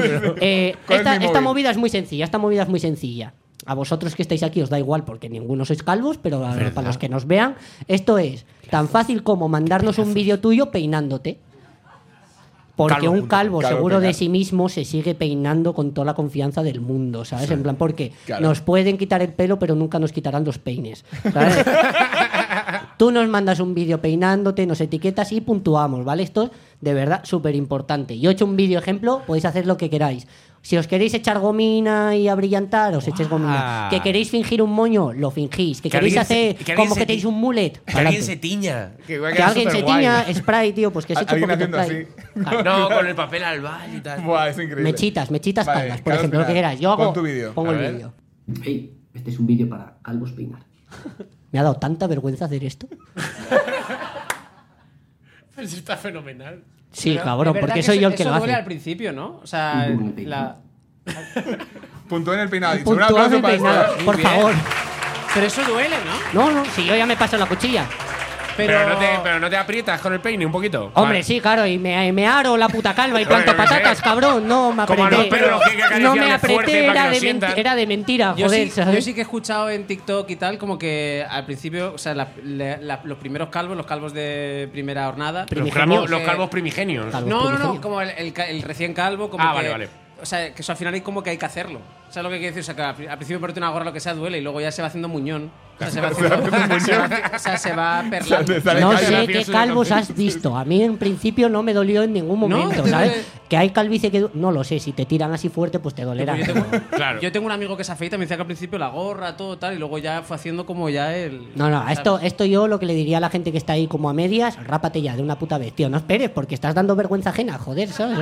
S8: Eh,
S1: ¿Cuál es
S8: esta,
S1: mi
S8: esta
S1: móvil?
S8: movida es muy sencilla. Esta movida es muy sencilla. A vosotros que estáis aquí os da igual porque ninguno sois calvos, pero a- para los que nos vean, esto es tan fácil como mandarnos un vídeo tuyo peinándote. Porque
S2: Calvo
S8: un
S2: junto.
S8: calvo
S1: Calvo
S8: seguro de
S1: peinar.
S8: sí mismo se sigue peinando con toda la confianza del mundo, ¿sabes? En plan, porque
S1: Claro.
S8: nos pueden quitar el pelo, pero nunca nos quitarán los peines. ¿sabes? Tú nos mandas un vídeo peinándote, nos etiquetas y puntuamos, ¿vale? Esto es de verdad súper importante. Yo he hecho un vídeo ejemplo, podéis hacer lo que queráis. Si os queréis echar gomina y abrillantar, os echéis gomina. Que queréis fingir un moño, lo fingís. Que,
S2: Que
S8: queréis
S2: alguien
S8: hacer
S2: se- que alguien
S8: como
S2: se
S8: que tenéis
S2: ti-
S8: un mulet.
S2: Que alguien
S8: adelante.
S2: se tiña. Que, va a
S8: Que
S2: quedar
S8: alguien se
S2: superguay.
S8: tiña, spray, tío, pues que se
S1: Al-
S8: eche un
S1: alguien
S8: poquito
S1: haciendo
S8: de
S1: así.
S8: spray. Ah,
S2: No, con el papel albal y tal.
S1: Buah, es increíble.
S8: Mechitas, mechitas
S1: Vale,
S8: calvas, por
S1: Carlos
S8: ejemplo, lo que
S1: Pinar,
S8: quieras. Yo
S1: pon
S8: hago,
S1: tu vídeo.
S8: pongo
S2: A
S8: el
S2: ver.
S8: vídeo.
S9: Hey, este es un vídeo para Calvos Peinar.
S8: Me ha dado tanta vergüenza hacer esto.
S2: Eso está fenomenal.
S8: Sí,
S4: Pero
S8: cabrón,
S4: es verdad
S8: porque
S4: que
S8: soy
S4: eso-
S8: yo el que
S4: eso
S8: lo
S4: duele
S8: hace.
S4: al principio, ¿no? O sea,
S9: Durante.
S4: la-
S1: Puntúa en el
S2: Ah,
S1: peinado. dicho. Un aplauso
S8: Puntuadme el
S1: para esto,
S8: peinado,
S1: ¿eh?
S8: por
S4: bien.
S8: favor.
S4: Pero eso duele, ¿no?
S8: No, no, si yo ya me paso la cuchilla.
S2: Pero,
S4: Pero,
S2: no te, pero no te aprietas con el peine un poquito.
S8: Hombre,
S2: Vale.
S8: sí, claro, y me, y me aro la puta calva y planto
S2: Hombre, no sé.
S8: patatas, cabrón. No me
S2: Como a
S8: apreté.
S2: los perros que hay que
S8: no me
S2: acariciarles fuerte
S8: apreté,
S2: para que
S8: era
S2: lo
S8: de,
S2: sientan.
S8: menti- era de mentira,
S4: yo,
S8: joder.
S4: sí,
S8: ¿sabes?
S4: yo sí que he escuchado en TikTok y tal, como que al principio, o sea, la- la- la- los primeros calvos, los calvos de primera jornada.
S2: Los
S8: primigenios.
S2: calvos, los calvos primigenios.
S8: Calvo.
S4: No, no,
S8: primigenios.
S4: no, como el, el ca- el recién calvo, como
S2: Ah,
S4: que-
S2: vale, vale.
S4: O sea, que eso al final es como que hay que hacerlo. ¿Sabes lo que quiero decir? O sea, que al pri- al principio ponerte una gorra lo que sea duele y luego ya se va haciendo muñón. O sea, se va haciendo- se va- o sea, se va
S1: O sea,
S4: perlando.
S1: te sale
S8: No
S1: calvo.
S8: sé
S2: gracioso
S8: qué
S2: eso
S8: calvos
S2: también.
S8: has visto. A mí en principio no me dolió en ningún
S4: No,
S8: momento,
S4: te
S8: ¿sabes?
S4: duele.
S8: Que hay calvicie que. du- No lo sé, si te tiran así fuerte, pues te dolerá.
S4: Yo tengo,
S2: Claro.
S4: yo tengo un amigo que se afeita, me decía que al principio la gorra, todo tal, y luego ya fue haciendo como ya el.
S8: No, no, a esto,
S4: ¿sabes?
S8: esto yo lo que le diría a la gente que está ahí como a medias, rápate ya de una puta vez, tío. No esperes, porque estás dando vergüenza ajena, joder, ¿sabes?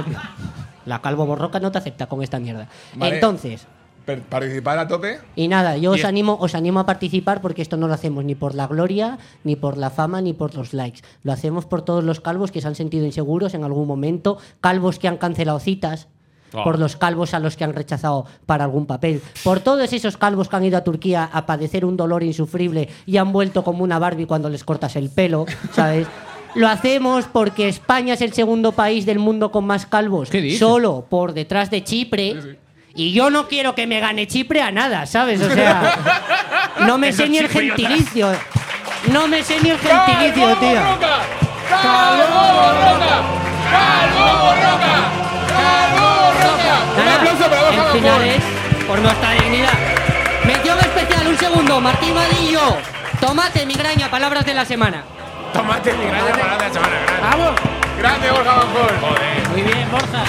S8: La calvo borroca no te acepta con esta mierda.
S1: Vale.
S8: Entonces,
S1: Per- participar a tope.
S8: Y nada, yo
S2: Y
S8: os
S2: es-
S8: animo, os animo a participar porque esto no lo hacemos ni por la gloria, ni por la fama, ni por los likes. Lo hacemos por todos los calvos que se han sentido inseguros en algún momento, calvos que han cancelado citas.
S2: Ah.
S8: Por los calvos a los que han rechazado para algún papel. Por todos esos calvos que han ido a Turquía a padecer un dolor insufrible y han vuelto como una Barbie cuando les cortas el pelo, ¿sabes? Lo hacemos porque España es el segundo país del mundo con más calvos.
S4: ¿Qué dices?
S8: Solo por detrás de Chipre. Y yo no quiero que me gane Chipre a nada, ¿sabes? O sea, no me sé ni el gentilicio. No me sé ni el gentilicio, tío.
S1: Un aplauso para Borja
S8: El
S1: Bacón.
S8: final es por nuestra dignidad. Mención especial, un segundo. Martín Vadillo. Tomate, migraña, palabras de la semana.
S2: Tomate mi gran parada de la semana.
S4: Ah.
S2: gran.
S8: ¿eh?
S1: Grande Borja Banjol.
S2: Joder.
S4: Muy bien, Borja.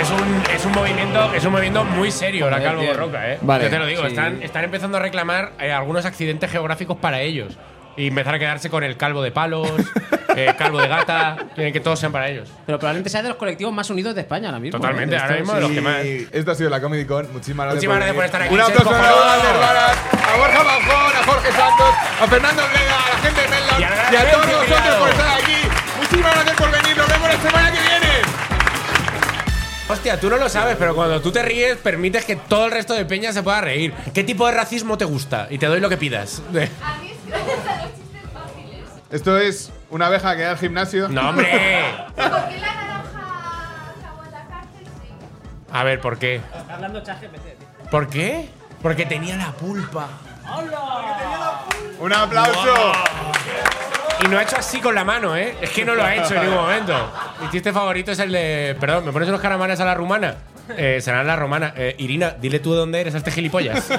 S2: Es un, es un movimiento, es un movimiento muy serio la
S4: Joder,
S2: Calvo
S4: tío.
S2: Borroca, eh.
S5: Vale,
S2: Yo te lo digo,
S4: sí.
S2: están, están empezando a reclamar eh, algunos accidentes geográficos para ellos. Y empezar a quedarse con el calvo de palos, eh, calvo de gata, quieren que todos sean para ellos.
S4: Pero probablemente sea de los colectivos más unidos de España ahora mismo.
S2: Totalmente,
S4: ¿eh?
S2: ahora mismo de los que más.
S1: Y esto ha sido la Comedy Con. Muchísimas gracias,
S2: Muchísimas gracias por estar aquí,
S1: Un aplauso
S2: Sergio
S1: a Alejandro
S2: Jodón.
S1: Varas, a Borja Banjón, a Jorge Santos, a Fernando Vega, a la gente de Melon
S2: Y al gran
S1: y a todos
S2: Sergio
S1: vosotros
S2: Criado.
S1: por estar aquí. Muchísimas gracias por venir. Nos vemos la semana que viene.
S2: Hostia, tú no lo sabes, pero cuando tú te ríes, permites que todo el resto de peña se pueda reír. ¿Qué tipo de racismo te gusta? Y te doy lo que pidas.
S1: Esto es una abeja que da al gimnasio.
S2: ¡No, hombre!
S10: ¿Por qué la naranja acabó en la cárcel? Sí.
S2: A ver, ¿por qué? ¿Por qué? Porque tenía la pulpa.
S1: Un aplauso.
S2: Y no ha hecho así con la mano, ¿eh? Es que no lo ha hecho en ningún momento. Mi chiste favorito es el de. Perdón, ¿me pones unos caramanes a la rumana? Eh, serán la romana. Eh, Irina, dile tú de dónde eres a este gilipollas.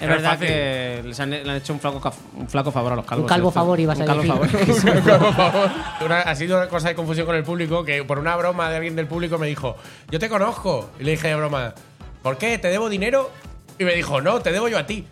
S4: Es verdad que les han, le han hecho un flaco, caf- un flaco favor a los calvos.
S8: Un calvo
S4: esto.
S8: favor ibas
S4: Un
S8: a
S4: calvo
S8: decir.
S4: favor.
S2: Por favor. Una- ha sido una cosa de confusión con el público que por una broma de alguien del público me dijo, yo te conozco. Y le dije de broma, ¿por qué? ¿Te debo dinero? Y me dijo, no, te debo yo a ti.